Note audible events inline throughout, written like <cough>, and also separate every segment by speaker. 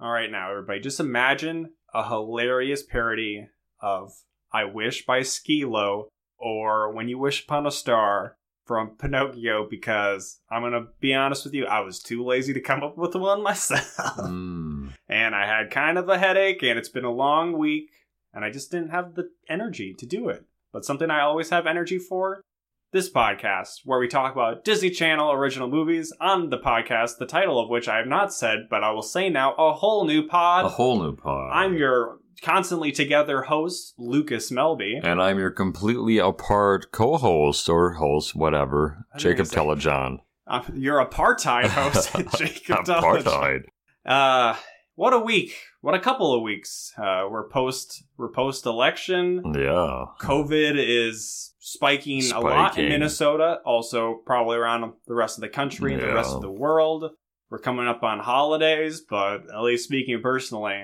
Speaker 1: right now, everybody. Just imagine a hilarious parody of I Wish by Skilo or When You Wish Upon a Star from Pinocchio because I'm going to be honest with you, I was too lazy to come up with one myself.
Speaker 2: Mm.
Speaker 1: and I had kind of a headache, and it's been a long week, and I just didn't have the energy to do it. But something I always have energy for this podcast, where we talk about Disney Channel original movies on the podcast, the title of which I have not said, but I will say now a whole new pod.
Speaker 2: A whole new pod.
Speaker 1: I'm your constantly together host, Lucas Melby.
Speaker 2: And I'm your completely apart co host or host, whatever,
Speaker 1: I think
Speaker 2: Jacob
Speaker 1: it's like-
Speaker 2: Telejohn.
Speaker 1: Uh, your
Speaker 2: <laughs>
Speaker 1: apartheid host, <laughs> Jacob Dolittle.
Speaker 2: Apartheid.
Speaker 1: Uh, what a week! What a couple of weeks. Uh, we're post we're post election.
Speaker 2: Yeah.
Speaker 1: COVID is spiking, a lot in
Speaker 2: Spiking.
Speaker 1: Minnesota, also probably around the rest of the country and the
Speaker 2: Yeah.
Speaker 1: rest of the world. We're coming up on holidays, but at least speaking personally,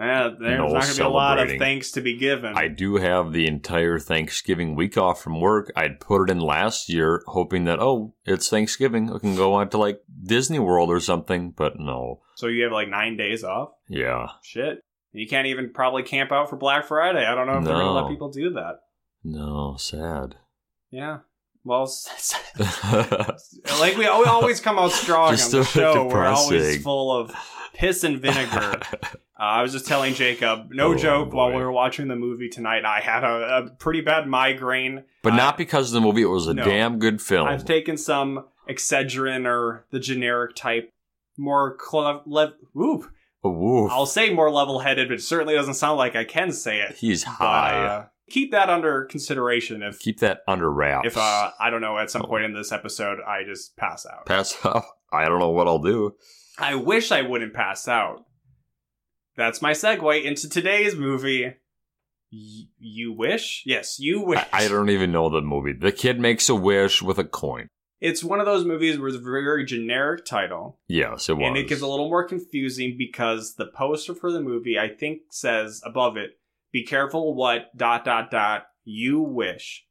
Speaker 1: eh, there's
Speaker 2: No
Speaker 1: not going to be a lot of
Speaker 2: celebrating.
Speaker 1: thanks to be given.
Speaker 2: I do have the entire Thanksgiving week off from work. I'd put it in last year, hoping that, oh, it's Thanksgiving. I can go on to like Disney World or something, but no.
Speaker 1: so you have like nine days off.
Speaker 2: Yeah.
Speaker 1: Shit. You can't even probably camp out for Black Friday. I don't know if they're going to
Speaker 2: No.
Speaker 1: let people do that.
Speaker 2: No, sad. <laughs>
Speaker 1: Yeah. Well, s- like we al- we always come
Speaker 2: <laughs>
Speaker 1: out strong
Speaker 2: Just
Speaker 1: on the
Speaker 2: so
Speaker 1: show. We're
Speaker 2: depressing.
Speaker 1: always full of piss and vinegar. Uh, I was just telling Jacob, no
Speaker 2: Oh,
Speaker 1: joke,
Speaker 2: boy.
Speaker 1: while we were watching the movie tonight, I had a, a pretty bad migraine.
Speaker 2: but
Speaker 1: I-
Speaker 2: not because of the movie. It was a
Speaker 1: No.
Speaker 2: damn good film.
Speaker 1: I've taken some Excedrin or the generic type, more clev- le- whoop.
Speaker 2: Woof.
Speaker 1: I'll say more level-headed, but it certainly doesn't sound like I can say
Speaker 2: <laughs>
Speaker 1: it.
Speaker 2: He's
Speaker 1: But,
Speaker 2: high.
Speaker 1: uh, keep that under consideration if
Speaker 2: Keep that under wraps.
Speaker 1: if uh, I don't know at some point in this episode I just pass out.
Speaker 2: <laughs> pass out. I don't know what
Speaker 1: <laughs>
Speaker 2: I'll do.
Speaker 1: I wish I wouldn't pass out. That's my segue into today's movie. Y- you wish? Yes, you wish.
Speaker 2: I, I don't even know the movie. The kid makes a wish with a coin.
Speaker 1: It's one of those movies with a very generic title,
Speaker 2: Yes, it was.
Speaker 1: and it gets a little more confusing because the poster for the movie, I think, says above it, "Be careful what dot dot dot you wish."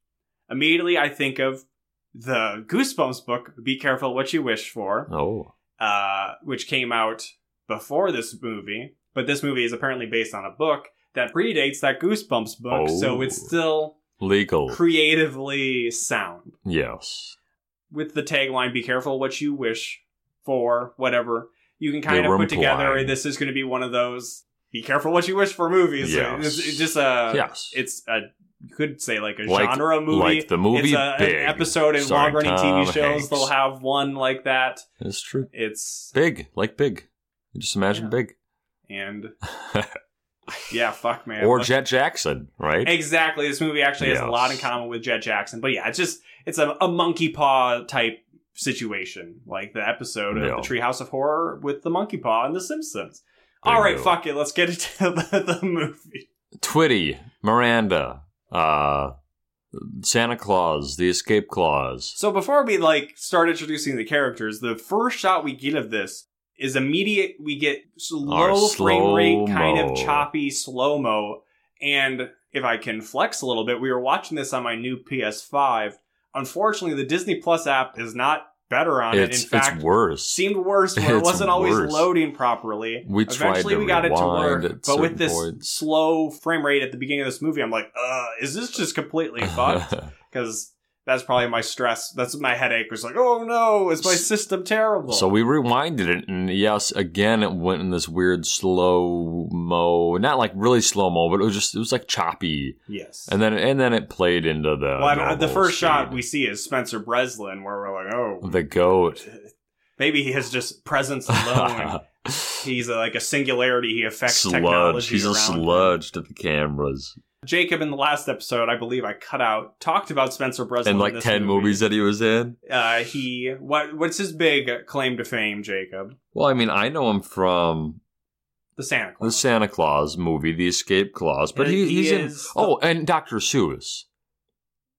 Speaker 1: Immediately, I think of the Goosebumps book, "Be careful what you wish for."
Speaker 2: Oh,
Speaker 1: uh, which came out before this movie, but this movie is apparently based on a book that predates that Goosebumps book,
Speaker 2: Oh.
Speaker 1: so it's still
Speaker 2: legal.
Speaker 1: creatively sound.
Speaker 2: yes,
Speaker 1: With the tagline, be careful what you wish for, whatever. You can kind
Speaker 2: They
Speaker 1: of
Speaker 2: were
Speaker 1: put together
Speaker 2: implying.
Speaker 1: this is going to be one of those be careful what you wish for movies.
Speaker 2: Yes.
Speaker 1: It's, it's just a,
Speaker 2: yes.
Speaker 1: Uh, it's a, you could say like a
Speaker 2: Like-
Speaker 1: genre movie.
Speaker 2: like the movie
Speaker 1: it's a,
Speaker 2: Big.
Speaker 1: an episode in long
Speaker 2: starring
Speaker 1: running TV
Speaker 2: Tom
Speaker 1: shows.
Speaker 2: Hanks.
Speaker 1: They'll have one like that.
Speaker 2: It's true.
Speaker 1: It's
Speaker 2: Big, like big. You just imagine
Speaker 1: Yeah.
Speaker 2: big.
Speaker 1: and Yeah, fuck man.
Speaker 2: <laughs> or
Speaker 1: Look-
Speaker 2: Jet Jackson, right?
Speaker 1: exactly. This movie actually has a
Speaker 2: Yes.
Speaker 1: lot in common with Jet Jackson, but yeah, it's just it's a, a monkey paw type situation, like the episode
Speaker 2: Yeah.
Speaker 1: of the Treehouse of Horror with the monkey paw and The Simpsons. All right,
Speaker 2: Bingo.
Speaker 1: fuck it. Let's get into <laughs> the, the movie.
Speaker 2: Twitty, Miranda, uh, Santa Claus, the escape clause.
Speaker 1: So before we like start introducing the characters, the first shot we get of this is immediate. We get
Speaker 2: Our
Speaker 1: slow frame rate, kind of
Speaker 2: slow-mo.
Speaker 1: choppy slow mo. And if I can flex a little bit, we were watching this on my new PS5. Unfortunately, the Disney Plus app is not better on
Speaker 2: It's
Speaker 1: it. In fact,
Speaker 2: it's worse.
Speaker 1: seemed worse where it
Speaker 2: It's
Speaker 1: wasn't always
Speaker 2: worse.
Speaker 1: loading properly.
Speaker 2: We tried
Speaker 1: Eventually,
Speaker 2: to
Speaker 1: we got it to work,
Speaker 2: rewind at
Speaker 1: but with
Speaker 2: certain
Speaker 1: this
Speaker 2: points. <laughs>
Speaker 1: slow frame rate at the beginning of this movie, I'm like, uh, is this just
Speaker 2: <laughs>
Speaker 1: completely fucked? Because that's probably my stress. That's my headache. Was like, oh no, is my
Speaker 2: S-
Speaker 1: system terrible?
Speaker 2: So we rewinded it, and yes, again, it went in this weird slow mo, not like really slow mo, but it was just it was like choppy,
Speaker 1: yes.
Speaker 2: and then and then it played into the
Speaker 1: well, I mean, uh, the
Speaker 2: normal
Speaker 1: first shot
Speaker 2: speed.
Speaker 1: we see is Spencer Breslin, where we're like, oh,
Speaker 2: the goat.
Speaker 1: maybe he has just presence
Speaker 2: <laughs>
Speaker 1: alone. He's a, like a singularity. He affects
Speaker 2: sludge.
Speaker 1: technology.
Speaker 2: He's a
Speaker 1: around him.
Speaker 2: sludge to the cameras.
Speaker 1: Jacob in the last episode, I believe I cut out, talked about Spencer Breslin
Speaker 2: and
Speaker 1: in
Speaker 2: like
Speaker 1: this
Speaker 2: ten
Speaker 1: movie.
Speaker 2: movies that he was in.
Speaker 1: Uh, he what? What's his big claim to fame, Jacob?
Speaker 2: Well, I mean, I know him from
Speaker 1: The Santa
Speaker 2: the
Speaker 1: Claus.
Speaker 2: Santa Claus movie, The Escape Clause, but
Speaker 1: And
Speaker 2: he,
Speaker 1: he
Speaker 2: he's in.
Speaker 1: is the-
Speaker 2: Oh, and Dr. Seuss.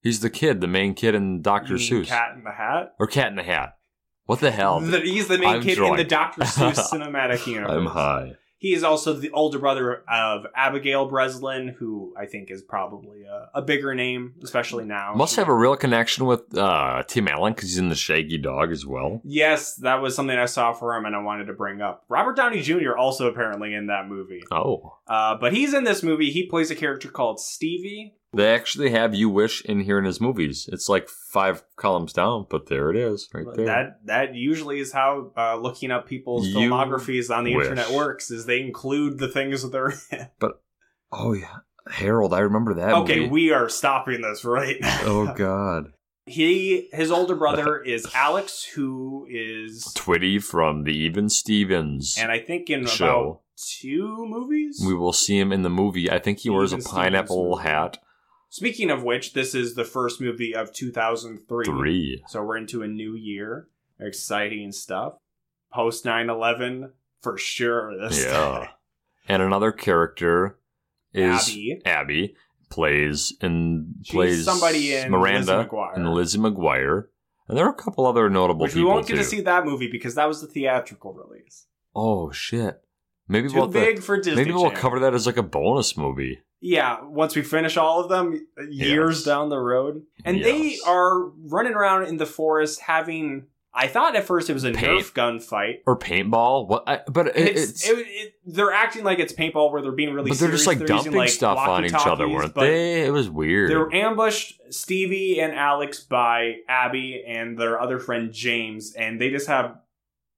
Speaker 2: He's the kid, the main kid in Dr.
Speaker 1: You mean Mm,
Speaker 2: Seuss.
Speaker 1: Cat in the Hat.
Speaker 2: or Cat in the Hat. What the hell?
Speaker 1: The- he's the main
Speaker 2: I'm
Speaker 1: kid in
Speaker 2: drunk. <laughs>
Speaker 1: the Doctor Seuss cinematic universe.
Speaker 2: I'm high.
Speaker 1: He is also the older brother of Abigail Breslin, who I think is probably a, a bigger name, especially now.
Speaker 2: Must have a real connection with uh, Tim Allen because he's in the Shaggy Dog as well.
Speaker 1: Yes, that was something I saw for him and I wanted to bring up. Robert Downey Jr. also apparently in that movie.
Speaker 2: Oh,
Speaker 1: Uh, but he's in this movie. He plays a character called Stevie.
Speaker 2: they actually have You Wish in here in his movies. It's like five columns down, but there it is, right there.
Speaker 1: That that usually is how uh, looking up people's
Speaker 2: You
Speaker 1: filmographies on the
Speaker 2: wish.
Speaker 1: internet works. Is they include the things that they're in.
Speaker 2: oh yeah, Harold. I remember that.
Speaker 1: <laughs> okay.
Speaker 2: movie.
Speaker 1: We are stopping this right now. <laughs>
Speaker 2: oh god,
Speaker 1: He his older brother is Alex, who is
Speaker 2: Twitty from the Even Stevens.
Speaker 1: and I think in about
Speaker 2: Show.
Speaker 1: two movies.
Speaker 2: we will see him in the movie. I think he
Speaker 1: The
Speaker 2: wears a
Speaker 1: Even Stevens
Speaker 2: pineapple
Speaker 1: movie.
Speaker 2: hat.
Speaker 1: Speaking of which, this is the first movie of 2003.
Speaker 2: Three.
Speaker 1: So we're into a new year. Exciting stuff. Post 9/11 for sure. This
Speaker 2: Yeah. And another character is
Speaker 1: Abby.
Speaker 2: Abby plays and
Speaker 1: She's
Speaker 2: plays
Speaker 1: somebody in
Speaker 2: Miranda
Speaker 1: Lizzie McGuire.
Speaker 2: and Lizzie McGuire, and there are a couple other notable
Speaker 1: Which we
Speaker 2: people
Speaker 1: won't get
Speaker 2: too.
Speaker 1: to see that movie because that was the theatrical release.
Speaker 2: Oh shit! Maybe
Speaker 1: Too
Speaker 2: we'll have to-
Speaker 1: big for Disney.
Speaker 2: maybe we'll
Speaker 1: Channel.
Speaker 2: cover that as like a bonus movie.
Speaker 1: Yeah, once we finish all of them years
Speaker 2: Yes.
Speaker 1: down the road. And they
Speaker 2: Yes.
Speaker 1: are running around in the forest having I thought at first it was a
Speaker 2: Paint.
Speaker 1: Nerf gun fight.
Speaker 2: or paintball. What? I, but it,
Speaker 1: It's,
Speaker 2: it's.
Speaker 1: it- it- they're acting like it's paintball where they're being really
Speaker 2: but they're just
Speaker 1: serious.
Speaker 2: like
Speaker 1: using,
Speaker 2: dumping stuff on each other,
Speaker 1: walkie-talkies,
Speaker 2: weren't
Speaker 1: but
Speaker 2: they? It was weird.
Speaker 1: They were ambushed, Stevie and Alex, by Abby and their other friend James, and they just have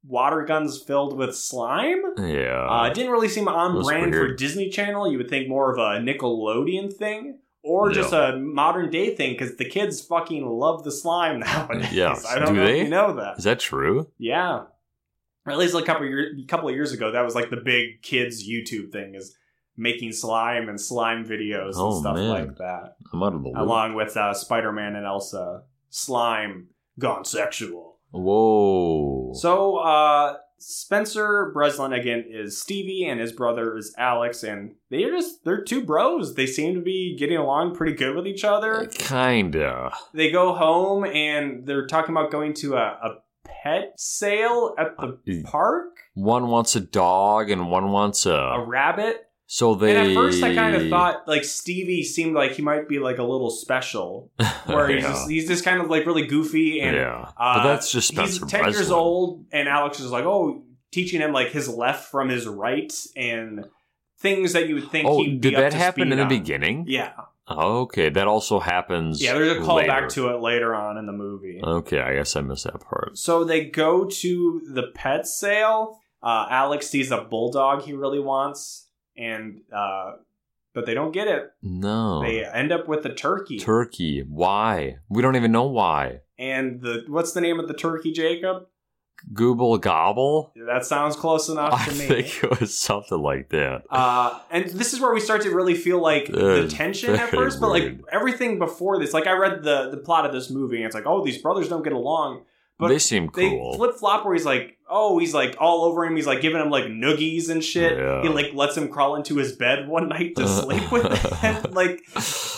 Speaker 1: water guns filled with slime?
Speaker 2: yeah.
Speaker 1: Uh, it didn't really seem
Speaker 2: It
Speaker 1: on
Speaker 2: was
Speaker 1: brand for
Speaker 2: weird.
Speaker 1: Disney Channel. You would think more of a Nickelodeon thing or just a modern day thing because the kids fucking love the slime <laughs> nowadays.
Speaker 2: Yes.
Speaker 1: I don't
Speaker 2: Do
Speaker 1: know
Speaker 2: they?
Speaker 1: if you know that.
Speaker 2: Is that true?
Speaker 1: Yeah. Or at least a couple year, couple of years ago, that was like the big kids YouTube thing is making slime and slime videos
Speaker 2: Oh,
Speaker 1: and stuff
Speaker 2: man.
Speaker 1: like that,
Speaker 2: I'm out of the loop.
Speaker 1: along with uh, Spider Man and Elsa slime gone sexual.
Speaker 2: Whoa.
Speaker 1: So uh Spencer Breslin again is Stevie and his brother is Alex and they're just they're two bros. They seem to be getting along pretty good with each other.
Speaker 2: kinda.
Speaker 1: They go home and they're talking about going to a, a pet sale at the park.
Speaker 2: One wants a dog and one wants a.
Speaker 1: A rabbit.
Speaker 2: so they.
Speaker 1: And at first I
Speaker 2: <laughs>
Speaker 1: kind of thought like Stevie seemed like he might be like a little special. Where he's
Speaker 2: <laughs> Yeah.
Speaker 1: just he's just kind of like really goofy and
Speaker 2: yeah.
Speaker 1: Uh,
Speaker 2: but that's just
Speaker 1: he's
Speaker 2: Spencer
Speaker 1: 10 years
Speaker 2: Breslin.
Speaker 1: old and alex is like oh teaching him like his left from his right and things that you would think
Speaker 2: Oh,
Speaker 1: he'd be
Speaker 2: did
Speaker 1: up
Speaker 2: that
Speaker 1: to
Speaker 2: happen
Speaker 1: speed
Speaker 2: in the
Speaker 1: on.
Speaker 2: beginning?
Speaker 1: yeah
Speaker 2: Okay, that also happens.
Speaker 1: yeah there's a
Speaker 2: later. Uh.
Speaker 1: callback to it later on in the movie
Speaker 2: Okay, I guess I missed that part.
Speaker 1: so they go to the pet sale uh, alex sees a bulldog he really wants and uh, but they don't get it
Speaker 2: No.
Speaker 1: they uh, end up with a turkey
Speaker 2: Turkey. Why? We don't even know why.
Speaker 1: and the what's the name of the turkey jacob
Speaker 2: Google gobble?
Speaker 1: that sounds close enough
Speaker 2: I
Speaker 1: to me
Speaker 2: think it was something like that.
Speaker 1: Uh, and this is where we start to really feel like the
Speaker 2: That is
Speaker 1: tension at
Speaker 2: <laughs> very
Speaker 1: first, but like
Speaker 2: weird.
Speaker 1: everything before this, like I read the the plot of this movie, and it's like, oh, these brothers don't get along. But
Speaker 2: they seem
Speaker 1: They
Speaker 2: cool.
Speaker 1: flip flop where he's like, oh, he's like all over him. He's like giving him like noogies and shit.
Speaker 2: Yeah.
Speaker 1: He like lets him crawl into his bed one night
Speaker 2: <laughs>
Speaker 1: to sleep with him. <laughs> like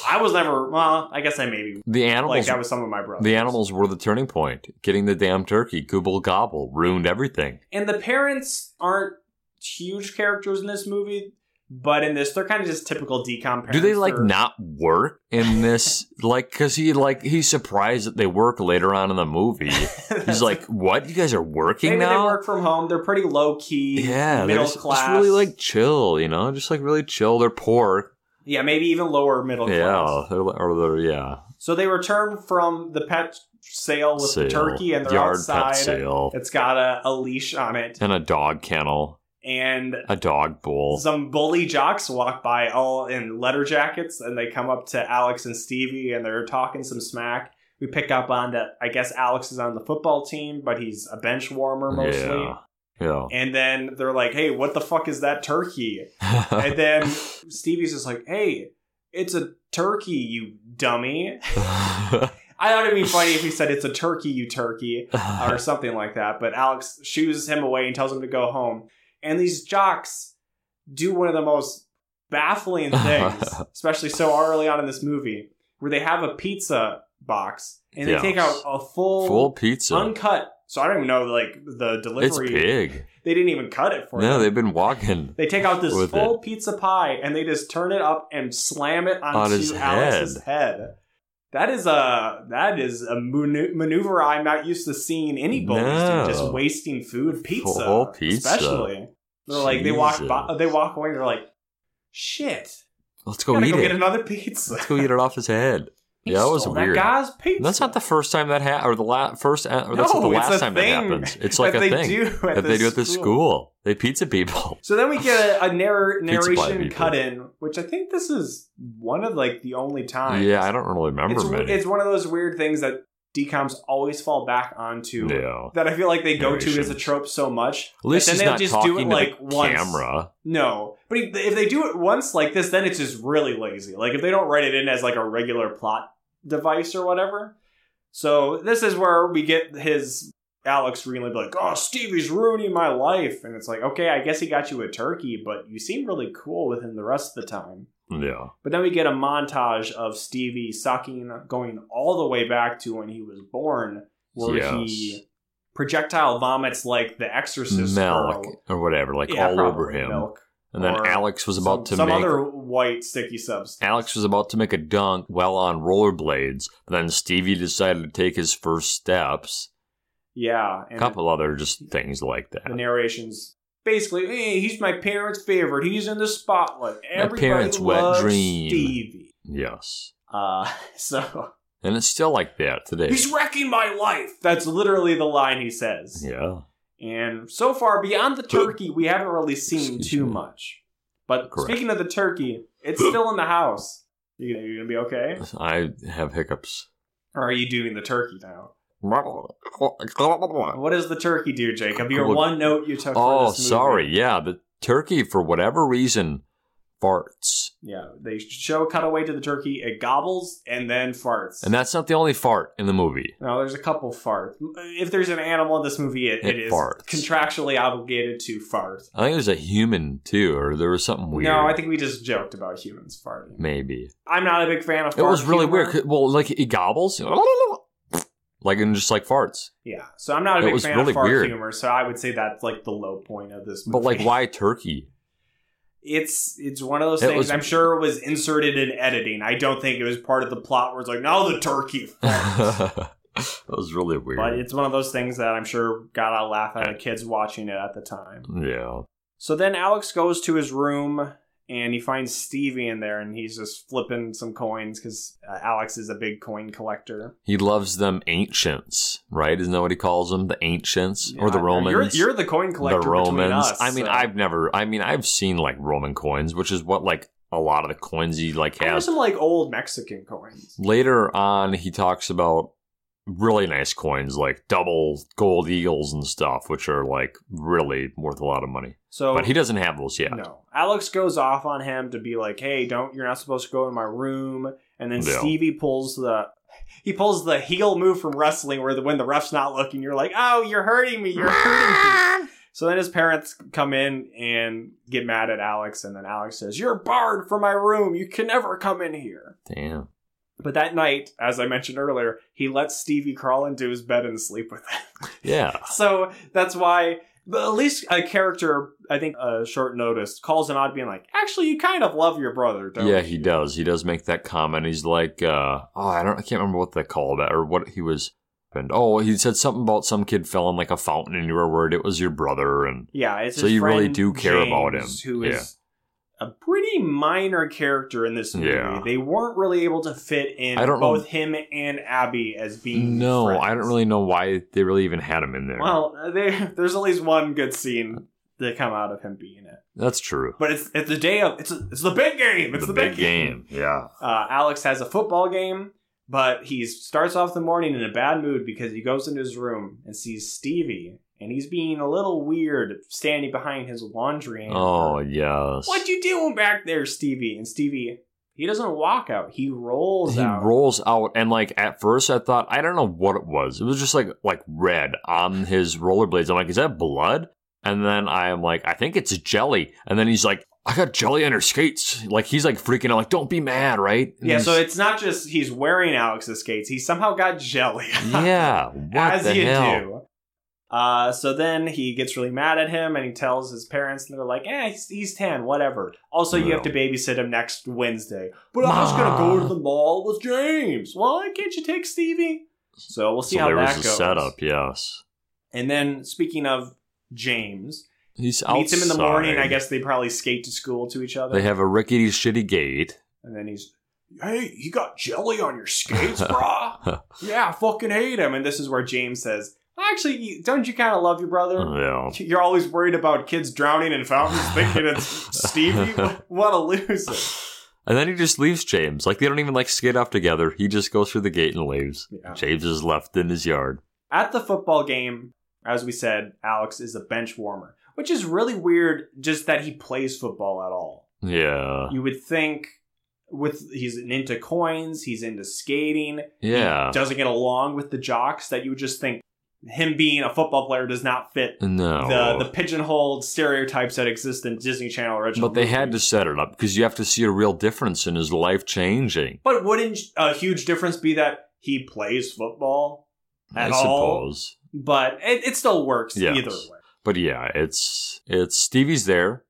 Speaker 1: I was never. Well, I guess I maybe
Speaker 2: the
Speaker 1: like
Speaker 2: animals
Speaker 1: that with some of my brothers.
Speaker 2: the animals were the turning point. Getting the damn turkey, Google gobble, ruined everything.
Speaker 1: and the parents aren't huge characters in this movie. But in this, they're kind of just typical decom parents.
Speaker 2: Do they like
Speaker 1: They're-
Speaker 2: not work in this? <laughs> like, cause he like he's surprised that they work later on in the movie.
Speaker 1: That's <laughs>
Speaker 2: He's like, "What? You guys are working
Speaker 1: Maybe
Speaker 2: now?"
Speaker 1: they work from home. They're pretty low key,
Speaker 2: yeah, they're
Speaker 1: middle
Speaker 2: just, just
Speaker 1: class.
Speaker 2: really like chill, you know, just like really chill. They're poor,
Speaker 1: yeah, maybe even lower middle
Speaker 2: yeah,
Speaker 1: class.
Speaker 2: they're, or they're yeah,
Speaker 1: So they return from the pet sale with the
Speaker 2: sale,
Speaker 1: turkey, and they're
Speaker 2: yard
Speaker 1: outside.
Speaker 2: pet sale,
Speaker 1: It's got a, a leash on it,
Speaker 2: and a dog kennel,
Speaker 1: and
Speaker 2: a dog bowl.
Speaker 1: some bully jocks walk by all in letter jackets, and they come up to Alex and Stevie, and they're talking some smack. We pick up on that. I guess Alex is on the football team, but he's a bench warmer mostly.
Speaker 2: Yeah, yeah.
Speaker 1: And then they're like, "Hey, what the fuck is that turkey?"
Speaker 2: <laughs>
Speaker 1: and <laughs> then Stevie's just like, "Hey, it's a turkey, you dummy." I thought it'd be funny if he said, "It's a turkey, you turkey,"
Speaker 2: <laughs>
Speaker 1: or something like that. But Alex shoos him away and tells him to go home. And these jocks do one of the most
Speaker 2: <laughs>
Speaker 1: baffling things, especially so early on in this movie, where they have a pizza box and they
Speaker 2: Yes.
Speaker 1: take out a full,
Speaker 2: Full pizza.
Speaker 1: uncut So I don't even know like the
Speaker 2: It's
Speaker 1: delivery.
Speaker 2: big.
Speaker 1: They didn't even cut it for
Speaker 2: No,
Speaker 1: them.
Speaker 2: they've been walking.
Speaker 1: They take out this
Speaker 2: With
Speaker 1: full pizza pie and they just turn it up and slam it onto
Speaker 2: On his
Speaker 1: Alex's head. That is a that is a manu- maneuver I'm not used to seeing any bullies do. Just
Speaker 2: No.
Speaker 1: wasting food, pizza,
Speaker 2: Full pizza.
Speaker 1: especially. They're like they walk by,
Speaker 2: Jesus.
Speaker 1: they walk away. They're like, shit.
Speaker 2: Let's
Speaker 1: Gotta
Speaker 2: go eat
Speaker 1: go
Speaker 2: it.
Speaker 1: get another pizza.
Speaker 2: Let's go eat it off his head. Yeah, that was
Speaker 1: Stole
Speaker 2: weird.
Speaker 1: That guy's pizza.
Speaker 2: That's not the first time that happened, or the la- first, uh, or that's not the
Speaker 1: No, it's
Speaker 2: last
Speaker 1: a
Speaker 2: time
Speaker 1: thing
Speaker 2: that happens. It's like
Speaker 1: that
Speaker 2: a
Speaker 1: they
Speaker 2: thing
Speaker 1: do at
Speaker 2: that
Speaker 1: this
Speaker 2: they do at the school. They pizza people.
Speaker 1: So then we get a, a narr-
Speaker 2: <laughs> Pizza Pie
Speaker 1: narration
Speaker 2: people.
Speaker 1: cut in, which I think this is one of like the only times.
Speaker 2: Yeah, I don't really remember
Speaker 1: it's,
Speaker 2: many.
Speaker 1: it's one of those weird things that DComs always fall back onto.
Speaker 2: yeah.
Speaker 1: That I feel like they go to as a
Speaker 2: Narrations.
Speaker 1: trope so much.
Speaker 2: At least
Speaker 1: that then
Speaker 2: he's
Speaker 1: they'll
Speaker 2: not
Speaker 1: just
Speaker 2: talking
Speaker 1: do it
Speaker 2: to
Speaker 1: like
Speaker 2: the
Speaker 1: once.
Speaker 2: camera.
Speaker 1: No, but if if they do it once like this, then it's just really lazy. Like if they don't write it in as like a regular plot device or whatever. So this is where we get his Alex really be like, "Oh, Stevie's ruining my life," and it's like, okay, I guess he got you a turkey, but you seem really cool with him the rest of the time.
Speaker 2: Yeah.
Speaker 1: But then we get a montage of Stevie sucking, going all the way back to when he was born, where
Speaker 2: Yes.
Speaker 1: he projectile vomits like the Exorcist
Speaker 2: Milk
Speaker 1: girl.
Speaker 2: or whatever, like
Speaker 1: Yeah,
Speaker 2: all over
Speaker 1: probably
Speaker 2: him.
Speaker 1: milk.
Speaker 2: And then
Speaker 1: or
Speaker 2: Alex was about
Speaker 1: some,
Speaker 2: to
Speaker 1: some
Speaker 2: make
Speaker 1: other white sticky substance.
Speaker 2: Alex was about to make a dunk while on rollerblades, but then Stevie decided to take his first steps.
Speaker 1: yeah,
Speaker 2: A
Speaker 1: and
Speaker 2: couple other just things like that.
Speaker 1: the narrations basically, hey, he's my parents' favorite. He's in the spotlight. Everybody
Speaker 2: parents' wet
Speaker 1: loves
Speaker 2: dream.
Speaker 1: Stevie.
Speaker 2: Yes.
Speaker 1: Uh, <laughs> so
Speaker 2: And it's still like that today.
Speaker 1: he's wrecking my life. That's literally the line he says.
Speaker 2: yeah.
Speaker 1: And so far, beyond the turkey, we haven't really seen
Speaker 2: Excuse
Speaker 1: too
Speaker 2: me.
Speaker 1: much. But
Speaker 2: Correct.
Speaker 1: speaking of the turkey, it's still in the house. You, you gonna be okay?
Speaker 2: I have hiccups.
Speaker 1: Or are you doing the turkey now?
Speaker 2: Oh,
Speaker 1: What does the turkey do, Jacob? Your
Speaker 2: Look- Oh,
Speaker 1: one note you took. for this movie.
Speaker 2: sorry. Yeah, the turkey for whatever reason farts,
Speaker 1: Yeah, they show a cutaway to the turkey. It gobbles and then farts.
Speaker 2: and that's not the only fart in the movie.
Speaker 1: no, there's a couple farts. If there's an animal in this movie, it,
Speaker 2: It
Speaker 1: it is
Speaker 2: farts.
Speaker 1: contractually obligated to fart.
Speaker 2: I think there's a human too, or there was something weird.
Speaker 1: No, I think we just joked about humans farting.
Speaker 2: maybe
Speaker 1: I'm not a big fan of.
Speaker 2: it
Speaker 1: fart
Speaker 2: was really
Speaker 1: humor.
Speaker 2: weird. 'cause- Well, like it gobbles, <laughs> like and just like farts.
Speaker 1: Yeah, so I'm not a
Speaker 2: It
Speaker 1: big
Speaker 2: was
Speaker 1: fan
Speaker 2: really
Speaker 1: of fart
Speaker 2: weird.
Speaker 1: humor. So I would say that's like the low point of this movie.
Speaker 2: But like, why turkey? <laughs>
Speaker 1: It's it's one of those
Speaker 2: It
Speaker 1: things.
Speaker 2: was-
Speaker 1: I'm sure it was inserted in editing. I don't think it was part of the plot where it's like, now the turkey farts.
Speaker 2: that was really <laughs> weird.
Speaker 1: But it's one of those things that I'm sure got a laugh out of kids watching it at the time.
Speaker 2: yeah,
Speaker 1: So then Alex goes to his room and he finds Stevie in there and he's just flipping some coins because uh, Alex is a big coin collector.
Speaker 2: he loves them ancients, right? Isn't that what he calls them? The ancients or the
Speaker 1: Yeah,
Speaker 2: Romans?
Speaker 1: You're, you're the coin collector.
Speaker 2: the
Speaker 1: between
Speaker 2: Romans.
Speaker 1: us,
Speaker 2: I mean,
Speaker 1: so-
Speaker 2: I've never. I mean, I've seen like Roman coins, which is what like a lot of the coins he like
Speaker 1: I know
Speaker 2: has.
Speaker 1: some like old Mexican coins.
Speaker 2: Later on, he talks about really nice coins like double gold eagles and stuff, which are like really worth a lot of money.
Speaker 1: So
Speaker 2: But he doesn't have those yet.
Speaker 1: No. Alex goes off on him to be like, "Hey, don't you're not supposed to go in my room." And then
Speaker 2: Yeah.
Speaker 1: Stevie pulls the he pulls the heel move from wrestling where the when the ref's not looking, you're like, "Oh, you're hurting me. You're
Speaker 2: <laughs>
Speaker 1: hurting me." So then his parents come in and get mad at Alex and then Alex says, "You're barred from my room. You can never come in here."
Speaker 2: Damn.
Speaker 1: But that night, as I mentioned earlier, he lets Stevie crawl into his bed and sleep with him
Speaker 2: Yeah.
Speaker 1: so that's why but at least a character i think uh, short notice calls him out being like actually you kind of love your brother don't
Speaker 2: Yeah,
Speaker 1: you?
Speaker 2: he does. He does make that comment. He's like, uh, oh, I don't, I can't remember what they called it or what he was. And oh, he said something about some kid fell in like a fountain, and you were worried it was your brother. And
Speaker 1: yeah it's
Speaker 2: So
Speaker 1: his
Speaker 2: you really
Speaker 1: friend
Speaker 2: do care about
Speaker 1: James,
Speaker 2: him.
Speaker 1: who is a pretty minor character in this movie
Speaker 2: Yeah.
Speaker 1: they weren't really able to fit in
Speaker 2: I don't know-
Speaker 1: both him and abby as being
Speaker 2: no,
Speaker 1: friends.
Speaker 2: I don't really know why they really even had him in there.
Speaker 1: well they, there's at least one good scene that come out of him being it
Speaker 2: that's true.
Speaker 1: but it's it's the day of it's it's the big game it's the, big game.
Speaker 2: Yeah.
Speaker 1: uh, Alex has a football game, but he starts off the morning in a bad mood because he goes into his room and sees Stevie, and he's being a little weird standing behind his laundry. hamper.
Speaker 2: Oh yes.
Speaker 1: what you doing back there, Stevie? And Stevie, he doesn't walk out; he rolls
Speaker 2: he
Speaker 1: out.
Speaker 2: rolls out and like at first I thought I don't know what it was. It was just like like red on his rollerblades. I'm like, is that blood? And then I'm like, I think it's jelly. And then he's like, I got jelly on her skates. Like he's like freaking out, like, don't be mad, right? And
Speaker 1: yeah, so <laughs>
Speaker 2: he's-
Speaker 1: it's not just he's wearing Alex's skates; he somehow got jelly. <laughs>
Speaker 2: Yeah. What
Speaker 1: as
Speaker 2: the
Speaker 1: you
Speaker 2: hell?
Speaker 1: do. Uh, so then he gets really mad at him and he tells his parents, and they're like, eh, he's, he's 10, whatever. Also, you have to babysit him next Wednesday. But I was going to go
Speaker 2: Ma.
Speaker 1: to the mall with James. Why can't you take Stevie? So we'll see
Speaker 2: so
Speaker 1: how
Speaker 2: there
Speaker 1: that
Speaker 2: was a
Speaker 1: goes.
Speaker 2: setup. Yes,
Speaker 1: And then, speaking of James,
Speaker 2: he's
Speaker 1: meets him in the morning.
Speaker 2: outside.
Speaker 1: I guess they probably skate to school to each other.
Speaker 2: they have a rickety, shitty
Speaker 1: <laughs>
Speaker 2: gate.
Speaker 1: and then he's, hey, you got jelly on your
Speaker 2: <laughs>
Speaker 1: skates, brah? yeah, I fucking hate him. And this is where James says, actually, you- don't you kind of love your brother?
Speaker 2: Oh, Yeah.
Speaker 1: You're always worried about kids drowning in fountains, thinking
Speaker 2: <laughs>
Speaker 1: it's Stevie. What a loser!
Speaker 2: And then he just leaves James. Like they don't even like skate off together. He just goes through the gate and leaves.
Speaker 1: Yeah.
Speaker 2: James is left in his yard.
Speaker 1: At the football game, as we said, Alex is a bench warmer, which is really weird. Just that he plays football at all.
Speaker 2: Yeah.
Speaker 1: You would think with he's into coins, he's into skating,
Speaker 2: Yeah.
Speaker 1: he doesn't get along with the jocks. That you would just think him being a football player does not fit.
Speaker 2: No.
Speaker 1: The, the pigeonholed stereotypes that exist in Disney Channel original.
Speaker 2: but they had to
Speaker 1: movies.
Speaker 2: set it up because you have to see a real difference in his life changing.
Speaker 1: But wouldn't a huge difference be that he plays football? At
Speaker 2: I
Speaker 1: all.
Speaker 2: suppose.
Speaker 1: But it, it still works
Speaker 2: Yes.
Speaker 1: either way.
Speaker 2: But yeah, it's it's Stevie's there,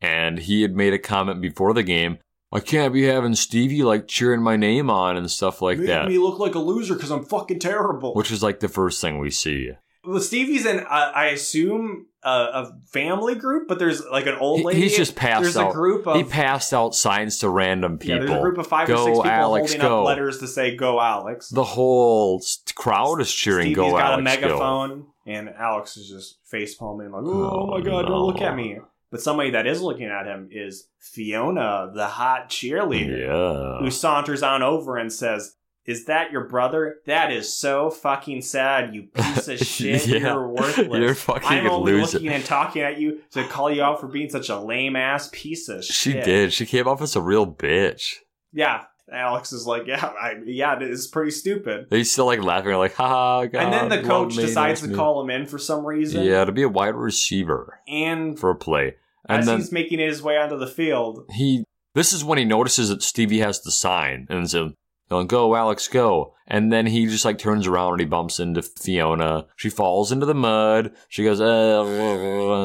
Speaker 2: and he had made a comment before the game. I can't be having Stevie like cheering my name on and stuff like
Speaker 1: Made
Speaker 2: that,
Speaker 1: me look like a loser because I'm fucking terrible.
Speaker 2: which is like the first thing we see.
Speaker 1: well, Stevie's in, uh, I assume, a, a family group, but there's like an old
Speaker 2: He-
Speaker 1: lady.
Speaker 2: he's just passed
Speaker 1: There's
Speaker 2: out.
Speaker 1: a group of
Speaker 2: he passed out signs to random
Speaker 1: yeah,
Speaker 2: people.
Speaker 1: there's a group of five or
Speaker 2: Go,
Speaker 1: six people
Speaker 2: Alex,
Speaker 1: holding
Speaker 2: go.
Speaker 1: up letters to say "Go Alex."
Speaker 2: the whole s- crowd is cheering.
Speaker 1: Stevie's
Speaker 2: go
Speaker 1: got
Speaker 2: Alex,
Speaker 1: a
Speaker 2: go."
Speaker 1: megaphone, and Alex is just face palming like, "Oh,
Speaker 2: Oh,
Speaker 1: my god, don't look
Speaker 2: no.
Speaker 1: at me!" But somebody that is looking at him is Fiona, the hot cheerleader.
Speaker 2: Yeah.
Speaker 1: who saunters on over and says, Is that your brother? That is so fucking sad, you piece
Speaker 2: <laughs>
Speaker 1: of shit.
Speaker 2: Yeah.
Speaker 1: You're worthless.
Speaker 2: You're fucking
Speaker 1: I'm
Speaker 2: a
Speaker 1: only
Speaker 2: loser.
Speaker 1: looking and talking at you to call you out for being such a lame ass piece of
Speaker 2: She
Speaker 1: shit.
Speaker 2: did. She came off as a real bitch.
Speaker 1: Yeah. Alex is like, Yeah, I, yeah, it's pretty stupid.
Speaker 2: They still like laughing, like, ha ha. God,
Speaker 1: and then the
Speaker 2: love
Speaker 1: coach
Speaker 2: me,
Speaker 1: decides
Speaker 2: love
Speaker 1: to
Speaker 2: me."
Speaker 1: call him in for some reason.
Speaker 2: Yeah, to be a wide receiver
Speaker 1: And
Speaker 2: for a play, and
Speaker 1: as
Speaker 2: then
Speaker 1: he's making his way onto the field,
Speaker 2: he. This is when he notices that Stevie has the sign, and so going, "Go, Alex, go!" And then he just like turns around and he bumps into Fiona. She falls into the mud. She goes, "Eh, "Uh,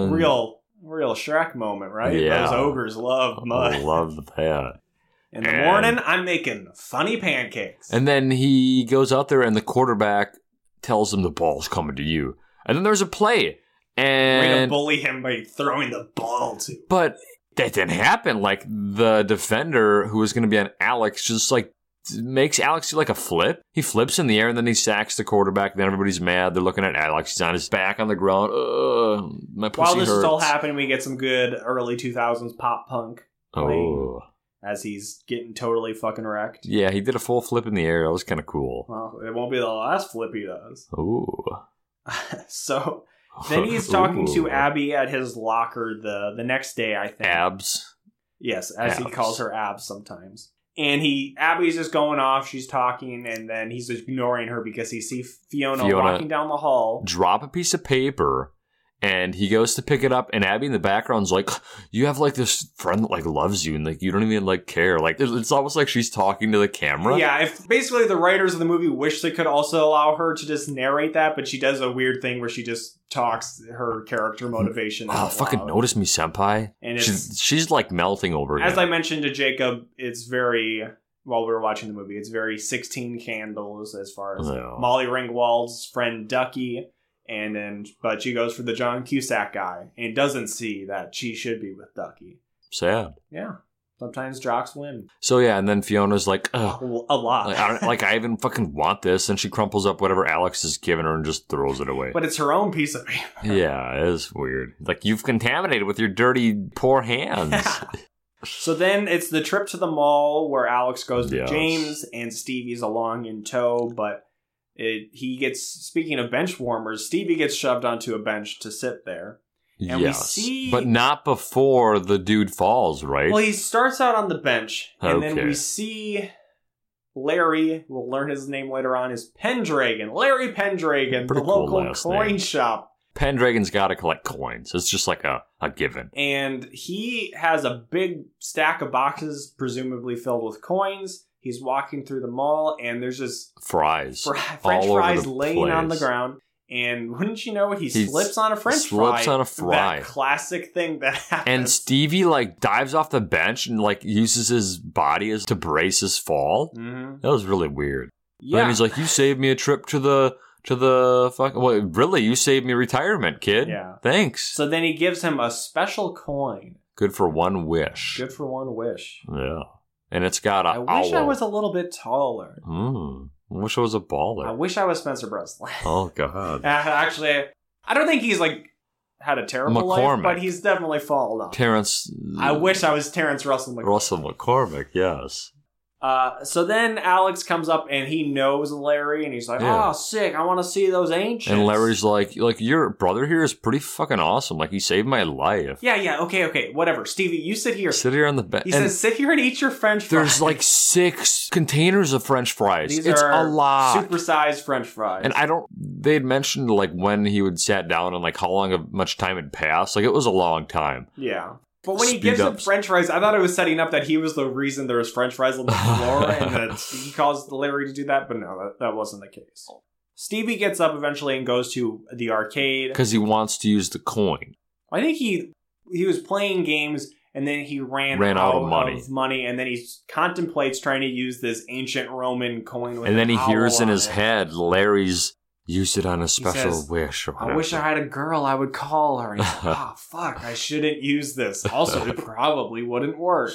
Speaker 2: and-
Speaker 1: real, real Shrek moment, right?
Speaker 2: Yeah.
Speaker 1: Those ogres love mud. <laughs>
Speaker 2: I love that."
Speaker 1: in the
Speaker 2: And-
Speaker 1: morning, I'm making funny pancakes.
Speaker 2: And then he goes out there, and the quarterback tells him the ball's coming to you. And then there's a play,
Speaker 1: We're gonna
Speaker 2: and
Speaker 1: bully him by throwing the ball to.
Speaker 2: but that didn't happen. Like the defender who was going to be on Alex just like makes Alex do like a flip. He flips in the air, and then he sacks the quarterback. And then everybody's mad. They're looking at Alex. He's on his back on the ground. Ugh, my pussy
Speaker 1: While this
Speaker 2: hurts.
Speaker 1: is all happening, we get some good early 2000s pop punk
Speaker 2: oh
Speaker 1: as he's getting totally fucking wrecked.
Speaker 2: yeah, he did a full flip in the air. That was kind of cool.
Speaker 1: Well, it won't be the last flip he does.
Speaker 2: Ooh.
Speaker 1: <laughs> so then
Speaker 2: <laughs>
Speaker 1: he's talking
Speaker 2: Ooh.
Speaker 1: to Abby at his locker the the next day, I think.
Speaker 2: Abs.
Speaker 1: Yes, as he
Speaker 2: Abs.
Speaker 1: calls her abs sometimes. And he Abby's just going off, she's talking, and then he's ignoring her because he sees Fiona,
Speaker 2: Fiona-
Speaker 1: walking down the hall.
Speaker 2: drop a piece of paper and he goes to pick it up and abby in the background's like <sighs> you have like this friend that like loves you and like you don't even like care like it's it's almost like she's talking to the camera
Speaker 1: Yeah, if basically the writers of the movie wish they could also allow her to just narrate that, but she does a weird thing where she just talks her character motivation.
Speaker 2: oh
Speaker 1: out
Speaker 2: fucking
Speaker 1: loud.
Speaker 2: notice me senpai
Speaker 1: And it's,
Speaker 2: she's, she's like melting over
Speaker 1: as
Speaker 2: him.
Speaker 1: I mentioned to Jacob, it's very while we were watching the movie, it's very sixteen candles as far as
Speaker 2: Yeah.
Speaker 1: Molly Ringwald's friend Ducky, and then but she goes for the John Cusack guy and doesn't see that she should be with Ducky.
Speaker 2: sad
Speaker 1: Yeah, sometimes jocks win
Speaker 2: so yeah and then fiona's like
Speaker 1: a
Speaker 2: Ugh.
Speaker 1: lot.
Speaker 2: Like
Speaker 1: <laughs>
Speaker 2: I, don't- like I even fucking want this, and she crumples up whatever Alex is giving her and just throws it away.
Speaker 1: but it's her own
Speaker 2: <laughs>
Speaker 1: piece of paper.
Speaker 2: yeah, it's weird. Like you've contaminated with your dirty,
Speaker 1: <laughs>
Speaker 2: poor hands.
Speaker 1: So then it's the trip to the mall where Alex goes with
Speaker 2: Yes.
Speaker 1: James and Stevie's along in tow, but it, he gets, speaking of bench warmers, Stevie gets shoved onto a bench to sit there. And we
Speaker 2: yes,
Speaker 1: see-
Speaker 2: but not before the dude falls, right?
Speaker 1: Well, he starts out on the bench, and then we
Speaker 2: Okay.
Speaker 1: see Larry, we'll learn his name later on, is Pendragon. Larry Pendragon,
Speaker 2: Pretty
Speaker 1: the
Speaker 2: cool
Speaker 1: local
Speaker 2: last
Speaker 1: coin
Speaker 2: name.
Speaker 1: shop.
Speaker 2: Pendragon's got to collect coins. It's just like a, a given.
Speaker 1: And he has a big stack of boxes, presumably filled with coins. He's walking through the mall, and there's this
Speaker 2: Fries.
Speaker 1: Fr- French
Speaker 2: all over
Speaker 1: fries
Speaker 2: the
Speaker 1: laying on the
Speaker 2: place.
Speaker 1: ground. And <laughs> wouldn't you know it, he,
Speaker 2: He
Speaker 1: slips on a French fry.
Speaker 2: slips on a fry.
Speaker 1: That classic thing that happens.
Speaker 2: And Stevie like dives off the bench and like uses his body as to brace his fall.
Speaker 1: Mhm.
Speaker 2: That was really weird.
Speaker 1: yeah.
Speaker 2: And then he's like, "You saved me a trip to the to the fuck. Well, really, you saved me retirement, kid.
Speaker 1: Yeah.
Speaker 2: Thanks.
Speaker 1: so then he gives him a special coin.
Speaker 2: Good for one wish.
Speaker 1: Good for one wish.
Speaker 2: Yeah. And it's got a
Speaker 1: I wish I
Speaker 2: owl.
Speaker 1: was a little bit taller.
Speaker 2: Mm, I wish I was a
Speaker 1: I
Speaker 2: baller.
Speaker 1: wish I was Spencer Breslin. <laughs> Uh,
Speaker 2: oh God.
Speaker 1: Actually, I don't think he's like had a terrible life,
Speaker 2: McCormick.
Speaker 1: but he's definitely fallen off.
Speaker 2: Terrence.
Speaker 1: I wish I was Terrence Russell McCormick.
Speaker 2: Russell McCormick. Yes.
Speaker 1: Uh, so then Alex comes up and he knows Larry and he's like,
Speaker 2: Yeah.
Speaker 1: "Oh, sick! I want to see those ancients."
Speaker 2: And Larry's like, like your brother here is pretty fucking awesome. Like he saved my life.
Speaker 1: "Yeah, yeah, okay, okay, whatever." Stevie, you sit here.
Speaker 2: Sit here on the bench.
Speaker 1: he
Speaker 2: and
Speaker 1: says, "Sit here and eat your French fries."
Speaker 2: there's like six containers of French
Speaker 1: <laughs>
Speaker 2: fries.
Speaker 1: These
Speaker 2: it's
Speaker 1: are
Speaker 2: a lot.
Speaker 1: supersized French fries.
Speaker 2: and I don't. They had mentioned like when he would sat down and like how long of much time had passed. Like it was a long time.
Speaker 1: yeah. But when he
Speaker 2: Speed
Speaker 1: gives him
Speaker 2: ups.
Speaker 1: French fries, I thought it was setting up that he was the reason there was French fries on
Speaker 2: <laughs>
Speaker 1: the floor, and that he caused Larry to do that. But no, that, that wasn't the case. Stevie gets up eventually and goes to the arcade.
Speaker 2: Because he wants to use the coin.
Speaker 1: I think he he was playing games and then he ran,
Speaker 2: Ran out of money.
Speaker 1: money, and then he contemplates trying to use this ancient Roman coin. With
Speaker 2: and then
Speaker 1: an
Speaker 2: he
Speaker 1: owl
Speaker 2: hears in
Speaker 1: on
Speaker 2: his
Speaker 1: it.
Speaker 2: head Larry's use it on a special
Speaker 1: says,
Speaker 2: wish. Or
Speaker 1: I wish I
Speaker 2: whatever."
Speaker 1: had a girl I would call her. And
Speaker 2: <laughs>
Speaker 1: he's like, oh, fuck, I shouldn't use this. Also, it probably wouldn't work.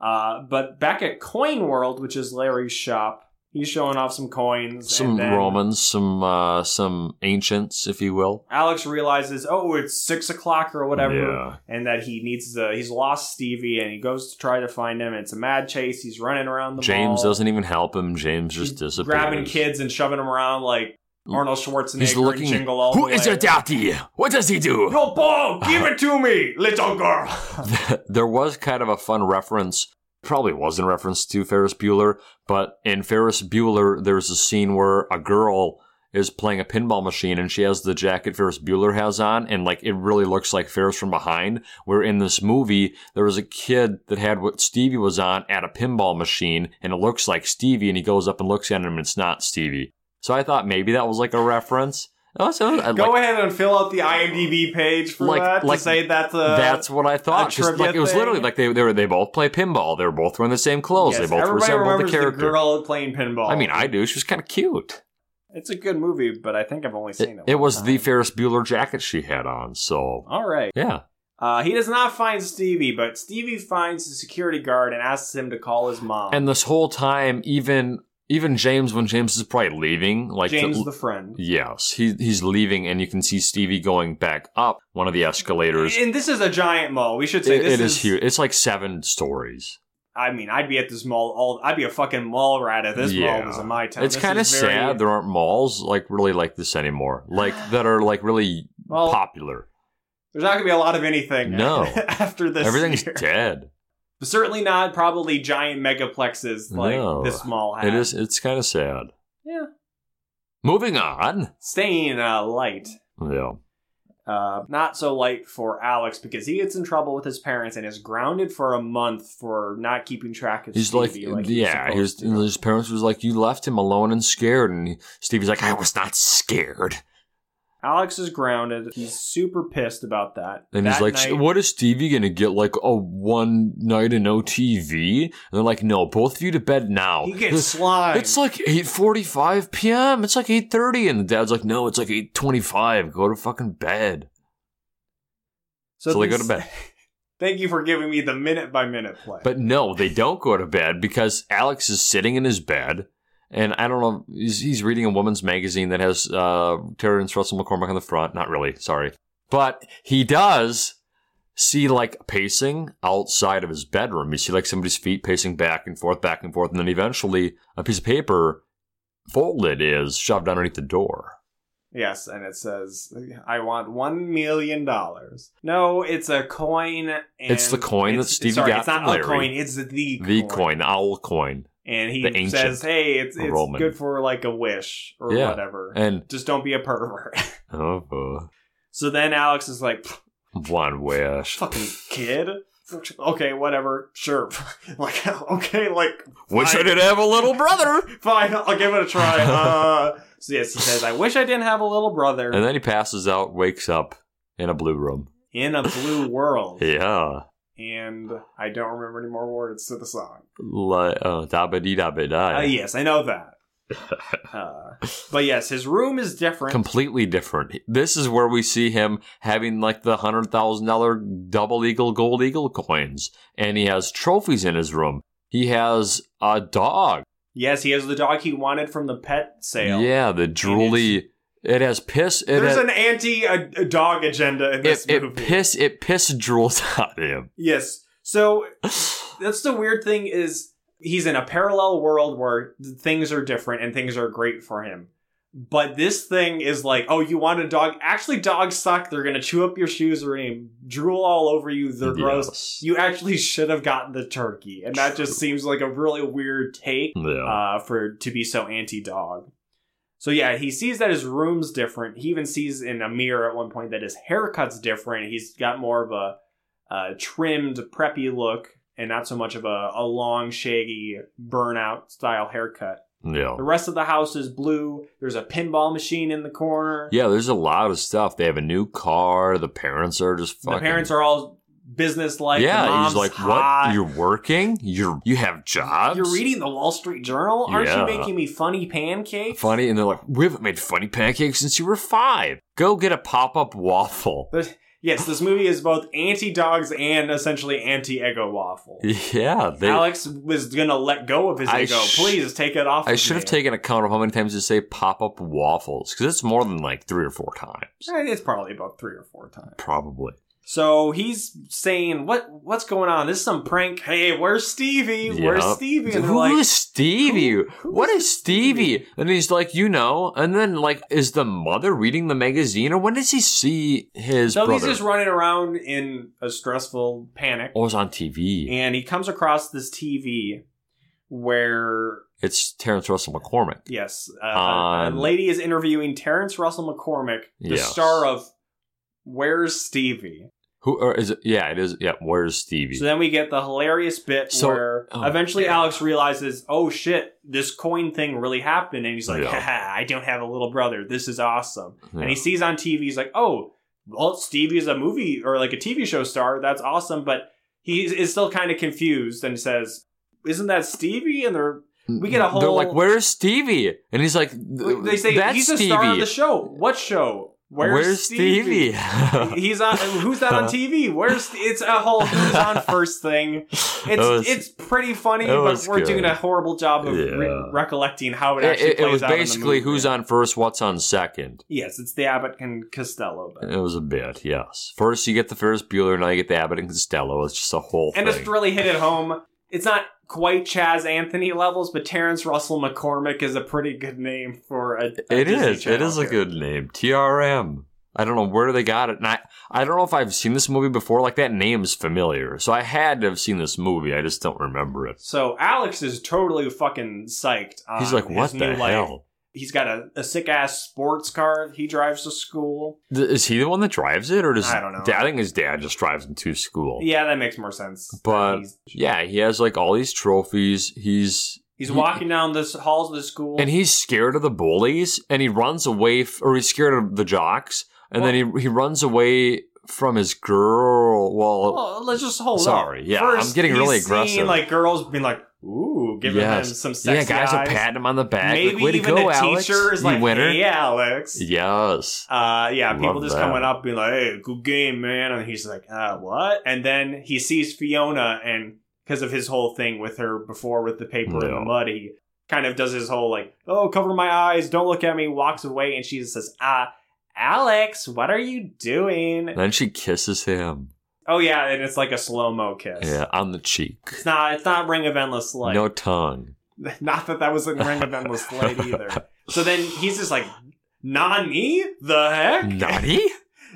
Speaker 1: Uh, but back at Coin World, which is Larry's shop, he's showing off some coins.
Speaker 2: some
Speaker 1: and then
Speaker 2: Romans, some uh, some ancients, if you will.
Speaker 1: Alex realizes, oh, it's six o'clock or whatever.
Speaker 2: Yeah.
Speaker 1: and that he needs the he's lost Stevie and he goes to try to find him. It's a mad chase. He's running around the
Speaker 2: James
Speaker 1: mall.
Speaker 2: doesn't even help him. James just
Speaker 1: He's
Speaker 2: disappears.
Speaker 1: grabbing kids and shoving them around like Arnold Schwarzenegger.
Speaker 2: He's looking.
Speaker 1: And jingle all
Speaker 2: Who
Speaker 1: the
Speaker 2: is
Speaker 1: way.
Speaker 2: your daddy? What does he do?
Speaker 1: No ball. Give it to me, little
Speaker 2: <laughs>
Speaker 1: girl.
Speaker 2: there was kind of a fun reference. Probably wasn't a reference to Ferris Bueller, but in Ferris Bueller, there's a scene where a girl is playing a pinball machine and she has the jacket Ferris Bueller has on, and like it really looks like Ferris from behind. Where in this movie, there was a kid that had what Stevie was on at a pinball machine, and it looks like Stevie, and he goes up and looks at him, and it's not Stevie. So I thought maybe that was like a reference. Also, I
Speaker 1: Go
Speaker 2: like,
Speaker 1: ahead and fill out the IMDb page for
Speaker 2: Like-
Speaker 1: that uh,
Speaker 2: like-
Speaker 1: to say that's a.
Speaker 2: That's what I thought.
Speaker 1: a
Speaker 2: 'cause,
Speaker 1: trivia
Speaker 2: like it was
Speaker 1: thing.
Speaker 2: literally like they they were they both play pinball. They were both wearing the same clothes.
Speaker 1: yes,
Speaker 2: they both
Speaker 1: everybody
Speaker 2: resembled the
Speaker 1: remembers
Speaker 2: character.
Speaker 1: girl playing pinball.
Speaker 2: I mean, I do. She was kind of cute.
Speaker 1: it's a good movie, but I think I've only seen it.
Speaker 2: It, it
Speaker 1: one
Speaker 2: was
Speaker 1: time.
Speaker 2: the Ferris Bueller jacket she had on. So
Speaker 1: All right.
Speaker 2: yeah,
Speaker 1: Uh, he does not find Stevie, but Stevie finds the security guard and asks him to call his mom.
Speaker 2: and this whole time, even even James, when James is probably leaving, like
Speaker 1: James
Speaker 2: the-
Speaker 1: the friend.
Speaker 2: yes, he he's leaving, and you can see Stevie going back up one of the escalators.
Speaker 1: And this is a giant mall. We should say
Speaker 2: It-
Speaker 1: this
Speaker 2: it is, huge. It's like seven stories.
Speaker 1: I mean, I'd be at this mall all. I'd be a fucking mall rat at this mall.
Speaker 2: Yeah.
Speaker 1: Was in my town.
Speaker 2: it's
Speaker 1: This
Speaker 2: kind of
Speaker 1: is very-
Speaker 2: sad there aren't malls like really like this anymore. Like that are like really
Speaker 1: Well,
Speaker 2: popular.
Speaker 1: there's not gonna be a lot of anything.
Speaker 2: No.
Speaker 1: <laughs> after this,
Speaker 2: Everything's
Speaker 1: year. <laughs>
Speaker 2: dead.
Speaker 1: Certainly not. Probably giant megaplexes like
Speaker 2: No.
Speaker 1: this mall has.
Speaker 2: It is. It's kind of sad.
Speaker 1: Yeah.
Speaker 2: Moving on.
Speaker 1: staying uh, light.
Speaker 2: Yeah.
Speaker 1: Uh, not so light for Alex because he gets in trouble with his parents and is grounded for a month for not keeping track of.
Speaker 2: He's like,
Speaker 1: Stevie
Speaker 2: yeah.
Speaker 1: supposed
Speaker 2: His
Speaker 1: to.
Speaker 2: his parents was like, you left him alone and scared, and Stevie's like, I was not scared.
Speaker 1: Alex is grounded. He's super pissed about that.
Speaker 2: And he's
Speaker 1: That
Speaker 2: like,
Speaker 1: night-
Speaker 2: what is Stevie gonna get? Like a one night in OTV? And they're like, no, both of you to bed now.
Speaker 1: He gets slime.
Speaker 2: <laughs> It's like 8:45 p.m. It's like 8:30 and the dad's like, "No, it's like 8:25. Go to fucking bed." so they go
Speaker 1: this-
Speaker 2: to bed.
Speaker 1: <laughs> Thank you for giving me the minute by minute play.
Speaker 2: But no, they don't go to bed because Alex is sitting in his bed and I don't know he's, he's reading a woman's magazine that has uh Terrence Russell McCormick on the front. Not really, sorry. But he does see like pacing outside of his bedroom. You see like somebody's feet pacing back and forth, back and forth, and then eventually a piece of paper folded is shoved underneath the door.
Speaker 1: yes, and it says, "I want one million dollars." No, it's a coin. And
Speaker 2: It's the coin that
Speaker 1: it's-
Speaker 2: Stevie
Speaker 1: sorry,
Speaker 2: got
Speaker 1: It's not
Speaker 2: from
Speaker 1: a
Speaker 2: Larry.
Speaker 1: coin. It's the
Speaker 2: The coin, the owl coin.
Speaker 1: And
Speaker 2: The
Speaker 1: he
Speaker 2: ancient
Speaker 1: says, "Hey, it's it's
Speaker 2: Roman.
Speaker 1: good for like a wish or
Speaker 2: Yeah.
Speaker 1: whatever.
Speaker 2: And
Speaker 1: Just don't be a pervert." <laughs>
Speaker 2: oh,
Speaker 1: so then Alex is like, "Pff,
Speaker 2: one wish.
Speaker 1: "Fucking kid." Okay, whatever. Sure. <laughs> like, okay, like
Speaker 2: Wish I did have a little brother. <laughs>
Speaker 1: Fine, I'll give it a try. Uh, So yes, he says, "I wish I didn't have a little brother
Speaker 2: And then he passes out, wakes up in a blue room.
Speaker 1: in a blue world."
Speaker 2: <laughs> Yeah.
Speaker 1: And I don't remember any more words to the song.
Speaker 2: Like, uh, dabba-dee dabba
Speaker 1: Uh, yes, I know
Speaker 2: <laughs>
Speaker 1: that. Uh, but yes, his room is different.
Speaker 2: Completely different. This is where we see him having like the $100,000 double eagle, gold eagle coins. And he has trophies in his room. He has a dog.
Speaker 1: yes, he has the dog he wanted from the pet sale.
Speaker 2: Yeah, the drooly. It has piss. It,
Speaker 1: There's
Speaker 2: has,
Speaker 1: an anti-dog agenda in
Speaker 2: it,
Speaker 1: this
Speaker 2: it
Speaker 1: movie.
Speaker 2: piss. It piss <laughs> drools out of
Speaker 1: yes. So
Speaker 2: him.
Speaker 1: that's the weird thing is he's in a parallel world where things are different and things are great for him but this thing is like oh you want a dog actually dogs suck they're gonna chew up your shoes they're gonna drool all over you they're gross
Speaker 2: Yes.
Speaker 1: you actually should have gotten the turkey and that just seems like a really weird take
Speaker 2: yeah.
Speaker 1: uh, for to be so anti-dog so yeah he sees that his room's different he even sees in a mirror at one point that his haircut's different he's got more of a uh, trimmed preppy look and not so much of a, a long shaggy burnout style haircut
Speaker 2: yeah.
Speaker 1: the rest of the house is blue there's a pinball machine in the corner
Speaker 2: Yeah, there's a lot of stuff. They have a new car. The parents are just
Speaker 1: the
Speaker 2: fucking.
Speaker 1: parents are all business like
Speaker 2: yeah,
Speaker 1: the mom's
Speaker 2: he's like,
Speaker 1: hot.
Speaker 2: what? You're working? You're you have jobs?
Speaker 1: You're reading the Wall Street Journal? Aren't
Speaker 2: Yeah.
Speaker 1: you making me funny pancakes?
Speaker 2: funny, and they're like, we haven't made funny pancakes since you were five. Go get a pop up waffle. <laughs>
Speaker 1: Yes, this movie is both anti dogs and essentially anti ego waffle.
Speaker 2: Yeah, they.
Speaker 1: Alex was gonna let go of his
Speaker 2: I
Speaker 1: ego.
Speaker 2: sh-
Speaker 1: Please take it off.
Speaker 2: I
Speaker 1: of
Speaker 2: should have
Speaker 1: me.
Speaker 2: taken account of how many times you say pop up waffles because it's more than like three or four times,
Speaker 1: Eh, It's probably about three or four times.
Speaker 2: probably.
Speaker 1: So he's saying, "What? What's going on? This is some prank. Hey, where's Stevie? Where's
Speaker 2: Yep.
Speaker 1: Stevie?" And they're
Speaker 2: Who's
Speaker 1: like,
Speaker 2: Stevie?
Speaker 1: who- who
Speaker 2: what
Speaker 1: is
Speaker 2: is Stevie?
Speaker 1: Stevie?
Speaker 2: And he's like, you know. And then, like, is the mother reading the magazine, or when does he see his
Speaker 1: "So he's
Speaker 2: brother? Oh,
Speaker 1: just running around in a stressful panic,
Speaker 2: Or is on TV?
Speaker 1: and he comes across this TV where
Speaker 2: it's Terrence Russell McCormick.
Speaker 1: Yes, uh, a
Speaker 2: On-
Speaker 1: lady is interviewing Terrence Russell McCormick, the
Speaker 2: Um, Yes.
Speaker 1: star of "Where's Stevie."
Speaker 2: Who or is it? Yeah, it is. Yeah, where's Stevie?
Speaker 1: So then we get the hilarious bit
Speaker 2: So-
Speaker 1: where
Speaker 2: oh,
Speaker 1: eventually
Speaker 2: yeah.
Speaker 1: Alex realizes, "Oh shit, this coin thing really happened," and he's like,
Speaker 2: Yeah.
Speaker 1: "Haha, I don't have a little brother. This is awesome."
Speaker 2: Yeah.
Speaker 1: And he sees on TV, he's like, "Oh, well, Stevie is a movie or like a TV show star. That's awesome." But he is still kind of confused and says, "Isn't that Stevie?" And they're we get a
Speaker 2: They're
Speaker 1: whole-
Speaker 2: like, where's Stevie? And he's like,
Speaker 1: they say
Speaker 2: that's
Speaker 1: he's a
Speaker 2: Stevie.
Speaker 1: star of the show. What show?
Speaker 2: where's, Stevie? <laughs>
Speaker 1: He's on. Who's that on TV? Where's it's a whole who's
Speaker 2: <laughs>
Speaker 1: on first thing. It's
Speaker 2: That was-
Speaker 1: it's pretty funny,
Speaker 2: that
Speaker 1: but
Speaker 2: was
Speaker 1: we're
Speaker 2: good.
Speaker 1: doing a horrible job of
Speaker 2: Yeah.
Speaker 1: re- recollecting how it
Speaker 2: it,
Speaker 1: actually
Speaker 2: it- it
Speaker 1: plays
Speaker 2: was
Speaker 1: out in the
Speaker 2: basically
Speaker 1: movie.
Speaker 2: who's on first, what's on second.
Speaker 1: Yes, it's the Abbott and Costello bit.
Speaker 2: It was a bit, yes. First you get the Ferris Bueller, now you get the Abbott and Costello. It's just a whole
Speaker 1: and
Speaker 2: thing.
Speaker 1: just to really hit it home, it's not quite Chaz Anthony levels, but Terrence Russell McCormick is a pretty good name for a. a
Speaker 2: It
Speaker 1: Disney
Speaker 2: is. It
Speaker 1: Channel
Speaker 2: is a
Speaker 1: character.
Speaker 2: good name. TRM. I don't know where they got it. And I, I don't know if I've seen this movie before. Like, that name's familiar. So I had to have seen this movie. I just don't remember it.
Speaker 1: So Alex is totally fucking psyched. On
Speaker 2: He's like,
Speaker 1: Uh, his
Speaker 2: what
Speaker 1: new
Speaker 2: the
Speaker 1: life.
Speaker 2: hell?
Speaker 1: He's got a, a sick ass sports car he drives to school.
Speaker 2: Th- Is he the one that drives it? Or does
Speaker 1: I don't know.
Speaker 2: Dad, I think his dad just drives him to school.
Speaker 1: Yeah, that makes more sense.
Speaker 2: But-
Speaker 1: he's,
Speaker 2: Yeah, he has like all these trophies. He's
Speaker 1: he's
Speaker 2: he-
Speaker 1: walking down the s- halls of the school.
Speaker 2: and he's scared of the bullies, and he runs away, f- or he's scared of the jocks, and then he he runs away from his girl. Well,
Speaker 1: well, let's just hold
Speaker 2: Sorry,
Speaker 1: on.
Speaker 2: yeah, I'm getting
Speaker 1: he's
Speaker 2: really
Speaker 1: seeing,
Speaker 2: aggressive.
Speaker 1: like girls being like, "Ooh," giving him some sexy
Speaker 2: Yeah, guys are
Speaker 1: eyes.
Speaker 2: patting him on the back.
Speaker 1: Maybe
Speaker 2: like, way
Speaker 1: even
Speaker 2: to go,
Speaker 1: the
Speaker 2: Alex.
Speaker 1: teacher is
Speaker 2: you
Speaker 1: like,
Speaker 2: winner.
Speaker 1: "Hey, Alex."
Speaker 2: Yes.
Speaker 1: Uh, yeah,
Speaker 2: Love
Speaker 1: people just
Speaker 2: that.
Speaker 1: coming up being like, "Hey, good game, man," and he's like, "Uh, what?" And then he sees Fiona, and because of his whole thing with her before with the paper and the
Speaker 2: Yeah.
Speaker 1: mud, he kind of does his whole like, "Oh, cover my eyes, don't look at me," walks away, and she says, "Ah, Alex, what are you doing?"
Speaker 2: And then she kisses him.
Speaker 1: Oh yeah, and it's like a slow mo kiss.
Speaker 2: Yeah, on the cheek.
Speaker 1: It's not. It's not Ring of Endless Light.
Speaker 2: no tongue.
Speaker 1: <laughs> Not that that was in Ring of Endless
Speaker 2: <laughs>
Speaker 1: Light either. So then he's just like, "Nani, the
Speaker 2: Mm.
Speaker 1: heck?"
Speaker 2: Naughty?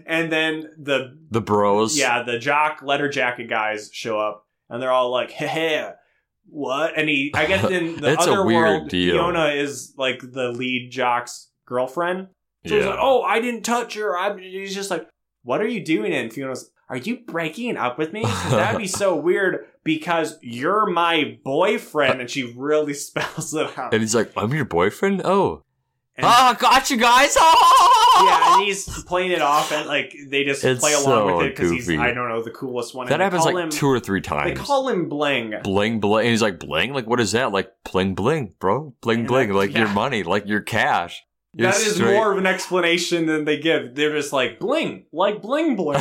Speaker 1: And then the
Speaker 2: The bros.
Speaker 1: Yeah, the jock letter jacket guys show up and they're all like, "Hey, hey, what?" And he, I guess
Speaker 2: <laughs>
Speaker 1: in the
Speaker 2: It's a
Speaker 1: other
Speaker 2: weird
Speaker 1: world,
Speaker 2: deal.
Speaker 1: Fiona is like the lead jock's girlfriend. So he's
Speaker 2: Yeah.
Speaker 1: like, "Oh, I didn't touch her." I'm, he's just like, "What are you doing?" And Fiona's, "Are you breaking up with
Speaker 2: <laughs>
Speaker 1: me? 'Cause That'd be so weird because you're my boyfriend." And she really <laughs> spells it out.
Speaker 2: And he's like, I'm your boyfriend? Oh.
Speaker 1: And,
Speaker 2: Oh, gotcha, guys! <laughs>
Speaker 1: yeah, and he's playing it off, and like they just
Speaker 2: It's
Speaker 1: play along
Speaker 2: so
Speaker 1: with it because he's
Speaker 2: goofy.
Speaker 1: I don't know the coolest one.
Speaker 2: that
Speaker 1: and they
Speaker 2: happens
Speaker 1: call
Speaker 2: like
Speaker 1: him,
Speaker 2: two or three
Speaker 1: They
Speaker 2: times.
Speaker 1: call him Bling.
Speaker 2: bling bling. And he's like, bling? Like, what is that? Like, bling bling, bro. Bling
Speaker 1: And
Speaker 2: bling.
Speaker 1: that-
Speaker 2: Like, your
Speaker 1: yeah.
Speaker 2: money, like your cash. Your
Speaker 1: that is
Speaker 2: straight- <laughs>
Speaker 1: more of an explanation than they give. They're just like Bling, like Bling
Speaker 2: <laughs>
Speaker 1: Bling.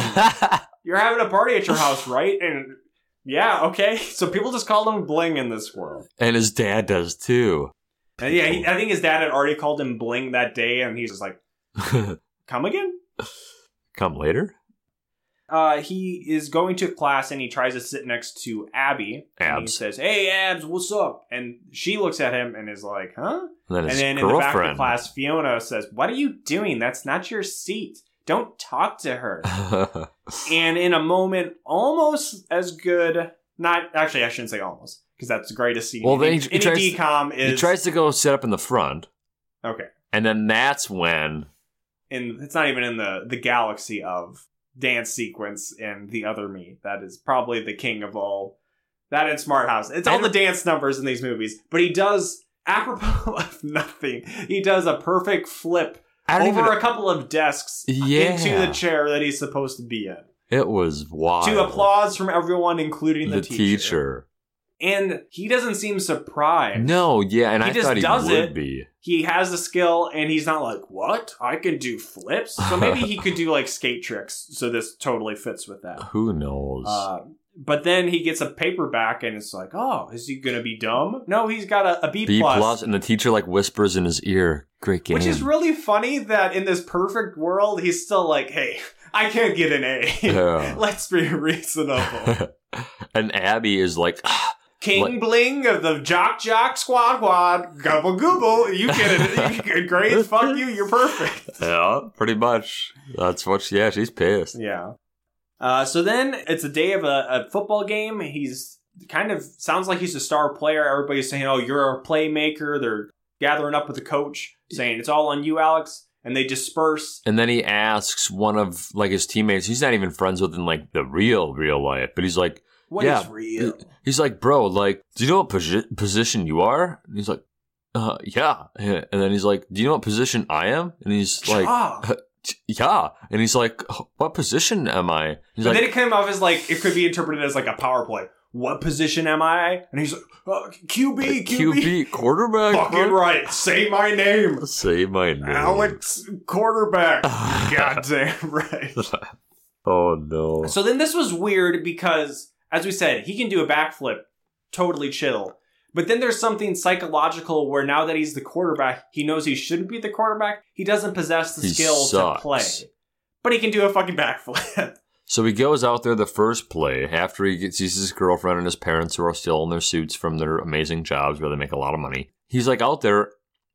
Speaker 1: You're having a party at your house, right? And yeah, okay. <laughs> So people just call him Bling in this world.
Speaker 2: and his dad does too. <laughs>
Speaker 1: And yeah, he, I think his dad had already called him Bling that day, and he's just like, "Come again."
Speaker 2: Come later?
Speaker 1: Uh, he is going to class and he tries to sit next to Abby. And he
Speaker 2: Abs.
Speaker 1: says, "Hey, Abs, what's up?" And she looks at him and is like, "Huh?"
Speaker 2: And then his
Speaker 1: and then in the back of
Speaker 2: girlfriend.
Speaker 1: the class, Fiona says, "What are you doing? That's not your seat. Don't talk to
Speaker 2: <laughs>
Speaker 1: her." and in a moment almost as good, not actually, I shouldn't say almost because that's the greatest scene.
Speaker 2: Well, then
Speaker 1: in,
Speaker 2: he-
Speaker 1: in
Speaker 2: he tries
Speaker 1: a
Speaker 2: to-
Speaker 1: decom is
Speaker 2: he tries to go sit up in the front.
Speaker 1: okay,
Speaker 2: And then that's when
Speaker 1: and it's not even in the the galaxy of dance sequence and the other me. That is probably the king of all. That and Smart House. It's all
Speaker 2: And-
Speaker 1: the dance numbers in these movies, but he does apropos <laughs> of nothing. He does a perfect flip
Speaker 2: I
Speaker 1: over
Speaker 2: don't even.
Speaker 1: a couple of desks
Speaker 2: Yeah.
Speaker 1: into the chair that he's supposed to be in.
Speaker 2: it was wild.
Speaker 1: To applause from everyone, including the,
Speaker 2: the teacher.
Speaker 1: And he doesn't seem surprised.
Speaker 2: No, yeah, and
Speaker 1: He
Speaker 2: I
Speaker 1: just
Speaker 2: thought he
Speaker 1: does
Speaker 2: would
Speaker 1: it.
Speaker 2: be.
Speaker 1: He has the skill and he's not like, what? I can do flips? So maybe he could do like skate tricks. So this totally fits with that.
Speaker 2: Who knows?
Speaker 1: Uh, but then he gets a paperback and it's like, oh, is he going to be dumb? No, he's got a, a B
Speaker 2: B
Speaker 1: plus.
Speaker 2: plus, and the teacher like whispers in his ear, "Great game."
Speaker 1: Which is really funny that in this perfect world, he's still like, hey, I can't get an A.
Speaker 2: Yeah.
Speaker 1: <laughs> Let's be reasonable.
Speaker 2: <laughs> and Abby is like, "Ah,
Speaker 1: King
Speaker 2: What-
Speaker 1: Bling of the Jock Jock Squad Quad Gobble Gooble. You get it.
Speaker 2: <laughs>
Speaker 1: You get grades. Fuck you. You're perfect.
Speaker 2: "Yeah, pretty much." That's what. She, yeah, she's pissed.
Speaker 1: Yeah. Uh, so then it's a day of a, a football game. He's kind of sounds like he's a star player. Everybody's saying, "Oh, you're a playmaker." They're gathering up with the coach, saying, "It's all on you, Alex." And they disperse.
Speaker 2: And then he asks one of like his teammates. He's not even friends with in like the real real life, but he's like,
Speaker 1: What is
Speaker 2: Yeah.
Speaker 1: real?
Speaker 2: he's like, "Bro, like, do you know what posi- position you are?" And he's like, "Uh, yeah." <laughs> And then he's like, "Do you know what position I am?" And he's like,
Speaker 1: Jock.
Speaker 2: "Yeah." And he's like, "What position am I?" He's
Speaker 1: But
Speaker 2: like,
Speaker 1: then it came off as like it could be interpreted as like a power play. What position am I? And he's like, oh, QB, QB.
Speaker 2: QB quarterback.
Speaker 1: Fucking
Speaker 2: bro."
Speaker 1: right. Say my name.
Speaker 2: Say my name. <sighs>
Speaker 1: Alex quarterback. <laughs> Goddamn right.
Speaker 2: oh no.
Speaker 1: So then this was weird because, as we said, he can do a backflip, totally chill. But then there's something psychological where now that he's the quarterback, he knows he shouldn't be the quarterback. He doesn't possess the
Speaker 2: He
Speaker 1: skill to
Speaker 2: sucks.
Speaker 1: play. But he can do a fucking backflip. <laughs>
Speaker 2: So he goes out there the first play after he gets, sees his girlfriend and his parents who are still in their suits from their amazing jobs where they make a lot of money. He's like out there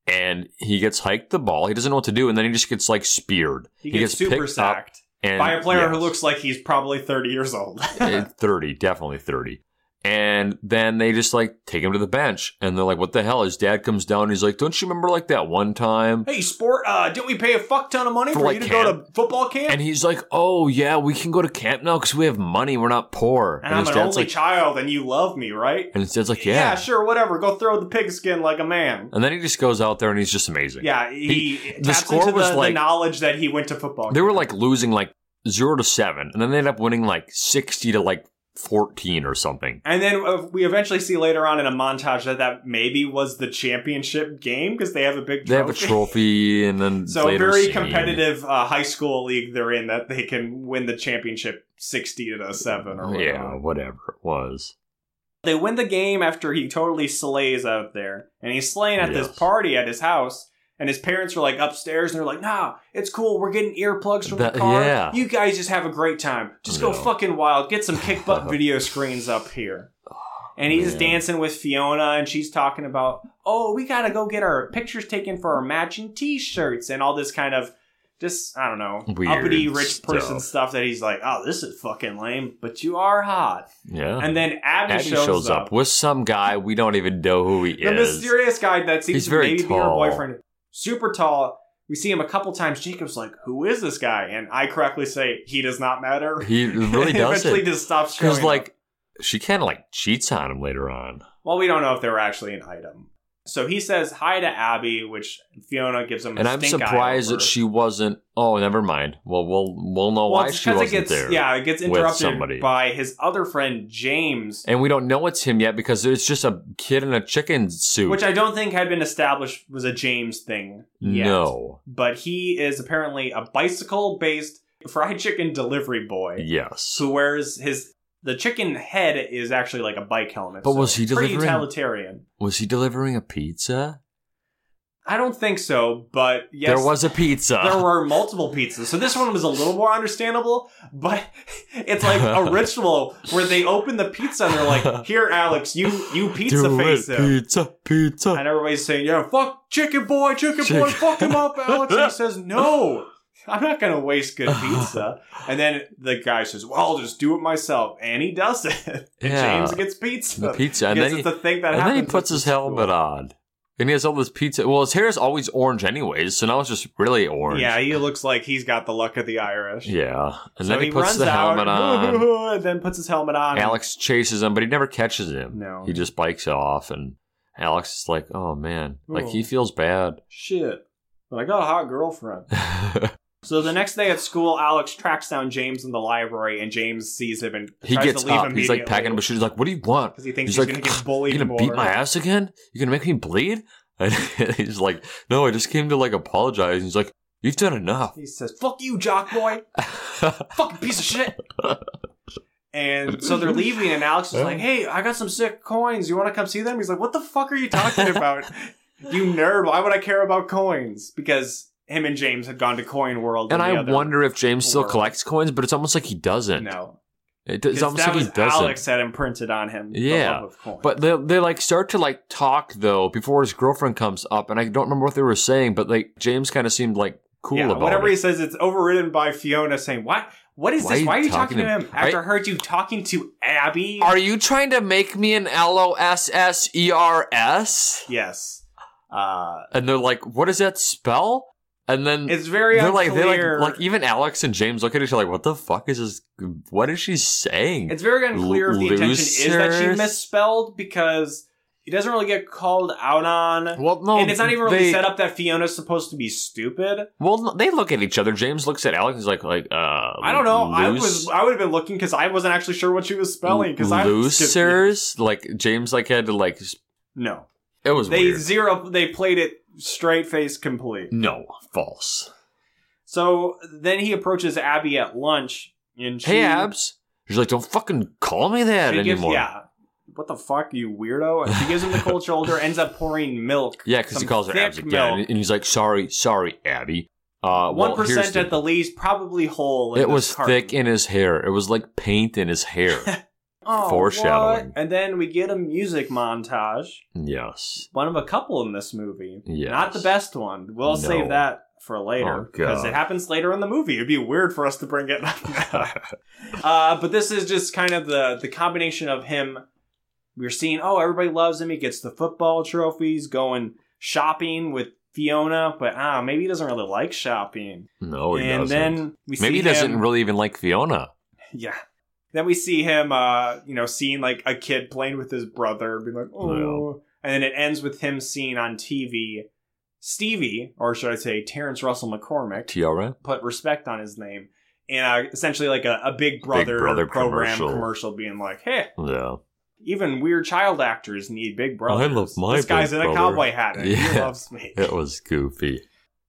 Speaker 2: and he gets hiked the ball. He doesn't know what to do, and then he just gets like speared.
Speaker 1: He gets, super
Speaker 2: picked up
Speaker 1: sacked
Speaker 2: and,
Speaker 1: by a player who
Speaker 2: yes.
Speaker 1: looks like he's probably 30 years old. <laughs>
Speaker 2: Eh, 30, definitely 30. And then they just like take him to the bench and they're like, what the hell? His dad comes down and he's like, don't you remember like that one time?
Speaker 1: hey, sport, uh, didn't we pay a fuck ton of money
Speaker 2: For,
Speaker 1: for,
Speaker 2: like,
Speaker 1: you to go
Speaker 2: camp?
Speaker 1: to football camp?
Speaker 2: And he's like, oh yeah, we can go to camp now because we have money. We're not poor.
Speaker 1: And I'm
Speaker 2: his
Speaker 1: an
Speaker 2: dad's
Speaker 1: only
Speaker 2: like,
Speaker 1: child and you love me, right?
Speaker 2: and his dad's like,
Speaker 1: yeah,
Speaker 2: yeah.
Speaker 1: sure, whatever. Go throw the pigskin like a man.
Speaker 2: And then he just goes out there and he's just amazing.
Speaker 1: Yeah, he,
Speaker 2: He- the
Speaker 1: taps
Speaker 2: score
Speaker 1: into
Speaker 2: was
Speaker 1: the, the
Speaker 2: like-
Speaker 1: knowledge that he went to football.
Speaker 2: They
Speaker 1: camp.
Speaker 2: were like losing like zero to seven, and then they end up winning like sixty to like fourteen or something.
Speaker 1: and then uh, we eventually see later on in a montage that that maybe was the championship game because they have a big. Trophy.
Speaker 2: They have a trophy, and
Speaker 1: <laughs>
Speaker 2: then
Speaker 1: so a
Speaker 2: later
Speaker 1: very
Speaker 2: scene-
Speaker 1: competitive uh, high school league they're in that they can win the championship sixty to seven or whatever.
Speaker 2: Yeah, whatever it was.
Speaker 1: They win the game after he totally slays out there, and he's slaying at this
Speaker 2: Yes.
Speaker 1: party at his house. And his parents are like upstairs, and they're like, "Nah, it's cool. We're getting earplugs from
Speaker 2: That-
Speaker 1: the car.
Speaker 2: yeah.
Speaker 1: You guys just have a great time. Just go
Speaker 2: No.
Speaker 1: fucking wild. Get some kick
Speaker 2: <laughs>
Speaker 1: butt video screens up here." And he's
Speaker 2: man.
Speaker 1: dancing with Fiona, and she's talking about, "Oh, we gotta go get our pictures taken for our matching T-shirts and all this kind of." Just I don't know,
Speaker 2: Weird
Speaker 1: uppity rich person
Speaker 2: stuff.
Speaker 1: stuff that he's like, oh, this is fucking lame, but you are hot.
Speaker 2: Yeah,
Speaker 1: And then Abby,
Speaker 2: Abby shows, up. with some guy we don't even know who he
Speaker 1: The
Speaker 2: is.
Speaker 1: mysterious guy that seems
Speaker 2: He's
Speaker 1: to
Speaker 2: very
Speaker 1: maybe be her
Speaker 2: tall.
Speaker 1: boyfriend. Super tall. We see him a couple times. Jacob's like, "Who is this guy?" And I correctly say, "He does not matter."
Speaker 2: he really
Speaker 1: And <laughs> Eventually,
Speaker 2: doesn't
Speaker 1: just stops
Speaker 2: because
Speaker 1: showing. Like,
Speaker 2: like she kind of like cheats on him later on.
Speaker 1: well, we don't know if they were actually an item. So he says hi to Abby, which Fiona gives him. a
Speaker 2: And I'm
Speaker 1: stink eye
Speaker 2: surprised
Speaker 1: over.
Speaker 2: that she wasn't. Oh, never mind. Well, we'll we'll know
Speaker 1: Well,
Speaker 2: why
Speaker 1: it's
Speaker 2: she
Speaker 1: because
Speaker 2: wasn't
Speaker 1: it gets
Speaker 2: there.
Speaker 1: yeah, it gets
Speaker 2: with somebody.
Speaker 1: interrupted by his other friend James,
Speaker 2: And we don't know it's him yet because it's just a kid in a chicken suit.
Speaker 1: which I don't think had been established was a James thing. Yet.
Speaker 2: no.
Speaker 1: but he is apparently a bicycle-based fried chicken delivery boy
Speaker 2: Yes.
Speaker 1: who wears his the chicken head is actually like a bike helmet.
Speaker 2: But
Speaker 1: so
Speaker 2: was he
Speaker 1: it's pretty
Speaker 2: delivering-
Speaker 1: utilitarian?
Speaker 2: Was he delivering a pizza?
Speaker 1: I don't think so, but yes,
Speaker 2: There was a pizza.
Speaker 1: there were multiple pizzas. So this one was a little more understandable, but <laughs> it's like
Speaker 2: <laughs>
Speaker 1: a ritual where they open the pizza and they're like, "Here, Alex, you you pizza
Speaker 2: Do
Speaker 1: face
Speaker 2: it.
Speaker 1: him."
Speaker 2: Pizza, pizza.
Speaker 1: <laughs> And everybody's saying, "Yeah, fuck chicken boy, chicken boy,
Speaker 2: Chicken-
Speaker 1: fuck him
Speaker 2: <laughs>
Speaker 1: up, Alex." And he says, "No, I'm not gonna waste good pizza." And then the guy says, "Well, I'll just do it myself," and he does it. <laughs> And
Speaker 2: Yeah.
Speaker 1: James gets pizza.
Speaker 2: the pizza, and
Speaker 1: Because
Speaker 2: then he,
Speaker 1: it's the thing that
Speaker 2: and
Speaker 1: happens.
Speaker 2: then he puts
Speaker 1: at
Speaker 2: his
Speaker 1: the
Speaker 2: helmet
Speaker 1: school.
Speaker 2: on, and he has all this pizza. Well, his hair is always orange, anyways, so now it's just really orange.
Speaker 1: Yeah, he looks like he's got the luck of the Irish.
Speaker 2: yeah. And
Speaker 1: So
Speaker 2: then he,
Speaker 1: he
Speaker 2: puts
Speaker 1: runs
Speaker 2: the
Speaker 1: out, <laughs>
Speaker 2: helmet on.
Speaker 1: and then puts his helmet on.
Speaker 2: Alex chases him, but he never catches him.
Speaker 1: No.
Speaker 2: he just bikes off, and Alex is like, "Oh man," like he
Speaker 1: Ooh.
Speaker 2: feels bad. <laughs>
Speaker 1: Shit. But I got a hot girlfriend. So the next day at school, Alex tracks down James in the library, and James sees him and
Speaker 2: he
Speaker 1: tries
Speaker 2: gets
Speaker 1: to leave
Speaker 2: up. He's like packing up his shoes. He's like, "What do you want?
Speaker 1: because he thinks
Speaker 2: He's
Speaker 1: he's,
Speaker 2: like,
Speaker 1: gonna get
Speaker 2: You
Speaker 1: bullied
Speaker 2: gonna
Speaker 1: more.
Speaker 2: beat my ass again? You gonna make me bleed?" <laughs> And he's like, "No, I just came to like apologize." And he's like, "You've done enough." <laughs>
Speaker 1: He says, "Fuck you, jock boy, fucking piece of shit." And so they're leaving, and Alex is like, "Hey, I got some sick coins. You want to come see them?" He's like, "What the fuck are you talking
Speaker 2: <laughs>
Speaker 1: about, you nerd? Why would I care about coins?" Because him and James had gone to Coin World,
Speaker 2: And
Speaker 1: the
Speaker 2: I
Speaker 1: other-
Speaker 2: wonder if James still
Speaker 1: world.
Speaker 2: collects coins, but it's almost like he doesn't.
Speaker 1: No,
Speaker 2: It, it's
Speaker 1: 'Cause
Speaker 2: almost
Speaker 1: that
Speaker 2: like he
Speaker 1: was
Speaker 2: doesn't.
Speaker 1: Alex had imprinted on him. the
Speaker 2: Yeah,
Speaker 1: love of coins.
Speaker 2: But they, they like start to like talk though before his girlfriend comes up, and I don't remember what they were saying, but like James kind of seemed like cool
Speaker 1: yeah,
Speaker 2: about
Speaker 1: whatever
Speaker 2: it.
Speaker 1: he says, it's overridden by Fiona saying, "What? What is
Speaker 2: Why are
Speaker 1: this?
Speaker 2: you
Speaker 1: Why are you talking,
Speaker 2: talking to
Speaker 1: to him,
Speaker 2: him?
Speaker 1: after I heard you talking to Abby?"
Speaker 2: Are you trying to make me an L O S S E R S?
Speaker 1: yes, uh,
Speaker 2: And they're like, what does that spell? And then
Speaker 1: it's very
Speaker 2: they're like, they like,
Speaker 1: unclear.
Speaker 2: like even Alex and James look at each other like, what the fuck is this? What is she saying?
Speaker 1: it's very unclear if the intention is that she
Speaker 2: Losers?
Speaker 1: misspelled because he doesn't really get called out on.
Speaker 2: well, no,
Speaker 1: and it's not even really
Speaker 2: they-
Speaker 1: set up that Fiona's supposed to be stupid.
Speaker 2: Well, no, they look at each other. James looks at Alex. He's like, like, uh,
Speaker 1: I don't know. I
Speaker 2: loose-
Speaker 1: was I would have been looking because I wasn't actually sure what she was spelling because I was confused.
Speaker 2: losers. Like James, like had to like. s-
Speaker 1: No,
Speaker 2: It was
Speaker 1: they
Speaker 2: weird.
Speaker 1: zero. They played it straight face complete.
Speaker 2: no, false.
Speaker 1: So then he approaches Abby at lunch, and she,
Speaker 2: hey, Abs. She's like, don't fucking call me that
Speaker 1: she gives
Speaker 2: anymore.
Speaker 1: yeah, what the fuck, you weirdo? And she gives him the
Speaker 2: <laughs>
Speaker 1: cold shoulder, ends up pouring milk.
Speaker 2: yeah, because he
Speaker 1: some
Speaker 2: calls her
Speaker 1: thick
Speaker 2: Abs again,
Speaker 1: milk.
Speaker 2: and he's like, sorry, sorry, Abby. Uh,
Speaker 1: One
Speaker 2: well, here's the-
Speaker 1: at the least, probably whole. in
Speaker 2: It
Speaker 1: this
Speaker 2: was
Speaker 1: carton.
Speaker 2: thick in his hair. It was like paint in his hair.
Speaker 1: <laughs> Oh,
Speaker 2: foreshadowing.
Speaker 1: what? And then we get a music montage,
Speaker 2: yes.
Speaker 1: one of a couple in this movie.
Speaker 2: Yes.
Speaker 1: Not the best one. We'll
Speaker 2: No.
Speaker 1: save that for later
Speaker 2: Oh,
Speaker 1: because
Speaker 2: God.
Speaker 1: it happens later in the movie. It'd be weird for us to bring it up
Speaker 2: <laughs>
Speaker 1: now. Uh, but this is just kind of the the combination of him. We're seeing, oh, everybody loves him. He gets the football trophies, going shopping with Fiona, but ah, maybe he doesn't really like shopping.
Speaker 2: no, Oh, he
Speaker 1: and
Speaker 2: doesn't.
Speaker 1: then we see
Speaker 2: Maybe he doesn't
Speaker 1: him,
Speaker 2: really even like Fiona.
Speaker 1: yeah. Then we see him, uh, you know, seeing like a kid playing with his brother, being like, oh. And then it ends with him seeing on TV Stevie, or should I say Terrence Russell McCormick,
Speaker 2: Tiara.
Speaker 1: put respect on his name in a, essentially like a, a big brother,
Speaker 2: Brother
Speaker 1: program
Speaker 2: commercial.
Speaker 1: commercial. being like hey
Speaker 2: Yeah.
Speaker 1: even weird child actors need big brothers
Speaker 2: Oh, love my
Speaker 1: this guy's
Speaker 2: Big
Speaker 1: in a
Speaker 2: Brother."
Speaker 1: cowboy hat and he
Speaker 2: <laughs> Yeah.
Speaker 1: loves me
Speaker 2: It was goofy.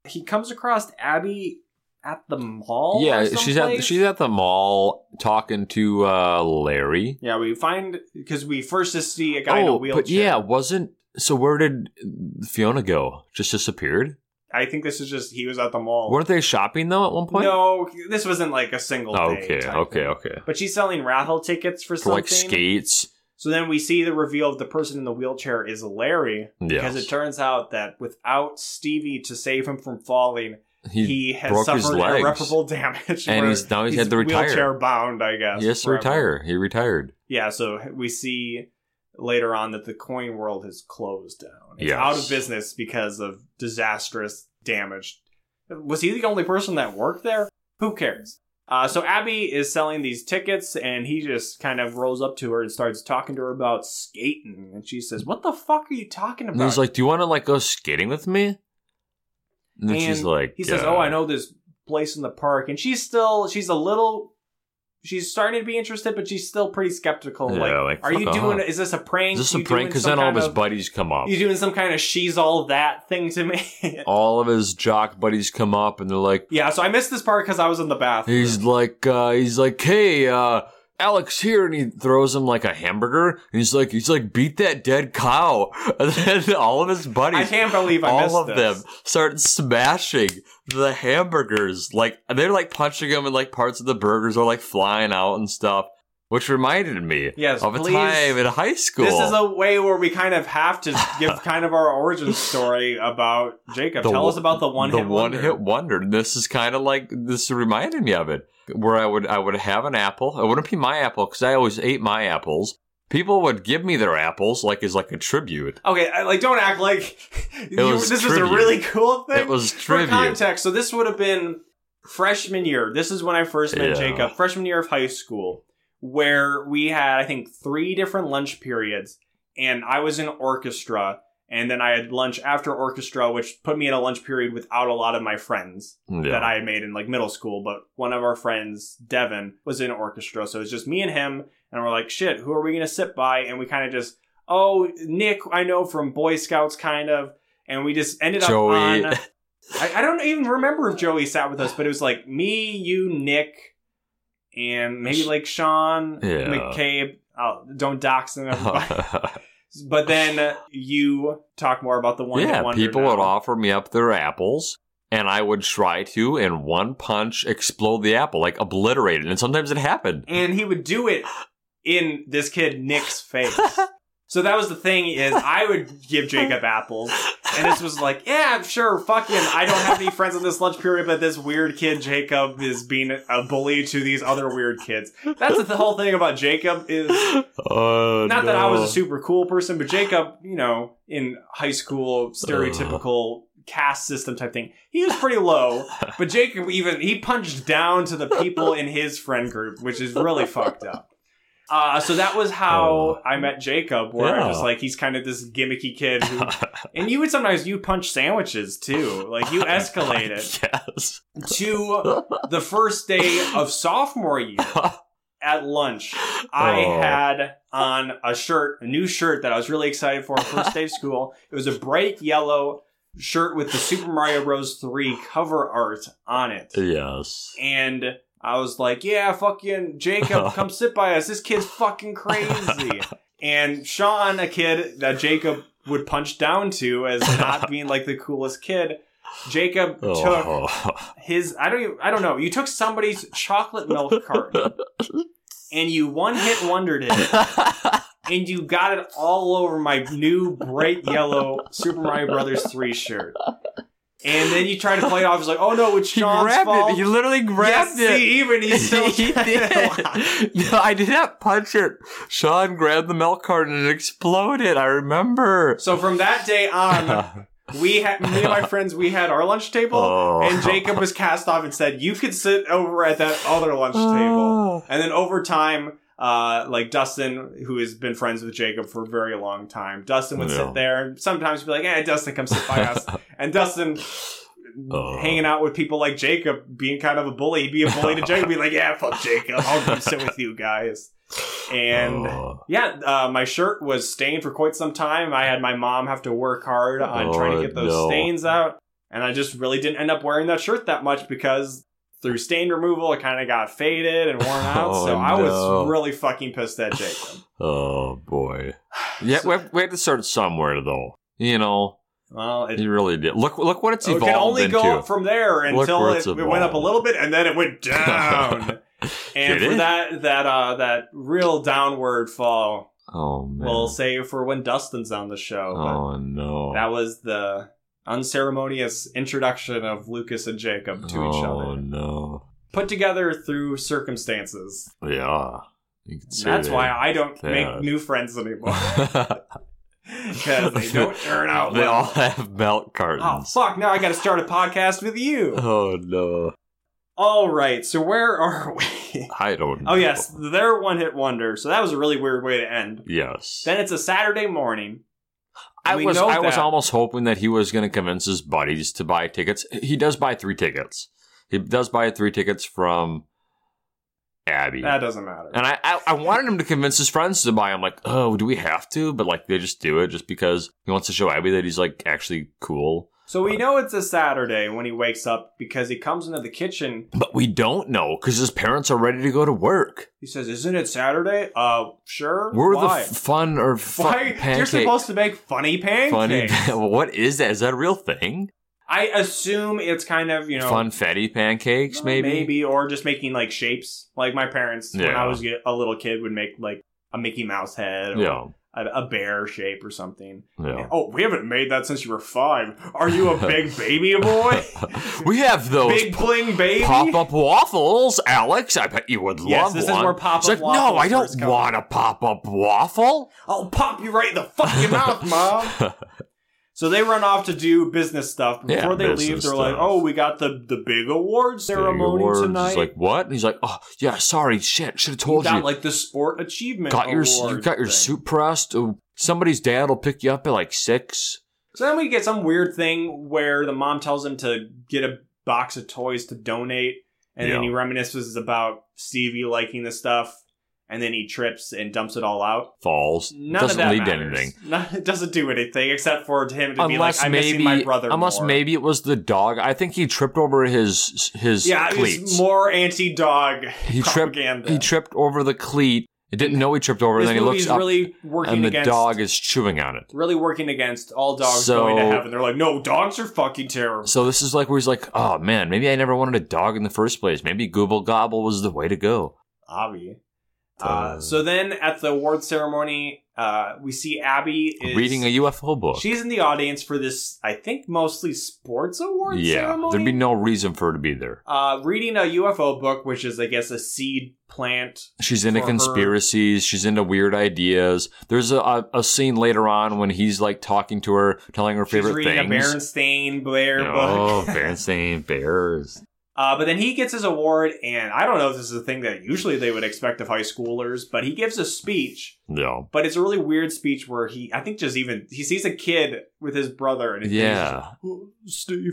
Speaker 1: he comes across abby at the mall
Speaker 2: yeah,
Speaker 1: or
Speaker 2: she's at
Speaker 1: someplace?
Speaker 2: she's at the mall talking to uh, Larry.
Speaker 1: yeah we find because we first just see a guy in a wheelchair
Speaker 2: Oh, but yeah, wasn't so? Where did Fiona go? Just disappeared.
Speaker 1: i think this is just he was at the mall
Speaker 2: Weren't they shopping though at one point?
Speaker 1: Oh.
Speaker 2: Oh,
Speaker 1: no this wasn't like a single day
Speaker 2: okay,
Speaker 1: type
Speaker 2: okay,
Speaker 1: thing.
Speaker 2: okay.
Speaker 1: but she's selling raffle tickets for
Speaker 2: For
Speaker 1: something
Speaker 2: like skates.
Speaker 1: so then we see the reveal of the person in the wheelchair is larry
Speaker 2: Yeah,
Speaker 1: Because it turns out that without Stevie to save him from falling,
Speaker 2: he,
Speaker 1: he, has
Speaker 2: broke his
Speaker 1: suffered
Speaker 2: legs.
Speaker 1: irreparable <laughs> damage.
Speaker 2: and
Speaker 1: where
Speaker 2: he's now he's, had to retire.
Speaker 1: Wheelchair bound, I guess.
Speaker 2: He has to
Speaker 1: forever.
Speaker 2: retire. He retired.
Speaker 1: Yeah, so we see later on that the coin world has closed down. It's
Speaker 2: Yes.
Speaker 1: out of business because of disastrous damage. Was he the only person that worked there? Who cares? Uh, so Abby is selling these tickets, and he just kind of rolls up to her and starts talking to her about skating. And she says, "What the fuck are you talking
Speaker 2: And
Speaker 1: about?"
Speaker 2: he's like, "Do you want to like go skating with me?" And, then she's
Speaker 1: And
Speaker 2: like,
Speaker 1: he says,
Speaker 2: "Yeah."
Speaker 1: "Oh, I know this place in the park," and she's still she's a little she's starting to be interested, but she's still pretty skeptical.
Speaker 2: Yeah,
Speaker 1: like,
Speaker 2: like,
Speaker 1: are
Speaker 2: fuck
Speaker 1: you
Speaker 2: off.
Speaker 1: doing? Is this a prank?
Speaker 2: Is this
Speaker 1: You
Speaker 2: a prank?
Speaker 1: doing
Speaker 2: Because
Speaker 1: some
Speaker 2: then all of
Speaker 1: kind
Speaker 2: his buddies come up.
Speaker 1: you doing some kind of she's all that thing to me? <laughs>
Speaker 2: All of his jock buddies come up, and they're like,
Speaker 1: yeah. So I missed this part because I was in the bathroom.
Speaker 2: he's like, uh, he's like, hey, uh, Alex here, and he throws him like a hamburger, and he's like, he's like, beat that dead cow, <laughs> and then all of his
Speaker 1: I
Speaker 2: buddies.
Speaker 1: can't believe I missed
Speaker 2: all of
Speaker 1: this.
Speaker 2: them start smashing the hamburgers. Like they're like punching them, and like parts of the burgers are like flying out and stuff. Which reminded me
Speaker 1: Yes,
Speaker 2: of a
Speaker 1: please.
Speaker 2: time in high school.
Speaker 1: This is a way where we kind of have
Speaker 2: <laughs>
Speaker 1: to give kind of our origin story about Jacob.
Speaker 2: The
Speaker 1: Tell
Speaker 2: one-
Speaker 1: us about the one
Speaker 2: the
Speaker 1: hit
Speaker 2: one
Speaker 1: wonder.
Speaker 2: hit wonder. And this is kind of like this reminded me of it, where I would I would have an apple. It wouldn't be my apple because I always ate my apples. People would give me their apples like as like a tribute.
Speaker 1: Okay, I- like don't act like you,
Speaker 2: was
Speaker 1: this was a
Speaker 2: tribute.
Speaker 1: really cool thing.
Speaker 2: It was
Speaker 1: For
Speaker 2: tribute.
Speaker 1: context, so this would have been freshman year. This is when I first met
Speaker 2: Yeah.
Speaker 1: Jacob, freshman year of high school, where we had I think three different lunch periods, and I was in orchestra, and then I had lunch after orchestra, which put me in a lunch period without a lot of my friends that
Speaker 2: Yeah.
Speaker 1: I had made in like middle school, but one of our friends, Devin, was in orchestra, so it's just me and him, and we're like, shit, who are we gonna sit by? And we kind of just, oh, Nick, I know from Boy Scouts, kind of, and we just ended
Speaker 2: Joey.
Speaker 1: up
Speaker 2: <laughs>
Speaker 1: on. I, I don't even remember if Joey sat with us, but it was like me, you, Nick, and maybe like Sean
Speaker 2: Yeah.
Speaker 1: McCabe. Oh, don't dox them,
Speaker 2: <laughs>
Speaker 1: everybody. but then you talk more about the one. hit
Speaker 2: yeah,
Speaker 1: wonder
Speaker 2: people
Speaker 1: now.
Speaker 2: would offer me up their apples, and I would try to, in one punch, explode the apple, like obliterate it. And sometimes
Speaker 1: <laughs>
Speaker 2: it happened.
Speaker 1: and he would do it in this kid Nick's face. so that was the thing is I would give Jacob apples, and this was like, yeah, sure, fucking, I don't have any friends in this lunch period, but this weird kid Jacob is being a bully to these other weird kids. That's the whole thing about Jacob is
Speaker 2: Oh,
Speaker 1: not that I was
Speaker 2: no. <laughs>
Speaker 1: a super cool person, but Jacob, you know, in high school stereotypical caste system type thing, he was pretty low. But Jacob even he punched down to the people in his friend group, which is really fucked up. Uh, so that was how I met Jacob, where I was just
Speaker 2: Yeah.
Speaker 1: like he's kind of this gimmicky kid, who, and you would sometimes you punch sandwiches too, like you escalate it
Speaker 2: yes. <laughs>
Speaker 1: to the first day of sophomore year at lunch. I
Speaker 2: Oh.
Speaker 1: had on a shirt, a new shirt that I was really excited for on first
Speaker 2: <laughs>
Speaker 1: day of school. It was a bright yellow shirt with the Super Mario Bros. 3 cover art on it.
Speaker 2: Yes.
Speaker 1: And I was like, yeah, fucking
Speaker 2: <laughs>
Speaker 1: Jacob, come sit by us. This kid's fucking crazy. And Sean, a kid that Jacob would punch down to
Speaker 2: <laughs>
Speaker 1: as not being like the coolest kid, Jacob took
Speaker 2: Oh.
Speaker 1: his I don't even, I don't know. You took somebody's chocolate
Speaker 2: <laughs>
Speaker 1: milk carton and you one hit wondered it
Speaker 2: Oh. <laughs>
Speaker 1: and you got it all over my new bright yellow Super Mario Brothers 3 shirt. And then you tried to play it off as like, "Oh no, it's
Speaker 2: he
Speaker 1: Sean's
Speaker 2: grabbed
Speaker 1: fault."
Speaker 2: it. He literally
Speaker 1: yes,
Speaker 2: grabbed it.
Speaker 1: see, even he's still <laughs>
Speaker 2: <laughs> he did. <laughs> No, I did not punch it. Sean grabbed the milk carton and it exploded. I remember.
Speaker 1: So from that day
Speaker 2: <laughs>
Speaker 1: on, we had me and my friends we had our lunch table
Speaker 2: Oh.
Speaker 1: and Jacob was cast off and said, "You could sit over at that other lunch table."
Speaker 2: Oh.
Speaker 1: And then over time, uh, like Dustin, who has been friends with Jacob for a very long time, Dustin would
Speaker 2: Yeah.
Speaker 1: sit there and sometimes be like, "Hey, Dustin, come sit by
Speaker 2: <laughs>
Speaker 1: us." and Dustin,
Speaker 2: Oh.
Speaker 1: hanging out with people like Jacob, being kind of a bully, he'd be a
Speaker 2: <laughs>
Speaker 1: bully to Jacob, be like, "Yeah, fuck Jacob, I'll come sit with you guys." And
Speaker 2: Oh.
Speaker 1: yeah, uh, my shirt was stained for quite some time. I had my mom have to work hard on
Speaker 2: Oh,
Speaker 1: trying to get those
Speaker 2: no.
Speaker 1: stains out, and I just really didn't end up wearing that shirt that much because through stain removal, it kind of got faded and worn out.
Speaker 2: <laughs> Oh,
Speaker 1: so I
Speaker 2: no.
Speaker 1: was really fucking pissed at
Speaker 2: <sighs>
Speaker 1: Jacob.
Speaker 2: Oh
Speaker 1: <sighs>
Speaker 2: boy. Yeah, we, have, we have to start somewhere though. You know,
Speaker 1: Well, it,
Speaker 2: you really did. Look, look what it's
Speaker 1: it
Speaker 2: evolved
Speaker 1: can only
Speaker 2: into.
Speaker 1: go up from there
Speaker 2: Look
Speaker 1: until
Speaker 2: where
Speaker 1: it,
Speaker 2: it's
Speaker 1: it went up a
Speaker 2: evolved.
Speaker 1: little bit, and then it
Speaker 2: <laughs>
Speaker 1: went down. and
Speaker 2: Did
Speaker 1: for
Speaker 2: it?
Speaker 1: that that uh, that real downward fall,
Speaker 2: oh man.
Speaker 1: we'll save for when Dustin's on the show. but-
Speaker 2: oh no.
Speaker 1: That was the unceremonious introduction of Lucas and Jacob to each
Speaker 2: Oh
Speaker 1: other,
Speaker 2: no.
Speaker 1: put together through circumstances.
Speaker 2: Yeah. You can see
Speaker 1: That's
Speaker 2: that.
Speaker 1: why I don't
Speaker 2: Yeah.
Speaker 1: make new friends
Speaker 2: <laughs>
Speaker 1: anymore <laughs> because they don't turn out
Speaker 2: they all <laughs>
Speaker 1: well.
Speaker 2: have milk
Speaker 1: Oh
Speaker 2: cartons. <laughs>
Speaker 1: fuck! Now I got to start a podcast with you.
Speaker 2: Oh no.
Speaker 1: All right, so where are <laughs> we?
Speaker 2: I don't know.
Speaker 1: oh, yes, their one hit wonder. So that was a really weird way to end.
Speaker 2: Yes.
Speaker 1: Then it's a Saturday morning.
Speaker 2: I
Speaker 1: we
Speaker 2: was
Speaker 1: know
Speaker 2: I was
Speaker 1: that.
Speaker 2: almost hoping that he was going to convince his buddies to buy tickets. He does buy three tickets. He does buy three tickets from Abby.
Speaker 1: That doesn't matter.
Speaker 2: and I, I, I wanted him to convince his friends to buy. I'm like, oh, do we have to? But like, they just do it just because he wants to show Abby that he's like actually cool.
Speaker 1: So we know it's a Saturday when he wakes up because he comes into the kitchen.
Speaker 2: But we don't know because his parents are ready to go to work.
Speaker 1: He says, "Isn't it Saturday?" Uh, sure.
Speaker 2: We're
Speaker 1: Why?
Speaker 2: the f- fun or
Speaker 1: <laughs> Why?
Speaker 2: fun
Speaker 1: You're
Speaker 2: pancake.
Speaker 1: supposed to make funny pancakes.
Speaker 2: funny. <laughs> what is that? Is that a real thing?
Speaker 1: <laughs> I assume it's kind of you know
Speaker 2: Funfetti pancakes,
Speaker 1: uh,
Speaker 2: maybe.
Speaker 1: or just making like shapes. Like my parents, when
Speaker 2: Yeah.
Speaker 1: I was a little kid, would make like a Mickey Mouse head or
Speaker 2: Yeah.
Speaker 1: a, a bear shape or something.
Speaker 2: Yeah.
Speaker 1: Oh, we haven't made that since you were five. Are
Speaker 2: <laughs>
Speaker 1: you a big baby boy?
Speaker 2: we have those
Speaker 1: big bling baby.
Speaker 2: pop up waffles, Alex. I bet you would love
Speaker 1: Yes, this is
Speaker 2: one.
Speaker 1: where pop-up
Speaker 2: It's like, No,
Speaker 1: waffles
Speaker 2: I
Speaker 1: first
Speaker 2: don't
Speaker 1: come.
Speaker 2: want a pop up waffle.
Speaker 1: I'll pop you right in the
Speaker 2: <laughs>
Speaker 1: fucking mouth, mom. So they run off to do business stuff. Before
Speaker 2: Yeah,
Speaker 1: they leave,
Speaker 2: business
Speaker 1: they're like,
Speaker 2: stuff.
Speaker 1: "Oh, we got the the big award ceremony
Speaker 2: Awards.
Speaker 1: tonight.
Speaker 2: He's like, what? And he's like, oh yeah, sorry, shit, should have
Speaker 1: you
Speaker 2: told you.
Speaker 1: got like the sport achievement.
Speaker 2: got your you
Speaker 1: award
Speaker 2: got your
Speaker 1: thing.
Speaker 2: suit pressed. Oh, somebody's dad will pick you up at like six.
Speaker 1: So then we get some weird thing where the mom tells him to get a box of toys to donate, and then
Speaker 2: Yeah.
Speaker 1: he reminisces about Stevie liking the stuff, and then he trips and dumps it all out.
Speaker 2: Falls
Speaker 1: None
Speaker 2: doesn't
Speaker 1: of that
Speaker 2: lead to
Speaker 1: matters. <laughs>
Speaker 2: anything.
Speaker 1: None- it doesn't do anything except for him to be
Speaker 2: Unless
Speaker 1: like, "I'm missing
Speaker 2: maybe,
Speaker 1: my brother."
Speaker 2: unless
Speaker 1: more.
Speaker 2: maybe it was the dog. I think he tripped over his his
Speaker 1: Yeah, it's
Speaker 2: cleats.
Speaker 1: more anti-dog
Speaker 2: he tripped.
Speaker 1: propaganda.
Speaker 2: He tripped over the cleat. It didn't know he tripped over.
Speaker 1: this
Speaker 2: and then he
Speaker 1: movie's
Speaker 2: looks up
Speaker 1: really working
Speaker 2: and the
Speaker 1: against
Speaker 2: dog is chewing on it.
Speaker 1: really working against all dogs
Speaker 2: So-
Speaker 1: going to heaven. They're like, no, dogs are fucking terrible.
Speaker 2: So this is like where he's like, oh man, maybe I never wanted a dog in the first place. Maybe Google Gobble was the way to go.
Speaker 1: Avi. Uh,
Speaker 2: Uh,
Speaker 1: so then at the award ceremony, uh, we see Abby is
Speaker 2: Reading a UFO book.
Speaker 1: She's in the audience for this, I think, mostly sports award
Speaker 2: yeah,
Speaker 1: ceremony.
Speaker 2: there'd be no reason for her to be there.
Speaker 1: uh, reading a UFO book, which is, I guess, a seed plant.
Speaker 2: She's into
Speaker 1: For her-
Speaker 2: conspiracies. She's into weird ideas. There's a, a, a scene later on when he's like talking to her, telling her
Speaker 1: She's
Speaker 2: favorite
Speaker 1: reading
Speaker 2: things.
Speaker 1: a Berenstain Bear
Speaker 2: oh, <laughs>
Speaker 1: book.
Speaker 2: Berenstain Bears.
Speaker 1: Uh, but then he gets his award, and I don't know if this is a thing that usually they would expect of high schoolers, but he gives a speech
Speaker 2: No.
Speaker 1: But it's a really weird speech where he, I think, just even he sees a kid with his brother, and his
Speaker 2: Yeah. <laughs>
Speaker 1: he's just, "Oh,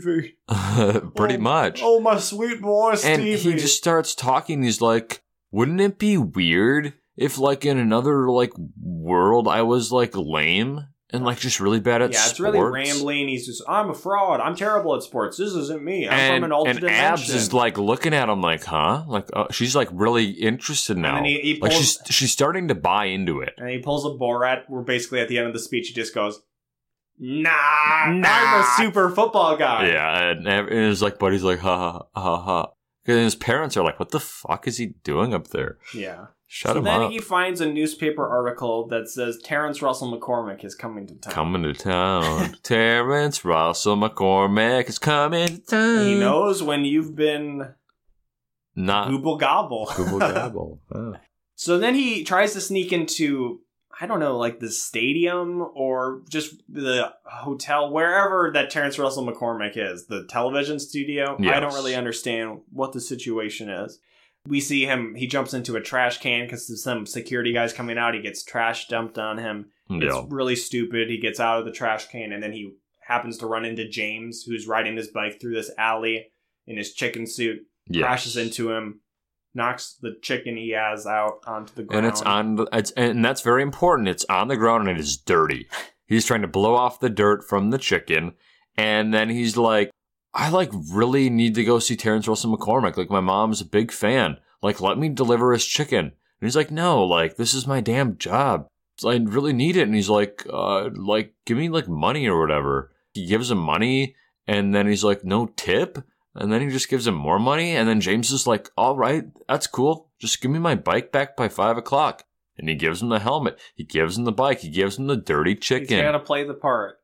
Speaker 1: Stevie,
Speaker 2: Pretty
Speaker 1: Oh,
Speaker 2: much.
Speaker 1: oh my sweet boy,
Speaker 2: and
Speaker 1: Stevie."
Speaker 2: he just starts talking. He's like, "Wouldn't it be weird if, like, in another like world, I was like lame and like just really bad
Speaker 1: yeah,
Speaker 2: at
Speaker 1: it's
Speaker 2: sports?"
Speaker 1: really rambling. He's just, "I'm a fraud. I'm terrible at sports. This isn't me. I'm
Speaker 2: and,
Speaker 1: from an alternate
Speaker 2: and Abs
Speaker 1: dimension."
Speaker 2: is like looking at him like, "Huh?" Like uh, she's like really interested
Speaker 1: and
Speaker 2: now.
Speaker 1: then he, he
Speaker 2: like
Speaker 1: pulls,
Speaker 2: she's she's starting to buy into it.
Speaker 1: and he pulls a Borat. Where basically at the end of the speech, he just goes, "Nah, I'm a
Speaker 2: Nah."
Speaker 1: super football guy."
Speaker 2: yeah, and, and his like buddy's like, "Ha ha ha ha." And his parents are like, "What the fuck is he doing up there?
Speaker 1: yeah.
Speaker 2: Shut
Speaker 1: so
Speaker 2: him
Speaker 1: then
Speaker 2: up!"
Speaker 1: he finds a newspaper article that says Terrence Russell McCormick is coming to town.
Speaker 2: Coming to town. Terrence Russell McCormick is coming to town.
Speaker 1: He knows when you've been
Speaker 2: Not
Speaker 1: Google Gobble. <laughs>
Speaker 2: Google Gobble. Oh.
Speaker 1: so then he tries to sneak into I don't know, like the stadium or just the hotel, wherever that Terrence Russell McCormick is, the television studio. I don't
Speaker 2: Yes.
Speaker 1: really understand what the situation is. We see him, he jumps into a trash can because some security guy's coming out. He gets trash dumped on him.
Speaker 2: Yeah.
Speaker 1: It's really stupid. He gets out of the trash can and then he happens to run into James, who's riding his bike through this alley in his chicken suit
Speaker 2: Yes.
Speaker 1: crashes into him, knocks the chicken he has out onto the ground.
Speaker 2: and it's on. the- It's and that's very important. It's on the ground and it is dirty. He's trying to blow off the dirt from the chicken, and then he's like, "I like really need to go see Terrence Russell McCormick. Like my mom's a big fan. Like let me deliver his chicken." And he's like, "No, like this is my damn job. So I really need it." And he's like, "Uh, like give me like money or whatever." He gives him money, and then he's like, "No tip." And then he just gives him more money. And then James is like, all right, that's cool. Just give me my bike back by five o'clock. And he gives him the helmet. He gives him the bike. He gives him the dirty
Speaker 1: He's
Speaker 2: chicken.
Speaker 1: gotta play the part.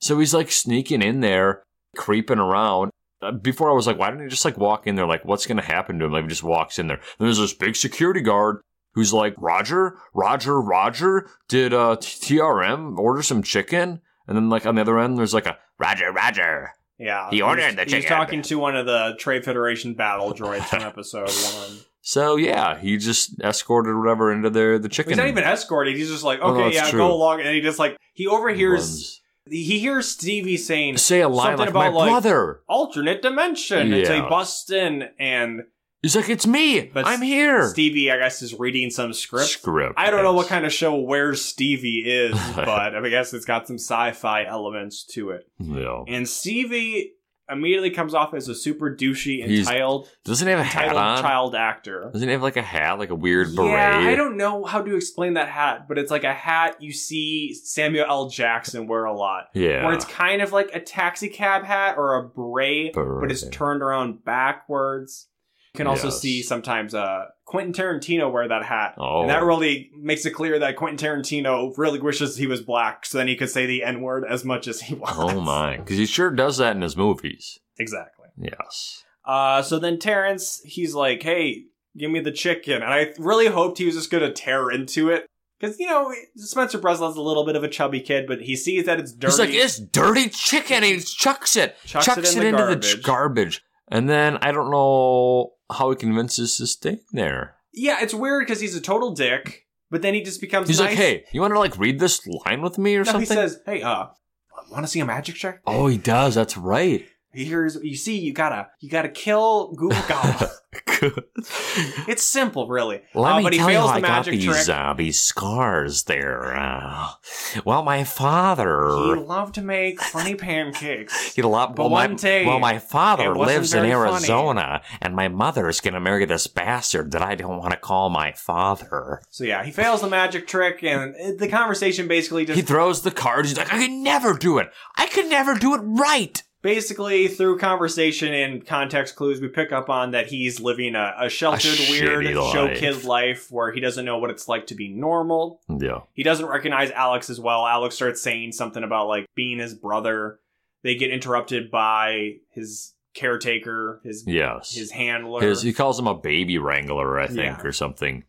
Speaker 2: so he's like sneaking in there, creeping around. Uh, Before I was like, why didn't he just like walk in there? Like, what's going to happen to him? Like, he just walks in there. Then there's this big security guard who's like, Roger, Roger, Roger, did uh, TRM order some chicken? And then like on the other end, there's like a Roger, Roger.
Speaker 1: Yeah.
Speaker 2: He ordered the
Speaker 1: he's, He's
Speaker 2: chicken.
Speaker 1: talking to one of the Trade Federation battle droids from
Speaker 2: <laughs>
Speaker 1: episode one.
Speaker 2: So yeah, he just escorted whatever into their the chicken.
Speaker 1: He's not even escorted. He's just like,
Speaker 2: Oh, no,
Speaker 1: okay,
Speaker 2: it's
Speaker 1: yeah,
Speaker 2: true.
Speaker 1: go along. And he just like, he overhears,
Speaker 2: runs.
Speaker 1: he hears Stevie saying,
Speaker 2: say a line like
Speaker 1: something
Speaker 2: my
Speaker 1: about, like-
Speaker 2: brother.
Speaker 1: alternate dimension. And so he
Speaker 2: Yeah.
Speaker 1: busts in and
Speaker 2: He's like, it's me.
Speaker 1: But
Speaker 2: I'm here.
Speaker 1: Stevie, I guess, is reading some script. I don't know
Speaker 2: yes.
Speaker 1: what kind of show Where Stevie
Speaker 2: <laughs>
Speaker 1: is, but I guess it's got some sci fi elements to it.
Speaker 2: Yeah.
Speaker 1: And Stevie immediately comes off as a super douchey,
Speaker 2: He's-
Speaker 1: entitled,
Speaker 2: Doesn't he have a hat
Speaker 1: entitled
Speaker 2: on?
Speaker 1: child actor.
Speaker 2: Doesn't he have like a hat, like a weird beret?
Speaker 1: Yeah, I don't know how to explain that hat, but it's like a hat you see Samuel L. Jackson wear a lot.
Speaker 2: Yeah.
Speaker 1: Where it's kind of like a taxi cab hat or a beret, but it's
Speaker 2: Beret.
Speaker 1: turned around backwards. You can also
Speaker 2: Yes.
Speaker 1: see sometimes uh, Quentin Tarantino wear that hat.
Speaker 2: oh,
Speaker 1: And that really makes it clear that Quentin Tarantino really wishes he was black, so then he could say the N word as much as he wants.
Speaker 2: oh my, because he sure does that in his movies.
Speaker 1: <laughs> Exactly.
Speaker 2: Yes.
Speaker 1: Uh, so then Terrence, he's like, "Hey, give me the chicken," and I really hoped he was just gonna tear into it because you know Spencer Breslin's a little bit of a chubby kid, but he sees that it's dirty.
Speaker 2: He's like, it's dirty chicken. He chucks it,
Speaker 1: chucks,
Speaker 2: it, into the ch- garbage, and then I don't know how he convinces this thing there.
Speaker 1: yeah, it's weird because he's a total dick, but then he just becomes
Speaker 2: He's like,
Speaker 1: nice.
Speaker 2: hey, you want to like read this line with me or
Speaker 1: no,
Speaker 2: something?
Speaker 1: he says, "Hey, uh, want to see a magic trick?"
Speaker 2: oh, he does. That's right. <laughs>
Speaker 1: Here's you see you gotta you gotta kill Google Goblin. it's simple, really.
Speaker 2: Let
Speaker 1: Uh,
Speaker 2: me
Speaker 1: but he
Speaker 2: tell you
Speaker 1: fails
Speaker 2: how
Speaker 1: the
Speaker 2: I got
Speaker 1: magic trick.
Speaker 2: these, uh, these scars there. Uh, well, my
Speaker 1: He
Speaker 2: father.
Speaker 1: loved to make funny pancakes.
Speaker 2: He loved,
Speaker 1: But
Speaker 2: well, my,
Speaker 1: one day,
Speaker 2: well, my
Speaker 1: it
Speaker 2: father
Speaker 1: wasn't
Speaker 2: lives in
Speaker 1: very funny.
Speaker 2: Arizona, and my mother is going to marry this bastard that I don't want to call my father.
Speaker 1: So yeah, he fails the magic trick, and it- the conversation basically just
Speaker 2: He throws the cards. He's like, I can never do it. I can never do it right.
Speaker 1: basically through conversation and context clues, we pick up on that he's living a, a sheltered,
Speaker 2: A
Speaker 1: weird
Speaker 2: shitty
Speaker 1: show
Speaker 2: life.
Speaker 1: kid life where he doesn't know what it's like to be normal.
Speaker 2: Yeah.
Speaker 1: He doesn't recognize Alex as well. Alex starts saying something about like being his brother. They get interrupted by his caretaker, his
Speaker 2: Yes.
Speaker 1: his handler.
Speaker 2: His- he calls him a baby wrangler, I think,
Speaker 1: Yeah.
Speaker 2: or something.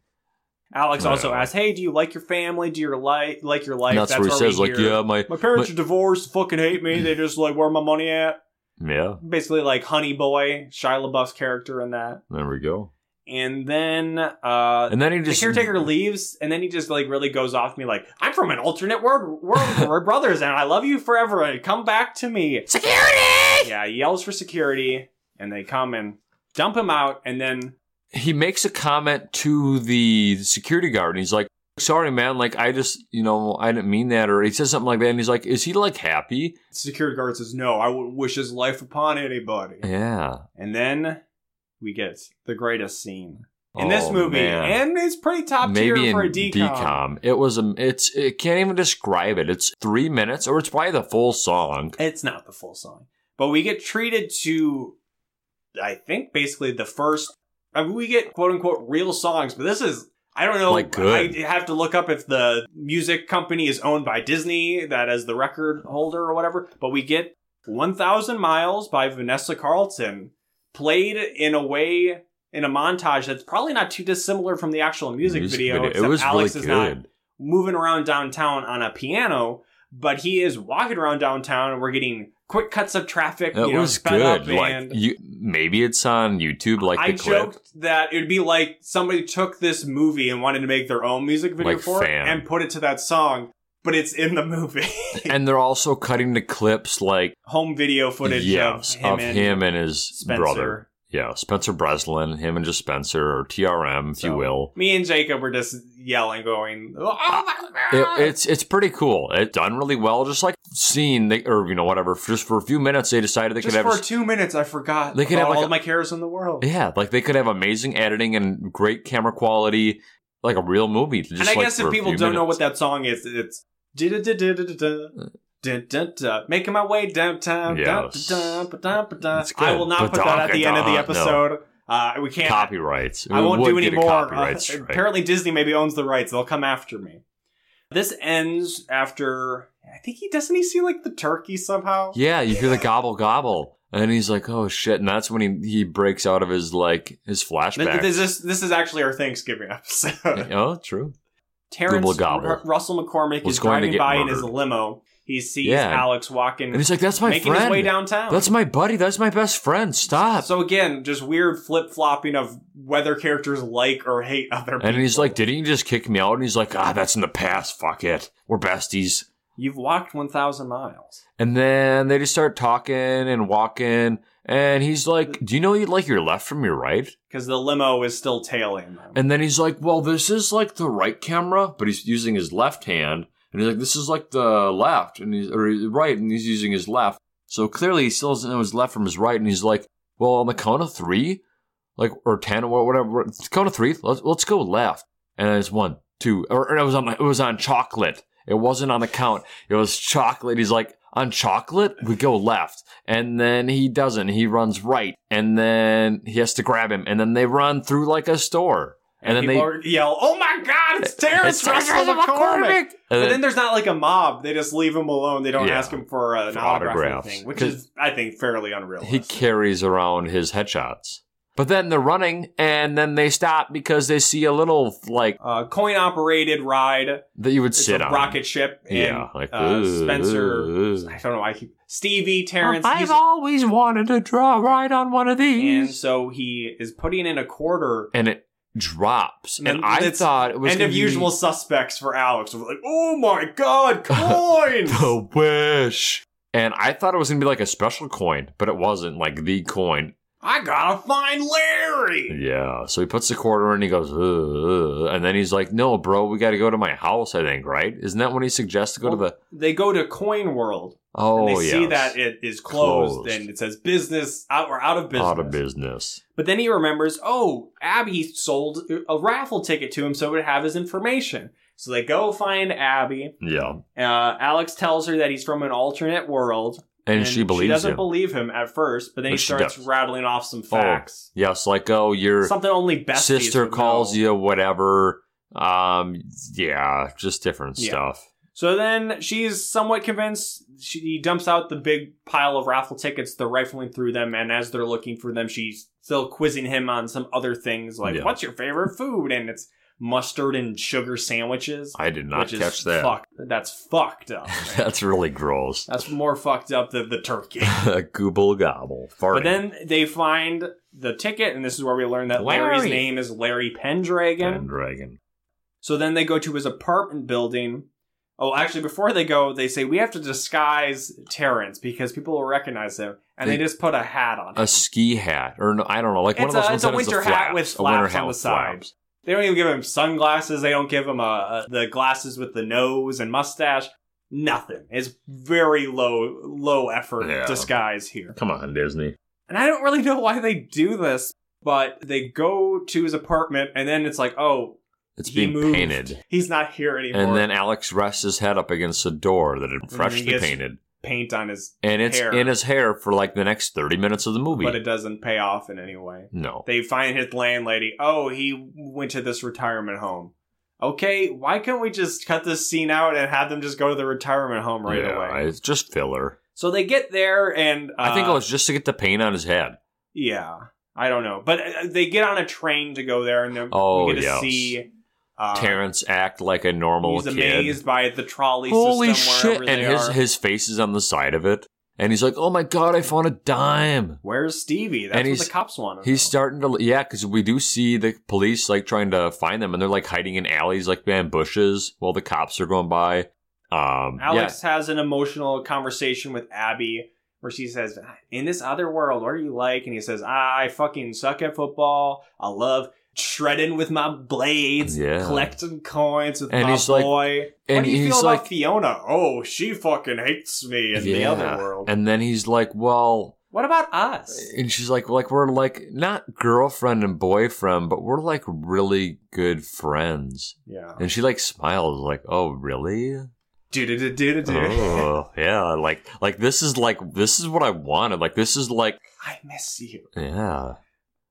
Speaker 1: Alex also
Speaker 2: Yeah.
Speaker 1: asks, "Hey, do you like your family? Do you li- like your life?"
Speaker 2: And that's, where he says,
Speaker 1: we
Speaker 2: like,
Speaker 1: hear,
Speaker 2: yeah, my,
Speaker 1: My parents are divorced. Fucking hate me. They just like where my money at.
Speaker 2: yeah,
Speaker 1: Basically, like Honey Boy, Shia LaBeouf's character in that.
Speaker 2: there we go.
Speaker 1: And then uh,
Speaker 2: And then he
Speaker 1: the
Speaker 2: just
Speaker 1: caretaker leaves, and then he just like really goes off me, like I'm from an alternate world, world
Speaker 2: <laughs>
Speaker 1: where we're brothers, and I love you forever. And come back to me.
Speaker 2: security.
Speaker 1: Yeah, he yells for security, and they come and dump him out, and then
Speaker 2: He makes a comment to the security guard, and he's like, "Sorry, man. Like, I just, you know, I didn't mean that." Or he says something like that, and he's like, "Is he like happy?"
Speaker 1: security guard says, "No, I wouldn't wish his life upon anybody."
Speaker 2: Yeah.
Speaker 1: And then we get the greatest scene in this
Speaker 2: Oh,
Speaker 1: movie,
Speaker 2: man.
Speaker 1: and it's pretty top
Speaker 2: Maybe
Speaker 1: tier
Speaker 2: in
Speaker 1: for a decom.
Speaker 2: decom, it was a. It's it can't even describe it. It's three minutes, or it's probably the full song.
Speaker 1: It's not the full song, but we get treated to, I think, basically the first. I mean, we get quote unquote real songs, but this is. I don't know.
Speaker 2: Like, good.
Speaker 1: I have to look up if the music company is owned by Disney, that as the record holder or whatever. But we get 1,000 Miles by Vanessa Carlton, played in a way, in a montage that's probably not too dissimilar from the actual music, video. except
Speaker 2: It was
Speaker 1: Alex
Speaker 2: really
Speaker 1: is not
Speaker 2: good.
Speaker 1: moving around downtown on a piano, but he is walking around downtown and we're getting quick cuts of traffic.
Speaker 2: It
Speaker 1: you know,
Speaker 2: was
Speaker 1: sped
Speaker 2: good.
Speaker 1: Up
Speaker 2: Like
Speaker 1: and
Speaker 2: you, maybe it's on YouTube. Like
Speaker 1: I
Speaker 2: the clip.
Speaker 1: joked that it would be like somebody took this movie and wanted to make their own music video
Speaker 2: Like
Speaker 1: for
Speaker 2: fan.
Speaker 1: it and put it to that song, but it's in the <laughs> movie.
Speaker 2: and they're also cutting the clips like
Speaker 1: Home video footage
Speaker 2: yes,
Speaker 1: of him and
Speaker 2: his
Speaker 1: Spencer.
Speaker 2: brother. Yeah, Spencer Breslin, him and just Spencer or TRM, if you
Speaker 1: So,
Speaker 2: will.
Speaker 1: Me and Jacob were just yelling, going, "Oh my
Speaker 2: It,
Speaker 1: God!"
Speaker 2: it's it's pretty cool. It done really well. Just like scene, they, or you know whatever. Just for a few minutes, they decided they
Speaker 1: just
Speaker 2: could
Speaker 1: for
Speaker 2: have.
Speaker 1: two minutes, I forgot
Speaker 2: They could
Speaker 1: about
Speaker 2: have, like,
Speaker 1: all
Speaker 2: a-
Speaker 1: my cares in the world.
Speaker 2: yeah, like they could have amazing editing and great camera quality, like a real movie. Just
Speaker 1: and I
Speaker 2: like,
Speaker 1: guess if
Speaker 2: for a
Speaker 1: people
Speaker 2: few
Speaker 1: don't know
Speaker 2: minutes.
Speaker 1: what that song is, it's "Du-du-du-du-du-du-du, du-du-du, making my way downtown.
Speaker 2: Yes.
Speaker 1: dun-du-dun, ba-dun, ba-dun."
Speaker 2: It's good.
Speaker 1: I will not put that at the end of the
Speaker 2: Ba-dun,
Speaker 1: episode. Uh, we can't.
Speaker 2: copyrights.
Speaker 1: I
Speaker 2: We
Speaker 1: won't
Speaker 2: would
Speaker 1: do
Speaker 2: get
Speaker 1: any
Speaker 2: a
Speaker 1: more.
Speaker 2: copyright
Speaker 1: <laughs> Uh,
Speaker 2: strike.
Speaker 1: apparently, Disney maybe owns the rights. They'll come after me. This ends after I think he doesn't he see like the turkey somehow.
Speaker 2: Yeah, you hear the gobble gobble, and he's like, "Oh shit!" And that's when he he breaks out of his like his
Speaker 1: Th-
Speaker 2: flashback.
Speaker 1: This is this is actually our Thanksgiving episode.
Speaker 2: oh, true.
Speaker 1: Terrence
Speaker 2: Gobble.
Speaker 1: Ru- Russell McCormick
Speaker 2: Was
Speaker 1: is
Speaker 2: going
Speaker 1: driving
Speaker 2: to get
Speaker 1: by in his
Speaker 2: murdered.
Speaker 1: limo, He sees
Speaker 2: Yeah.
Speaker 1: Alex walking,
Speaker 2: And he's like, that's my
Speaker 1: making
Speaker 2: friend.
Speaker 1: his way downtown.
Speaker 2: That's my buddy. That's my best friend. Stop.
Speaker 1: so again, just weird flip flopping of whether characters like or hate other people.
Speaker 2: and he's like, didn't you just kick me out? And he's like, ah, that's in the past. Fuck it. We're besties.
Speaker 1: You've walked 1,000 miles.
Speaker 2: And then they just start talking and walking. And he's like, do you know you like your left from your right?
Speaker 1: Because the limo is still tailing them.
Speaker 2: And then he's like, well, this is like the right camera, but he's using his left hand. And he's like, this is like the left, and he's or his right, and he's using his left. So clearly, he still doesn't know his left from his right. And he's like, well, on the count of three, like or ten or whatever, count of three, let's let's go left. And it's one, two, or, or it was on it was on chocolate. It wasn't on the count. It was chocolate. He's like, on chocolate, we go left. And then he doesn't. He runs right. And then he has to grab him. And then they run through like a store. And, then they.
Speaker 1: people are- yell, "Oh my God,
Speaker 2: <laughs>
Speaker 1: it's Terrence
Speaker 2: It's
Speaker 1: Russell
Speaker 2: Russell
Speaker 1: McCormick!"
Speaker 2: McCormick!
Speaker 1: But
Speaker 2: And then-
Speaker 1: then there's not like a mob; they just leave him alone. They don't
Speaker 2: Yeah.
Speaker 1: ask him for uh, an
Speaker 2: For
Speaker 1: autograph or
Speaker 2: autographs.
Speaker 1: anything, which is, I think, fairly
Speaker 2: he
Speaker 1: unrealistic.
Speaker 2: carries around his headshots. But then they're running, and then they stop because they see a little like
Speaker 1: uh, coin operated ride.
Speaker 2: that you would
Speaker 1: It's
Speaker 2: sit
Speaker 1: a
Speaker 2: on.
Speaker 1: rocket ship. And,
Speaker 2: yeah, like
Speaker 1: uh,
Speaker 2: "Ooh,
Speaker 1: Spencer.
Speaker 2: ooh, ooh."
Speaker 1: I don't know. I keep Stevie Terrence.
Speaker 2: I've
Speaker 1: he's-
Speaker 2: always wanted to draw right on one of
Speaker 1: and
Speaker 2: these,
Speaker 1: so he is putting in a quarter.
Speaker 2: and it drops. And,
Speaker 1: And
Speaker 2: I
Speaker 1: it's
Speaker 2: thought it was
Speaker 1: End
Speaker 2: gonna
Speaker 1: of
Speaker 2: be
Speaker 1: usual suspects for Alex. We're like, oh my God, coins!
Speaker 2: <laughs> the wish. And I thought it was gonna be like a special coin, but it wasn't like the coin.
Speaker 1: I gotta find Larry.
Speaker 2: Yeah. So he puts the quarter in, he goes, "Ugh, ugh," and then he's like, "No, bro, we got to go to my house. I think, right? Isn't that when he suggests to go to the?
Speaker 1: They go to Coin World. and
Speaker 2: Oh,
Speaker 1: they see
Speaker 2: yes.
Speaker 1: that it is closed,
Speaker 2: Closed.
Speaker 1: and it says business out or out of business.
Speaker 2: Out of business.
Speaker 1: But then he remembers, oh, Abby sold a raffle ticket to him so it would have his information. So they go find Abby.
Speaker 2: Yeah.
Speaker 1: Uh, Alex tells her that he's from an alternate world,
Speaker 2: And, she
Speaker 1: She
Speaker 2: believes
Speaker 1: doesn't
Speaker 2: him.
Speaker 1: believe him at first, but then
Speaker 2: But
Speaker 1: he
Speaker 2: she
Speaker 1: starts
Speaker 2: does.
Speaker 1: rattling off some facts.
Speaker 2: yes, like oh, your
Speaker 1: Something only besties
Speaker 2: sister
Speaker 1: would
Speaker 2: calls
Speaker 1: know.
Speaker 2: you, whatever. Um, yeah, just different
Speaker 1: Yeah.
Speaker 2: stuff.
Speaker 1: So then she's somewhat convinced. She he dumps out the big pile of raffle tickets. They're rifling through them, and as they're looking for them, she's still quizzing him on some other things like,
Speaker 2: Yeah.
Speaker 1: "What's your favorite food?" And it's mustard and sugar sandwiches.
Speaker 2: I did not
Speaker 1: which
Speaker 2: catch
Speaker 1: is
Speaker 2: that.
Speaker 1: Fuck, that's fucked up.
Speaker 2: <laughs> That's really gross. <laughs>
Speaker 1: that's more fucked up than the turkey.
Speaker 2: Gooble gobble. Farting.
Speaker 1: But then they find the ticket, and this is where we learn that Larry's
Speaker 2: Larry.
Speaker 1: name is Larry Pendragon.
Speaker 2: And dragon.
Speaker 1: So then they go to his apartment building. Oh, actually, before they go, they say we have to disguise Terrence because people will recognize him, and they,
Speaker 2: They-
Speaker 1: just put a hat on. Him.
Speaker 2: A ski hat, or no, I don't know, like one
Speaker 1: It's
Speaker 2: of those
Speaker 1: a- it's
Speaker 2: ones
Speaker 1: a
Speaker 2: that has the
Speaker 1: winter hat
Speaker 2: flaps.
Speaker 1: with
Speaker 2: A winter
Speaker 1: flaps
Speaker 2: hat
Speaker 1: on
Speaker 2: with
Speaker 1: the side.
Speaker 2: flaps.
Speaker 1: they don't even give him sunglasses. They don't give him uh, the glasses with the nose and mustache. Nothing. It's very low low effort
Speaker 2: Yeah.
Speaker 1: disguise here.
Speaker 2: Come on, Disney.
Speaker 1: And I don't really know why they do this, but they go to his apartment, and then it's like, oh,
Speaker 2: It's
Speaker 1: he
Speaker 2: being
Speaker 1: moved.
Speaker 2: painted.
Speaker 1: He's not here anymore.
Speaker 2: And then Alex rests his head up against a door that had been
Speaker 1: then
Speaker 2: freshly
Speaker 1: he gets-
Speaker 2: painted.
Speaker 1: paint on his,
Speaker 2: And it's
Speaker 1: hair.
Speaker 2: in his hair for like the next 30 minutes of the movie.
Speaker 1: but it doesn't pay off in any way.
Speaker 2: no.
Speaker 1: They find his landlady. Oh, he went to this retirement home. Okay, why couldn't we just cut this scene out and have them just go to the retirement home right
Speaker 2: Yeah,
Speaker 1: away?
Speaker 2: It's just filler.
Speaker 1: So they get there and uh,
Speaker 2: I think it was just to get the paint on his head.
Speaker 1: yeah, I don't know, but uh, they get on a train to go there and they're-
Speaker 2: Oh,
Speaker 1: we get to
Speaker 2: yes.
Speaker 1: see uh,
Speaker 2: Terrence act like a normal
Speaker 1: He's
Speaker 2: kid.
Speaker 1: amazed by the trolley
Speaker 2: Holy
Speaker 1: system
Speaker 2: shit!
Speaker 1: wherever
Speaker 2: And
Speaker 1: they
Speaker 2: his
Speaker 1: are.
Speaker 2: his face is on the side of it, and he's like, "Oh my god, I found a dime."
Speaker 1: Where's Stevie? That's what
Speaker 2: And he's-
Speaker 1: the cops want. to
Speaker 2: He's
Speaker 1: know.
Speaker 2: starting to yeah, because we do see the police like trying to find them, and they're like hiding in alleys, like behind bushes, while the cops are going by. Um,
Speaker 1: Alex has an emotional conversation with Abby where she says, In this other world, what are you like? And he says, I fucking suck at football. I love shredding with my blades,
Speaker 2: Yeah.
Speaker 1: collecting coins with
Speaker 2: And
Speaker 1: my
Speaker 2: he's like-
Speaker 1: boy.
Speaker 2: yeah,
Speaker 1: what
Speaker 2: and
Speaker 1: do you
Speaker 2: he's
Speaker 1: feel
Speaker 2: like,
Speaker 1: about Fiona? Oh, she fucking hates me in the
Speaker 2: Yeah.
Speaker 1: other world.
Speaker 2: and then he's like, "Well,"
Speaker 1: what about us?
Speaker 2: and she's like, "Like we're like not girlfriend and boyfriend, but we're like really good friends."
Speaker 1: Yeah.
Speaker 2: And she like smiles, like,
Speaker 1: <laughs>
Speaker 2: "Oh, really?"
Speaker 1: Do-do-do-do-do.
Speaker 2: Oh yeah, like like this is like this is what I wanted. Like this is like
Speaker 1: I miss you.
Speaker 2: yeah.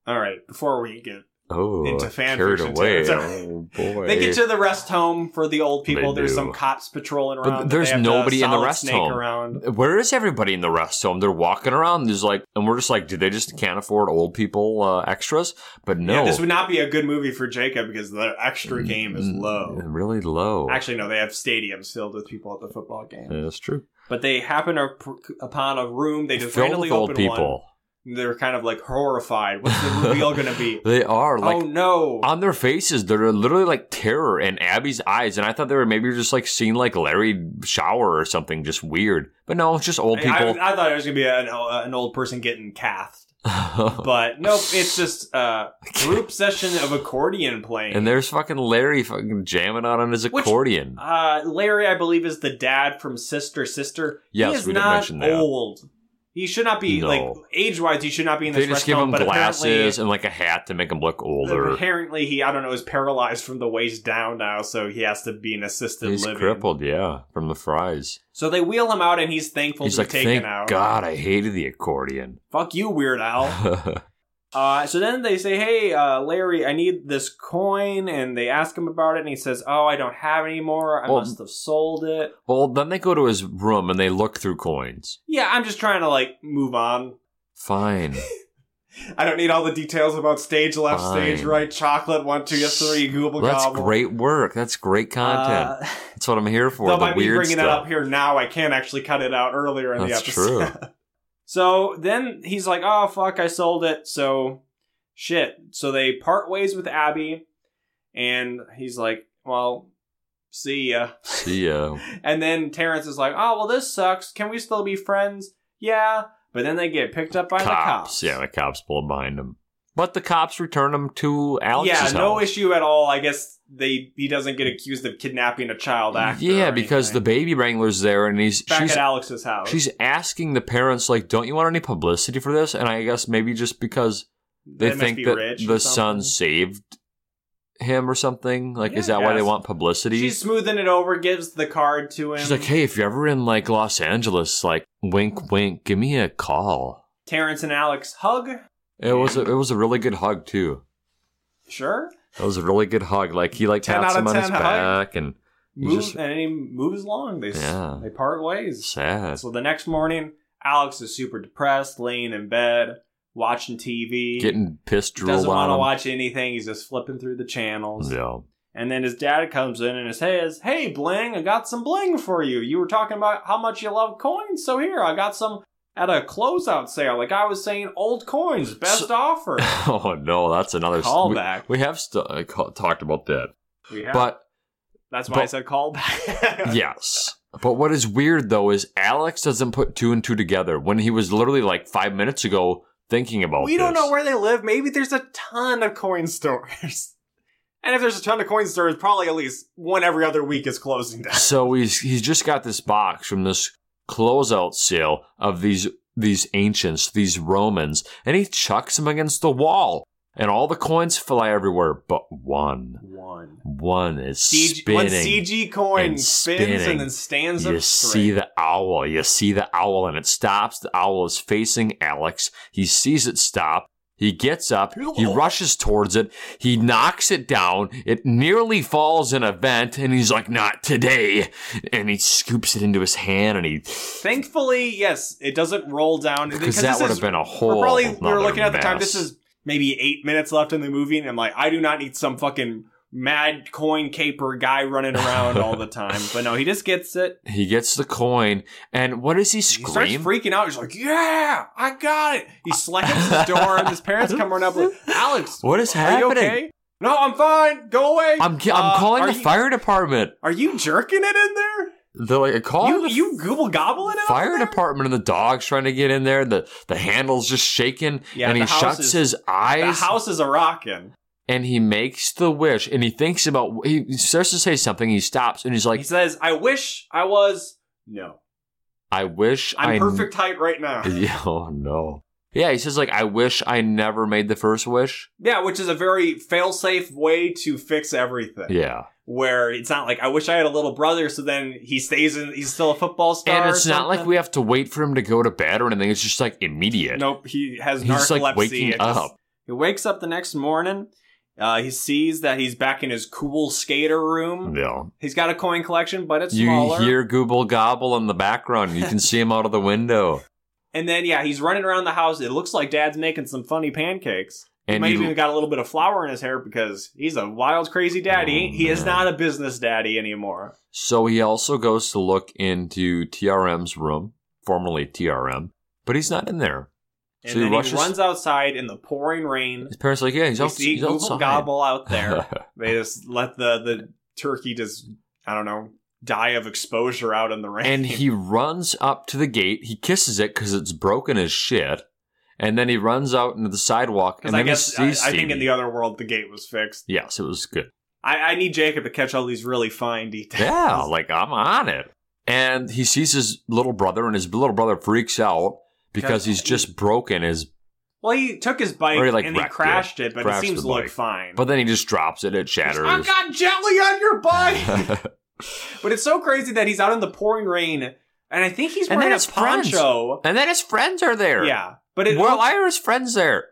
Speaker 1: All right, before we get
Speaker 2: oh,
Speaker 1: into fan
Speaker 2: carried
Speaker 1: fiction
Speaker 2: away.
Speaker 1: territory.
Speaker 2: Oh boy.
Speaker 1: They get to the rest home for the old
Speaker 2: They
Speaker 1: people. There's
Speaker 2: do.
Speaker 1: some cops patrolling
Speaker 2: But
Speaker 1: around. that
Speaker 2: there's
Speaker 1: they have to
Speaker 2: nobody in the
Speaker 1: solid
Speaker 2: rest
Speaker 1: snake
Speaker 2: home.
Speaker 1: Around.
Speaker 2: Where is everybody in the rest home? They're walking around. There's like, and we're just like, do they just can't afford old people uh, extras? But no,
Speaker 1: Yeah, this would not be a good movie for Jacob because the extra game is
Speaker 2: Mm,
Speaker 1: low.
Speaker 2: really low.
Speaker 1: Actually, no, they have stadiums filled with people at the football game.
Speaker 2: Yeah, that's true.
Speaker 1: But they happen up- upon a room. They just
Speaker 2: Filled
Speaker 1: randomly
Speaker 2: with old
Speaker 1: open one.
Speaker 2: people.
Speaker 1: They're kind of like horrified. What's the
Speaker 2: <laughs>
Speaker 1: reveal going to be?
Speaker 2: They are like
Speaker 1: oh no!
Speaker 2: on their faces. They're literally like terror in Abby's eyes, and I thought they were maybe just like seeing like Larry shower or something, just weird. But no, it's just old
Speaker 1: I-
Speaker 2: <laughs> people.
Speaker 1: I, I thought it was going to be an, an old person getting cathed. But nope, it's just
Speaker 2: <laughs>
Speaker 1: a group session of accordion playing.
Speaker 2: and there's fucking Larry fucking jamming out on his
Speaker 1: Which-
Speaker 2: accordion.
Speaker 1: Uh, Larry, I believe, is the dad from Sister Sister.
Speaker 2: Yes,
Speaker 1: he is
Speaker 2: we did
Speaker 1: not
Speaker 2: mention that.
Speaker 1: old. He should not be
Speaker 2: No.
Speaker 1: like age wise. He should not be in this
Speaker 2: they just give him
Speaker 1: restaurant. but
Speaker 2: glasses and like a hat to make him look
Speaker 1: apparently,
Speaker 2: older.
Speaker 1: apparently, he I don't know is paralyzed from the waist down now, so he has to be in assisted
Speaker 2: He's
Speaker 1: living.
Speaker 2: crippled, yeah, from the fries.
Speaker 1: So they wheel him out, and he's thankful
Speaker 2: He's
Speaker 1: to
Speaker 2: like,
Speaker 1: be taken
Speaker 2: thank
Speaker 1: out.
Speaker 2: God, I hated
Speaker 1: <laughs>
Speaker 2: the accordion.
Speaker 1: Fuck you, Weird
Speaker 2: <sighs>
Speaker 1: Al. Uh, so then they say, "Hey, uh, Larry, I need this coin," and they ask him about it, and he says, "Oh, I don't have any more. I
Speaker 2: Well-
Speaker 1: must have sold it."
Speaker 2: <laughs> well, then they go to his room and they look through coins.
Speaker 1: Yeah, I'm just trying to like move on. <laughs>
Speaker 2: Fine.
Speaker 1: I don't need all the details about stage left,
Speaker 2: Fine.
Speaker 1: stage right, chocolate one, two, yes, three, Google
Speaker 2: That's
Speaker 1: gobble.
Speaker 2: great work. That's great content.
Speaker 1: Uh,
Speaker 2: That's what I'm here for.
Speaker 1: though
Speaker 2: the
Speaker 1: by me
Speaker 2: weird
Speaker 1: bringing
Speaker 2: stuff.
Speaker 1: that up here now, I can actually cut it out earlier in
Speaker 2: That's
Speaker 1: the episode. <laughs> So then he's like, "Oh fuck, I sold it." So shit. So they part ways with Abby, and he's like, "Well, see ya."
Speaker 2: See
Speaker 1: <laughs>
Speaker 2: uh, ya.
Speaker 1: And then Terrence is like, "Oh well, this sucks. Can we still be friends?" Yeah. But then they get picked up by
Speaker 2: cops.
Speaker 1: the cops.
Speaker 2: Yeah, the cops pulled behind him. But the cops returned him to Alex's
Speaker 1: yeah,
Speaker 2: house.
Speaker 1: no issue at all. I guess they he doesn't get accused of kidnapping a child actor.
Speaker 2: Yeah, because the baby wrangler's there and he's
Speaker 1: back
Speaker 2: she's
Speaker 1: at Alex's house,
Speaker 2: she's asking the parents like, "Don't you want any publicity for this?" And I guess maybe just because they,
Speaker 1: must
Speaker 2: think
Speaker 1: be
Speaker 2: that
Speaker 1: rich or
Speaker 2: the son
Speaker 1: something.
Speaker 2: saved him or something. Like,
Speaker 1: Yeah,
Speaker 2: is that
Speaker 1: I
Speaker 2: why they
Speaker 1: guess.
Speaker 2: want publicity?
Speaker 1: She's smoothing it over, gives the card to him.
Speaker 2: She's like, "Hey, if you're ever in like Los Angeles, like wink wink, give me a call."
Speaker 1: Terrence and Alex hug.
Speaker 2: It was a, it was a really good hug too.
Speaker 1: Sure.
Speaker 2: That was a really good hug. Like he like
Speaker 1: 10
Speaker 2: taps
Speaker 1: out of
Speaker 2: him on his
Speaker 1: 10 hug.
Speaker 2: back and He
Speaker 1: Moves,
Speaker 2: just-
Speaker 1: and he moves along. They s-
Speaker 2: Yeah.
Speaker 1: they part ways.
Speaker 2: sad.
Speaker 1: So the next morning, Alex is super depressed, laying in bed, watching TV.
Speaker 2: Getting pissed
Speaker 1: He
Speaker 2: drooled
Speaker 1: doesn't want to
Speaker 2: on
Speaker 1: watch anything. He's just flipping through the channels.
Speaker 2: him. Yeah. <laughs>
Speaker 1: And then his dad comes in and says, Hey, Bling, I got some bling for you. You were talking about how much you love coins, so here, I got some at a closeout sale. Like I was saying, old coins, best
Speaker 2: <laughs>
Speaker 1: offer.
Speaker 2: Oh no, that's another s- we-
Speaker 1: Callback.
Speaker 2: We, have st- uh, ca- talked about that,
Speaker 1: We have-
Speaker 2: but
Speaker 1: That's why I
Speaker 2: but-
Speaker 1: said <laughs>
Speaker 2: <laughs>
Speaker 1: callback.
Speaker 2: yes. But what is weird though is Alex doesn't put two and two together when he was literally like five minutes ago thinking about.
Speaker 1: we don't
Speaker 2: this.
Speaker 1: know where <laughs> they live. Maybe there's a ton of coin stores. <laughs> and if there's a ton of coin stores, probably at least one every other week is closing
Speaker 2: <laughs>
Speaker 1: down.
Speaker 2: So he's he's just got this box from this closeout sale of these these ancients, these Romans, and he chucks him against the wall, and all the coins fly everywhere, but one.
Speaker 1: One.
Speaker 2: One is
Speaker 1: CG,
Speaker 2: spinning.
Speaker 1: one CG coin
Speaker 2: and
Speaker 1: spins
Speaker 2: spinning.
Speaker 1: and then stands
Speaker 2: You
Speaker 1: up straight.
Speaker 2: see the owl. You see the owl, and it stops. The owl is facing Alex. He sees it stop. He gets up. He rushes towards it. He knocks it down. It nearly falls in a vent, and he's like, "Not today!" And he scoops it into his hand, and he
Speaker 1: Thankfully, yes, it doesn't roll down
Speaker 2: because that
Speaker 1: this
Speaker 2: would
Speaker 1: is-
Speaker 2: have been a whole.
Speaker 1: We're probably we were
Speaker 2: nother
Speaker 1: looking at the time.
Speaker 2: mess.
Speaker 1: This is maybe eight minutes left in the movie, and I'm like, I do not need some fucking mad coin caper guy running around all the time. But no, he just gets it.
Speaker 2: he gets the coin, and what does he
Speaker 1: He starts
Speaker 2: scream?
Speaker 1: freaking out. He's like, "Yeah, I got it." He slams his door, and his parents come running up. Like, Alex,
Speaker 2: what is
Speaker 1: are you
Speaker 2: happening?
Speaker 1: okay? No, I'm fine. Go away.
Speaker 2: I'm I'm
Speaker 1: Uh,
Speaker 2: calling
Speaker 1: are
Speaker 2: the
Speaker 1: you-
Speaker 2: fire department.
Speaker 1: Are you jerking it in there?
Speaker 2: They're like, call
Speaker 1: you
Speaker 2: the
Speaker 1: you google gobbling it?
Speaker 2: fire
Speaker 1: out there?
Speaker 2: department and the dog's trying to get in there. The the handle's just shaking,
Speaker 1: Yeah,
Speaker 2: and
Speaker 1: the
Speaker 2: he
Speaker 1: house
Speaker 2: shuts
Speaker 1: is-
Speaker 2: his eyes
Speaker 1: The house is a rocking.
Speaker 2: and he makes the wish. And he thinks about he starts to say something. He stops and he's
Speaker 1: He
Speaker 2: like,
Speaker 1: says, "I wish I was." No,
Speaker 2: "I wish
Speaker 1: I'm
Speaker 2: I kn-
Speaker 1: perfect height right now.
Speaker 2: <laughs> Yeah, oh no. Yeah, he says like, "I wish I never made the first wish."
Speaker 1: <laughs> Yeah, which is a very fail-safe way to fix everything.
Speaker 2: Yeah,
Speaker 1: Where it's not like I wish I had a little brother, so then he stays in. He's still a football star.
Speaker 2: and
Speaker 1: or
Speaker 2: it's not like
Speaker 1: something.
Speaker 2: we have to wait for him to go to bed or anything. It's just like
Speaker 1: <laughs>
Speaker 2: immediate.
Speaker 1: Nope, he has
Speaker 2: He's just
Speaker 1: narcolepsy.
Speaker 2: like waking
Speaker 1: It just-
Speaker 2: up.
Speaker 1: He wakes up the next morning, Uh, he sees that he's back in his cool skater room.
Speaker 2: Yeah.
Speaker 1: He's got a coin collection, but it's
Speaker 2: You
Speaker 1: smaller.
Speaker 2: hear Google Gobble in the background. You can see him out of the window.
Speaker 1: and then, yeah, he's running around the house. It looks like dad's making some funny pancakes. he
Speaker 2: And
Speaker 1: might
Speaker 2: you,
Speaker 1: have even got a little bit of flour in his hair because he's a wild, crazy daddy.
Speaker 2: Oh,
Speaker 1: he is
Speaker 2: man.
Speaker 1: not a business daddy anymore.
Speaker 2: So he also goes to look into TRM's room, formerly TRM, but he's not in there.
Speaker 1: And
Speaker 2: So he
Speaker 1: then
Speaker 2: rushes-
Speaker 1: he runs outside in the pouring rain.
Speaker 2: His parents are like, yeah, he's,
Speaker 1: You
Speaker 2: out,
Speaker 1: see
Speaker 2: he's
Speaker 1: Google
Speaker 2: outside. <laughs>
Speaker 1: Gobble out there. they just let the, the turkey just, I don't know, die of exposure out in the rain. <laughs>
Speaker 2: and he runs up to the gate. He kisses it because it's broken as shit. And then he runs out into the sidewalk.
Speaker 1: Because
Speaker 2: And
Speaker 1: I
Speaker 2: then he
Speaker 1: guess I,
Speaker 2: sees
Speaker 1: I think in
Speaker 2: Stevie.
Speaker 1: the other world the gate was fixed.
Speaker 2: Yes, it
Speaker 1: <laughs>
Speaker 2: was good.
Speaker 1: I, I need Jacob to catch all these really fine details.
Speaker 2: Yeah, like I'm on it. And he sees his little brother, and his little brother freaks out
Speaker 1: Because
Speaker 2: because he's just broken his.
Speaker 1: well, he took his bike
Speaker 2: Or he, like,
Speaker 1: and he
Speaker 2: wrecked it.
Speaker 1: crashed it, but it
Speaker 2: Crashed
Speaker 1: seems to
Speaker 2: the
Speaker 1: look
Speaker 2: bike.
Speaker 1: fine.
Speaker 2: But then he just drops it. It shatters.
Speaker 1: I got jelly on your
Speaker 2: <laughs>
Speaker 1: bike. but it's so crazy that he's out in the pouring rain, and I think he's
Speaker 2: And
Speaker 1: wearing
Speaker 2: then
Speaker 1: a
Speaker 2: his friends
Speaker 1: poncho.
Speaker 2: and then his friends are there.
Speaker 1: Yeah, but it
Speaker 2: well, I are his friends there?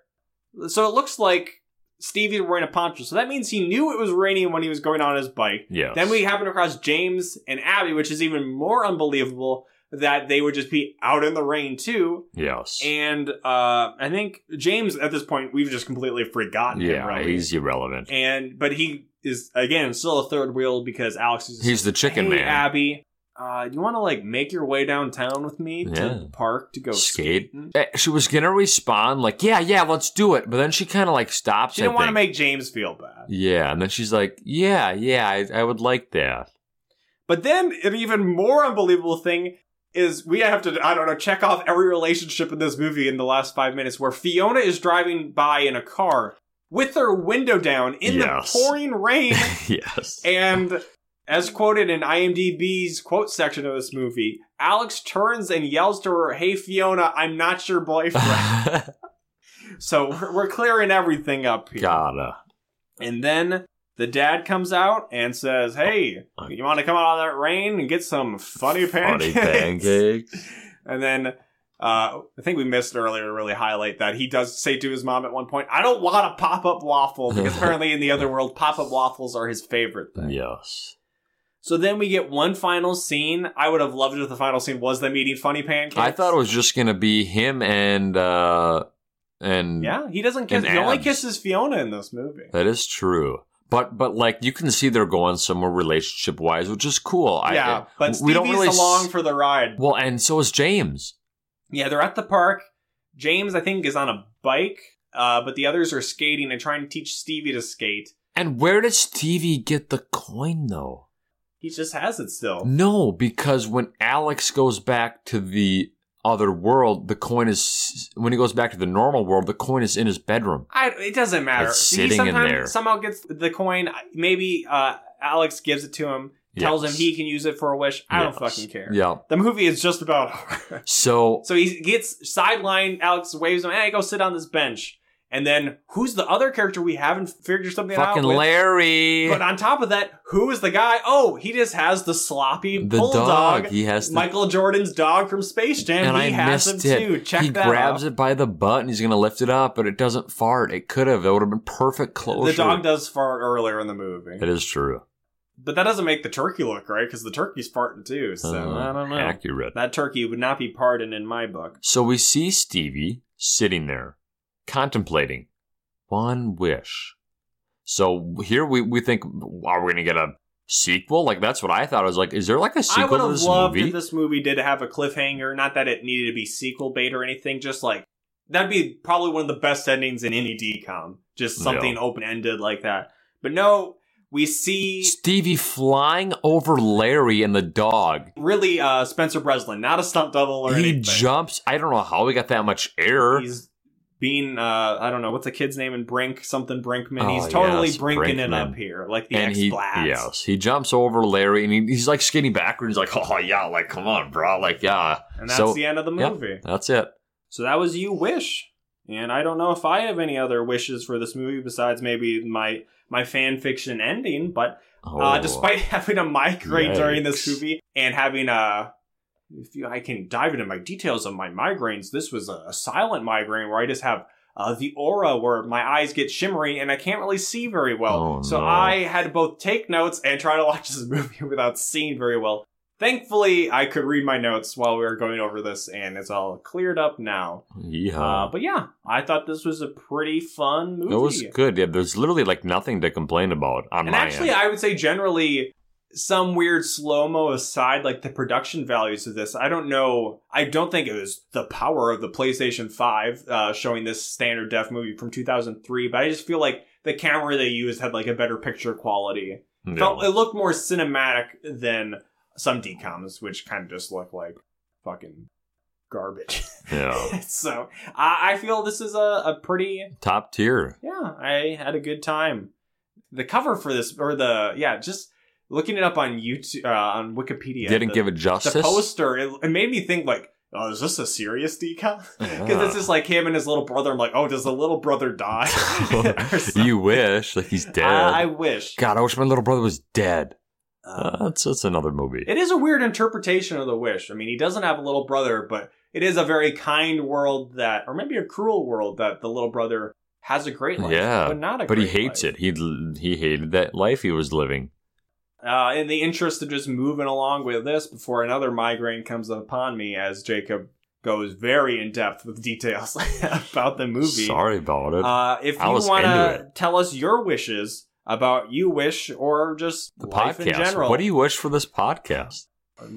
Speaker 1: so it looks like Stevie's wearing a poncho. So that means he knew it was raining when he was going on his bike.
Speaker 2: Yeah.
Speaker 1: Then we happen across James and Abby, which is even more unbelievable that they would just be out in the rain too.
Speaker 2: Yes.
Speaker 1: And uh, I think James at this point we've just completely forgotten
Speaker 2: yeah,
Speaker 1: him. Really.
Speaker 2: he's irrelevant.
Speaker 1: and but he is again still a third wheel because Alex is
Speaker 2: He's the chicken
Speaker 1: hey,
Speaker 2: man.
Speaker 1: Abby, uh, you want to like make your way downtown with me to
Speaker 2: Yeah.
Speaker 1: the park to go
Speaker 2: Skate.
Speaker 1: skating?
Speaker 2: Eh, She was gonna respond like, "Yeah, yeah, let's do it," but then she kind of like stops.
Speaker 1: She
Speaker 2: I
Speaker 1: didn't want to
Speaker 2: think.
Speaker 1: make James feel bad.
Speaker 2: Yeah, and then she's like, "Yeah, yeah, I, I would like that." <laughs>
Speaker 1: But then an even more unbelievable thing is we have to I don't know check off every relationship in this movie in the last five minutes where Fiona is driving by in a car with her window down in
Speaker 2: Yes.
Speaker 1: the pouring rain
Speaker 2: yes.
Speaker 1: And as quoted in IMDb's quote section of this movie, Alex turns and yells to her, "Hey Fiona, I'm not your boyfriend."
Speaker 2: <laughs>
Speaker 1: so <laughs> we're, we're clearing everything up here.
Speaker 2: Gotta.
Speaker 1: And then the dad comes out and says, "Hey, you want to come out of that rain and get some funny
Speaker 2: Oh,
Speaker 1: <laughs>
Speaker 2: Funny
Speaker 1: pancakes?"
Speaker 2: pancakes.
Speaker 1: And then uh, I think we missed earlier to really highlight that he does say to his mom at one point, "I don't want a pop-up waffle,"
Speaker 2: <laughs>
Speaker 1: because apparently in the other world, pop-up waffles are his favorite thing.
Speaker 2: Yes.
Speaker 1: So then we get one final scene. I would have loved it if the final scene was them eating funny pancakes.
Speaker 2: I thought it was just gonna be him and uh and
Speaker 1: Yeah, he doesn't kiss.
Speaker 2: And
Speaker 1: He only
Speaker 2: abs.
Speaker 1: kisses Fiona in this movie.
Speaker 2: that is true. But but like you can see they're going somewhere relationship wise, which is cool. I-
Speaker 1: yeah,
Speaker 2: I,
Speaker 1: but Stevie's
Speaker 2: we don't really s-
Speaker 1: along for the ride.
Speaker 2: Well, and so is James.
Speaker 1: Yeah, they're at the park. James, I think, is on a bike, uh, but the others are skating and trying to teach Stevie to skate.
Speaker 2: And where did Stevie get the coin though?
Speaker 1: He just has it still.
Speaker 2: No, because when Alex goes back to the other world, the coin is when he goes back to the normal world, the coin is in his bedroom.
Speaker 1: I, it doesn't matter.
Speaker 2: It's
Speaker 1: he
Speaker 2: sitting in
Speaker 1: sometimes-
Speaker 2: there.
Speaker 1: somehow gets the coin. Maybe uh, Alex gives it to him, tells him
Speaker 2: Yes.
Speaker 1: he can use it for a wish. I
Speaker 2: Yes.
Speaker 1: don't fucking care.
Speaker 2: Yeah.
Speaker 1: The movie is just about <laughs> her.
Speaker 2: So
Speaker 1: So he gets sidelined. Alex waves him, hey, go sit on this bench. And then who's the other character we haven't figured something
Speaker 2: fucking
Speaker 1: out with?
Speaker 2: Larry,
Speaker 1: But on top of that, who is the guy? Oh, he just has the sloppy
Speaker 2: the
Speaker 1: bulldog.
Speaker 2: dog, he has the
Speaker 1: Michael Jordan's dog from Space Jam.
Speaker 2: and
Speaker 1: he
Speaker 2: I
Speaker 1: has
Speaker 2: missed
Speaker 1: him
Speaker 2: it.
Speaker 1: too. Check
Speaker 2: he
Speaker 1: that
Speaker 2: grabs
Speaker 1: out.
Speaker 2: it by the butt and he's gonna lift it up, but it doesn't fart. It could have. It would have been perfect closure.
Speaker 1: The dog does fart earlier in the movie.
Speaker 2: It is true.
Speaker 1: But that doesn't make the turkey look right because the turkey's farting too. So
Speaker 2: Uh,
Speaker 1: I don't know.
Speaker 2: Accurate.
Speaker 1: That turkey would not be pardoned in my book.
Speaker 2: So we see Stevie sitting there, contemplating one wish. So here we, we think, are we going to get a sequel? Like, that's what I thought. I was like, is there like a
Speaker 1: I
Speaker 2: sequel
Speaker 1: would
Speaker 2: to
Speaker 1: have
Speaker 2: this
Speaker 1: loved
Speaker 2: movie?
Speaker 1: if this movie did have a cliffhanger. Not that it needed to be sequel bait or anything. Just like that'd be probably one of the best endings in any DCOM. Just something
Speaker 2: Yeah.
Speaker 1: open ended like that. But no, we see
Speaker 2: Stevie flying over Larry and the dog.
Speaker 1: really uh, Spencer Breslin, not a stunt double or
Speaker 2: He
Speaker 1: anything.
Speaker 2: jumps. I don't know how he got that much air.
Speaker 1: He's being uh, I don't know what's the kid's name in Brink something Brinkman.
Speaker 2: Oh,
Speaker 1: He's totally
Speaker 2: yes,
Speaker 1: Brinking it
Speaker 2: Brinkman.
Speaker 1: up here, like the
Speaker 2: and
Speaker 1: X
Speaker 2: he,
Speaker 1: Blast.
Speaker 2: yes, he jumps over Larry and he, he's like skinny backwards. He's like, oh, yeah, like, come on, bro. Like, yeah,
Speaker 1: And that's
Speaker 2: So-
Speaker 1: the end of the
Speaker 2: yeah.
Speaker 1: movie.
Speaker 2: that's it.
Speaker 1: So that was you wish. And I don't know if I have any other wishes for this movie besides maybe my my fan fiction ending, but uh,
Speaker 2: Oh.
Speaker 1: despite <laughs> having a migraine during this
Speaker 2: Yikes.
Speaker 1: movie and having a if you, I can dive into my details of my migraines, this was a, a silent migraine where I just have uh, the aura where my eyes get shimmery and I can't really see very well.
Speaker 2: Oh,
Speaker 1: so
Speaker 2: no.
Speaker 1: I had to both take notes and try to watch this <laughs> movie without seeing very well. Thankfully, I could read my notes while we were going over this, and it's all cleared up now. Uh,
Speaker 2: Yeehaw.
Speaker 1: but yeah, I thought this was a pretty fun movie.
Speaker 2: it was good. Yeah, there's literally like nothing to complain about on
Speaker 1: And
Speaker 2: my
Speaker 1: actually,
Speaker 2: end.
Speaker 1: I would say generally, some weird slow mo aside, like the production values of this, I don't know. I don't think it was the power of the PlayStation 5 uh, showing this standard def movie from 2003, but I just feel like the camera they used had like a better picture quality.
Speaker 2: Yeah.
Speaker 1: Felt, it looked more cinematic than some decoms, which kind of just look like fucking garbage. <laughs>
Speaker 2: yeah.
Speaker 1: so I, I feel this is a, a pretty
Speaker 2: Top tier.
Speaker 1: yeah, I had a good time. The cover for this, or the yeah, just looking it up on YouTube, uh, on Wikipedia,
Speaker 2: Didn't
Speaker 1: the,
Speaker 2: give it
Speaker 1: the
Speaker 2: justice. <laughs>
Speaker 1: poster. It, it made me think like, oh, is this a serious
Speaker 2: <laughs>
Speaker 1: <laughs> decom? Because it's just like him and his little brother. I'm like, oh, does the little brother
Speaker 2: <laughs>
Speaker 1: die? <laughs> Or something.
Speaker 2: you wish, like he's dead.
Speaker 1: I, I wish.
Speaker 2: God, I wish my little brother was dead.
Speaker 1: Uh,
Speaker 2: Uh, that's that's another movie.
Speaker 1: it is a weird interpretation of the wish. I mean, he doesn't have a little brother, but it is a very kind world that, or maybe a cruel world that the little brother has a great life,
Speaker 2: Yeah,
Speaker 1: but not a.
Speaker 2: but he
Speaker 1: great
Speaker 2: hates
Speaker 1: life.
Speaker 2: it. He he hated that life he was living.
Speaker 1: uh, in the interest of just moving along with this before another migraine comes upon me as Jacob goes very in depth with details <laughs> about the movie.
Speaker 2: Sorry about it.
Speaker 1: Uh, if
Speaker 2: I
Speaker 1: you
Speaker 2: was
Speaker 1: want
Speaker 2: into
Speaker 1: to tell us your wishes about you wish or just
Speaker 2: the
Speaker 1: life in
Speaker 2: podcast.
Speaker 1: general,
Speaker 2: What do you wish for this podcast?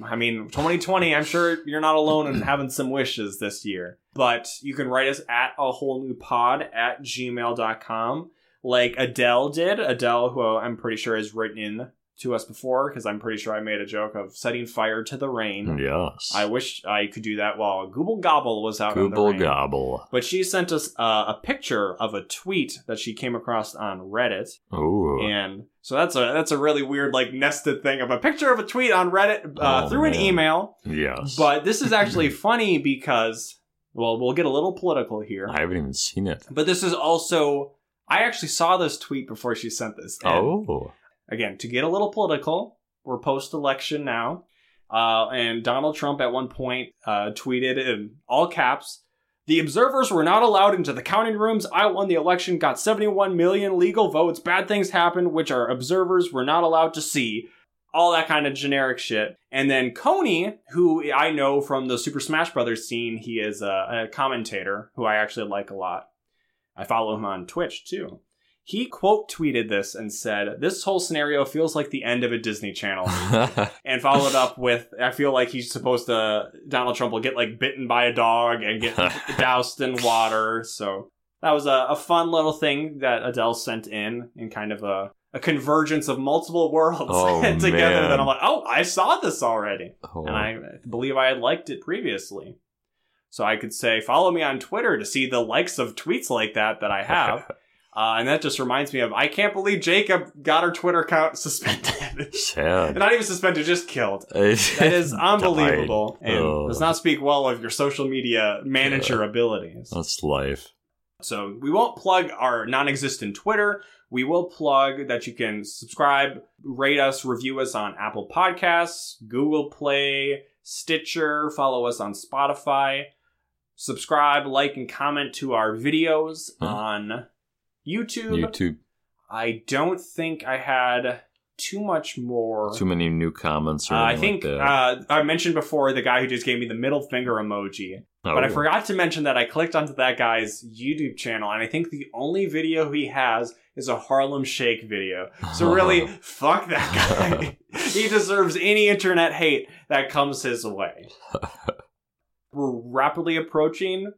Speaker 1: I mean, 2020, I'm sure you're not alone in having some wishes this year, but you can write us at a whole new pod at gmail.com, like Adele did. Adele, who I'm pretty sure has written in to us before, because I'm pretty sure I made a joke of setting fire to the rain.
Speaker 2: Yes.
Speaker 1: I wish I could do that while Google Gobble was out on the
Speaker 2: Google
Speaker 1: rain.
Speaker 2: gobble.
Speaker 1: But she sent us uh, a picture of a tweet that she came across on Reddit,
Speaker 2: Ooh.
Speaker 1: and so that's a that's a really weird like nested thing of a picture of a tweet on Reddit uh,
Speaker 2: Oh,
Speaker 1: through an
Speaker 2: man.
Speaker 1: email.
Speaker 2: yes.
Speaker 1: But this is
Speaker 2: <laughs>
Speaker 1: actually funny because well, we'll get a little political here.
Speaker 2: I haven't even seen it.
Speaker 1: But this is also I actually saw this tweet before she sent this. And
Speaker 2: Oh.
Speaker 1: again to get a little political. We're post election now, uh, and Donald Trump at one point uh, tweeted in all caps. The observers were not allowed into the counting rooms. I won the election, got 71 million legal votes. Bad things happened, which our observers were not allowed to see. All that kind of generic shit. And then Coney, who I know from the Super Smash Brothers scene, he is a, a commentator who I actually like a lot. I follow him on Twitch too. He quote tweeted this and said, This whole scenario feels like the end of a Disney Channel and followed up with I feel like he's supposed to Donald Trump will get like bitten by a dog <laughs> and get
Speaker 2: <laughs>
Speaker 1: doused in water. So that was a, a fun little thing that Adele sent in in kind of a, a convergence of multiple worlds <laughs>
Speaker 2: Oh,
Speaker 1: together
Speaker 2: man.
Speaker 1: that I'm like, oh, I saw this already.
Speaker 2: Oh.
Speaker 1: And I believe I had liked it previously. So I could say, follow me on Twitter to see the likes of tweets like that that I
Speaker 2: <laughs>
Speaker 1: have. Uh, and that just reminds me of I can't believe Jacob got her Twitter account <laughs> suspended. <laughs>
Speaker 2: Sad.
Speaker 1: Not even suspended, just killed. That is unbelievable and
Speaker 2: Oh.
Speaker 1: does not speak well of your social media manager abilities.
Speaker 2: <laughs> That's life.
Speaker 1: So we won't plug our non-existent Twitter. We will plug that you can subscribe, rate us, review us on Apple Podcasts, Google Play, Stitcher, follow us on Spotify, subscribe, like, and comment to our videos
Speaker 2: Huh?
Speaker 1: on YouTube.
Speaker 2: YouTube.
Speaker 1: I don't think I had too much more
Speaker 2: Too many new comments. Or
Speaker 1: uh, I
Speaker 2: anything
Speaker 1: think
Speaker 2: Like that.
Speaker 1: uh, I mentioned before the guy who just gave me the middle finger emoji,
Speaker 2: Oh.
Speaker 1: but I forgot to mention that I clicked onto that guy's YouTube channel, and I think the only video he has is a Harlem Shake video. So
Speaker 2: Oh.
Speaker 1: really, fuck that guy. he deserves any internet hate that comes his way. We're rapidly approaching,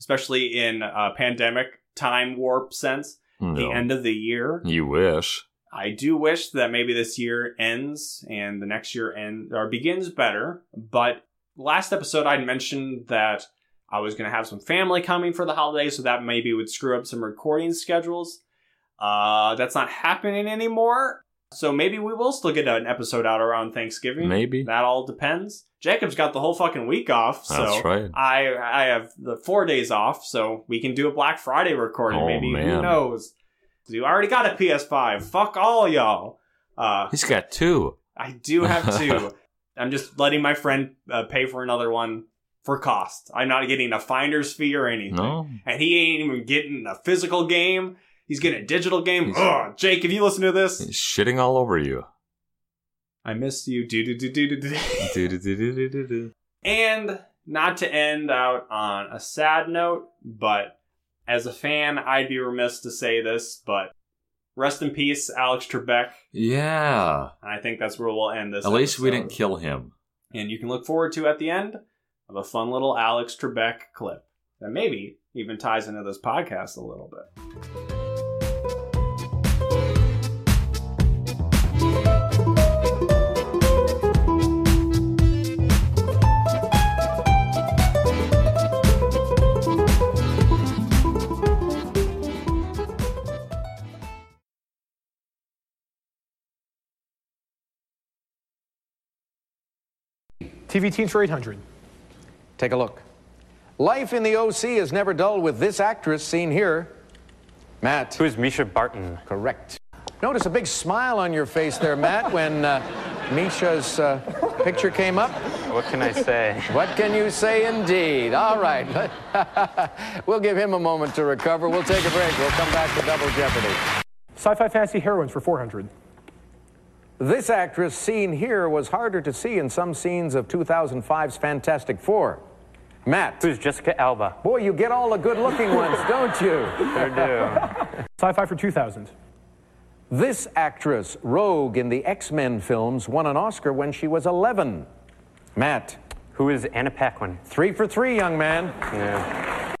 Speaker 1: especially in uh, pandemic time warp sense, the
Speaker 2: <laughs> No.
Speaker 1: end of the year.
Speaker 2: You wish.
Speaker 1: I do wish that maybe this year ends and the next year end or begins better. But last episode, I mentioned that I was going to have some family coming for the holidays, so that maybe would screw up some recording schedules. Uh, that's not happening anymore. So maybe we will still get an episode out around Thanksgiving.
Speaker 2: Maybe.
Speaker 1: that all depends. Jacob's got the whole fucking week off, so uh,
Speaker 2: That's right.
Speaker 1: I I have the four days off, so we can do a Black Friday recording.
Speaker 2: Oh,
Speaker 1: Maybe who
Speaker 2: man.
Speaker 1: knows? You already got a PS5. Fuck all y'all. Uh,
Speaker 2: He's got two. <laughs>
Speaker 1: I do have two. I'm just letting my friend uh, pay for another one for cost. I'm not getting a finder's fee or anything.
Speaker 2: No,
Speaker 1: And he ain't even getting a physical game. He's getting a digital game.
Speaker 2: He's-
Speaker 1: Ugh, Jake, if you listen to this,
Speaker 2: it's shitting all
Speaker 1: <laughs>
Speaker 2: over you.
Speaker 1: I miss you. Do do do do do. <laughs>
Speaker 2: Do-do-do-do-do-do-do.
Speaker 1: And not to end out on a sad note, but as a fan, I'd be remiss to say this, but rest in peace, Alex Trebek.
Speaker 2: yeah.
Speaker 1: And I think that's where we'll end this.
Speaker 2: At least we didn't
Speaker 1: episode.
Speaker 2: kill him.
Speaker 1: And you can look forward to at the end of a fun little Alex Trebek clip that maybe even ties into this podcast a little bit.
Speaker 3: TV Teens for 800.
Speaker 4: Take a look. Life in the OC is never dull with this actress seen here. Matt.
Speaker 5: Who's Misha Barton?
Speaker 4: Correct. Notice a big smile on your face there, Matt, <laughs> when uh, Misha's uh, picture came up.
Speaker 5: What can I <laughs> say?
Speaker 4: What can you say indeed? All right. <laughs> we'll give him a moment to recover. We'll take a break. We'll come back to Double Jeopardy.
Speaker 3: Sci fi fantasy heroines for 400.
Speaker 4: This actress seen here was harder to see in some scenes of 2005's Fantastic Four. Matt.
Speaker 5: Who's Jessica Alba?
Speaker 4: Boy, you get all the good looking ones, don't you?
Speaker 5: Sure do.
Speaker 3: Sci fi for 2000.
Speaker 4: This actress, Rogue, in the X Men films, won an Oscar when she was 11. Matt,
Speaker 5: Who is Anna Paquin?
Speaker 4: three for three, young man.
Speaker 5: Yeah.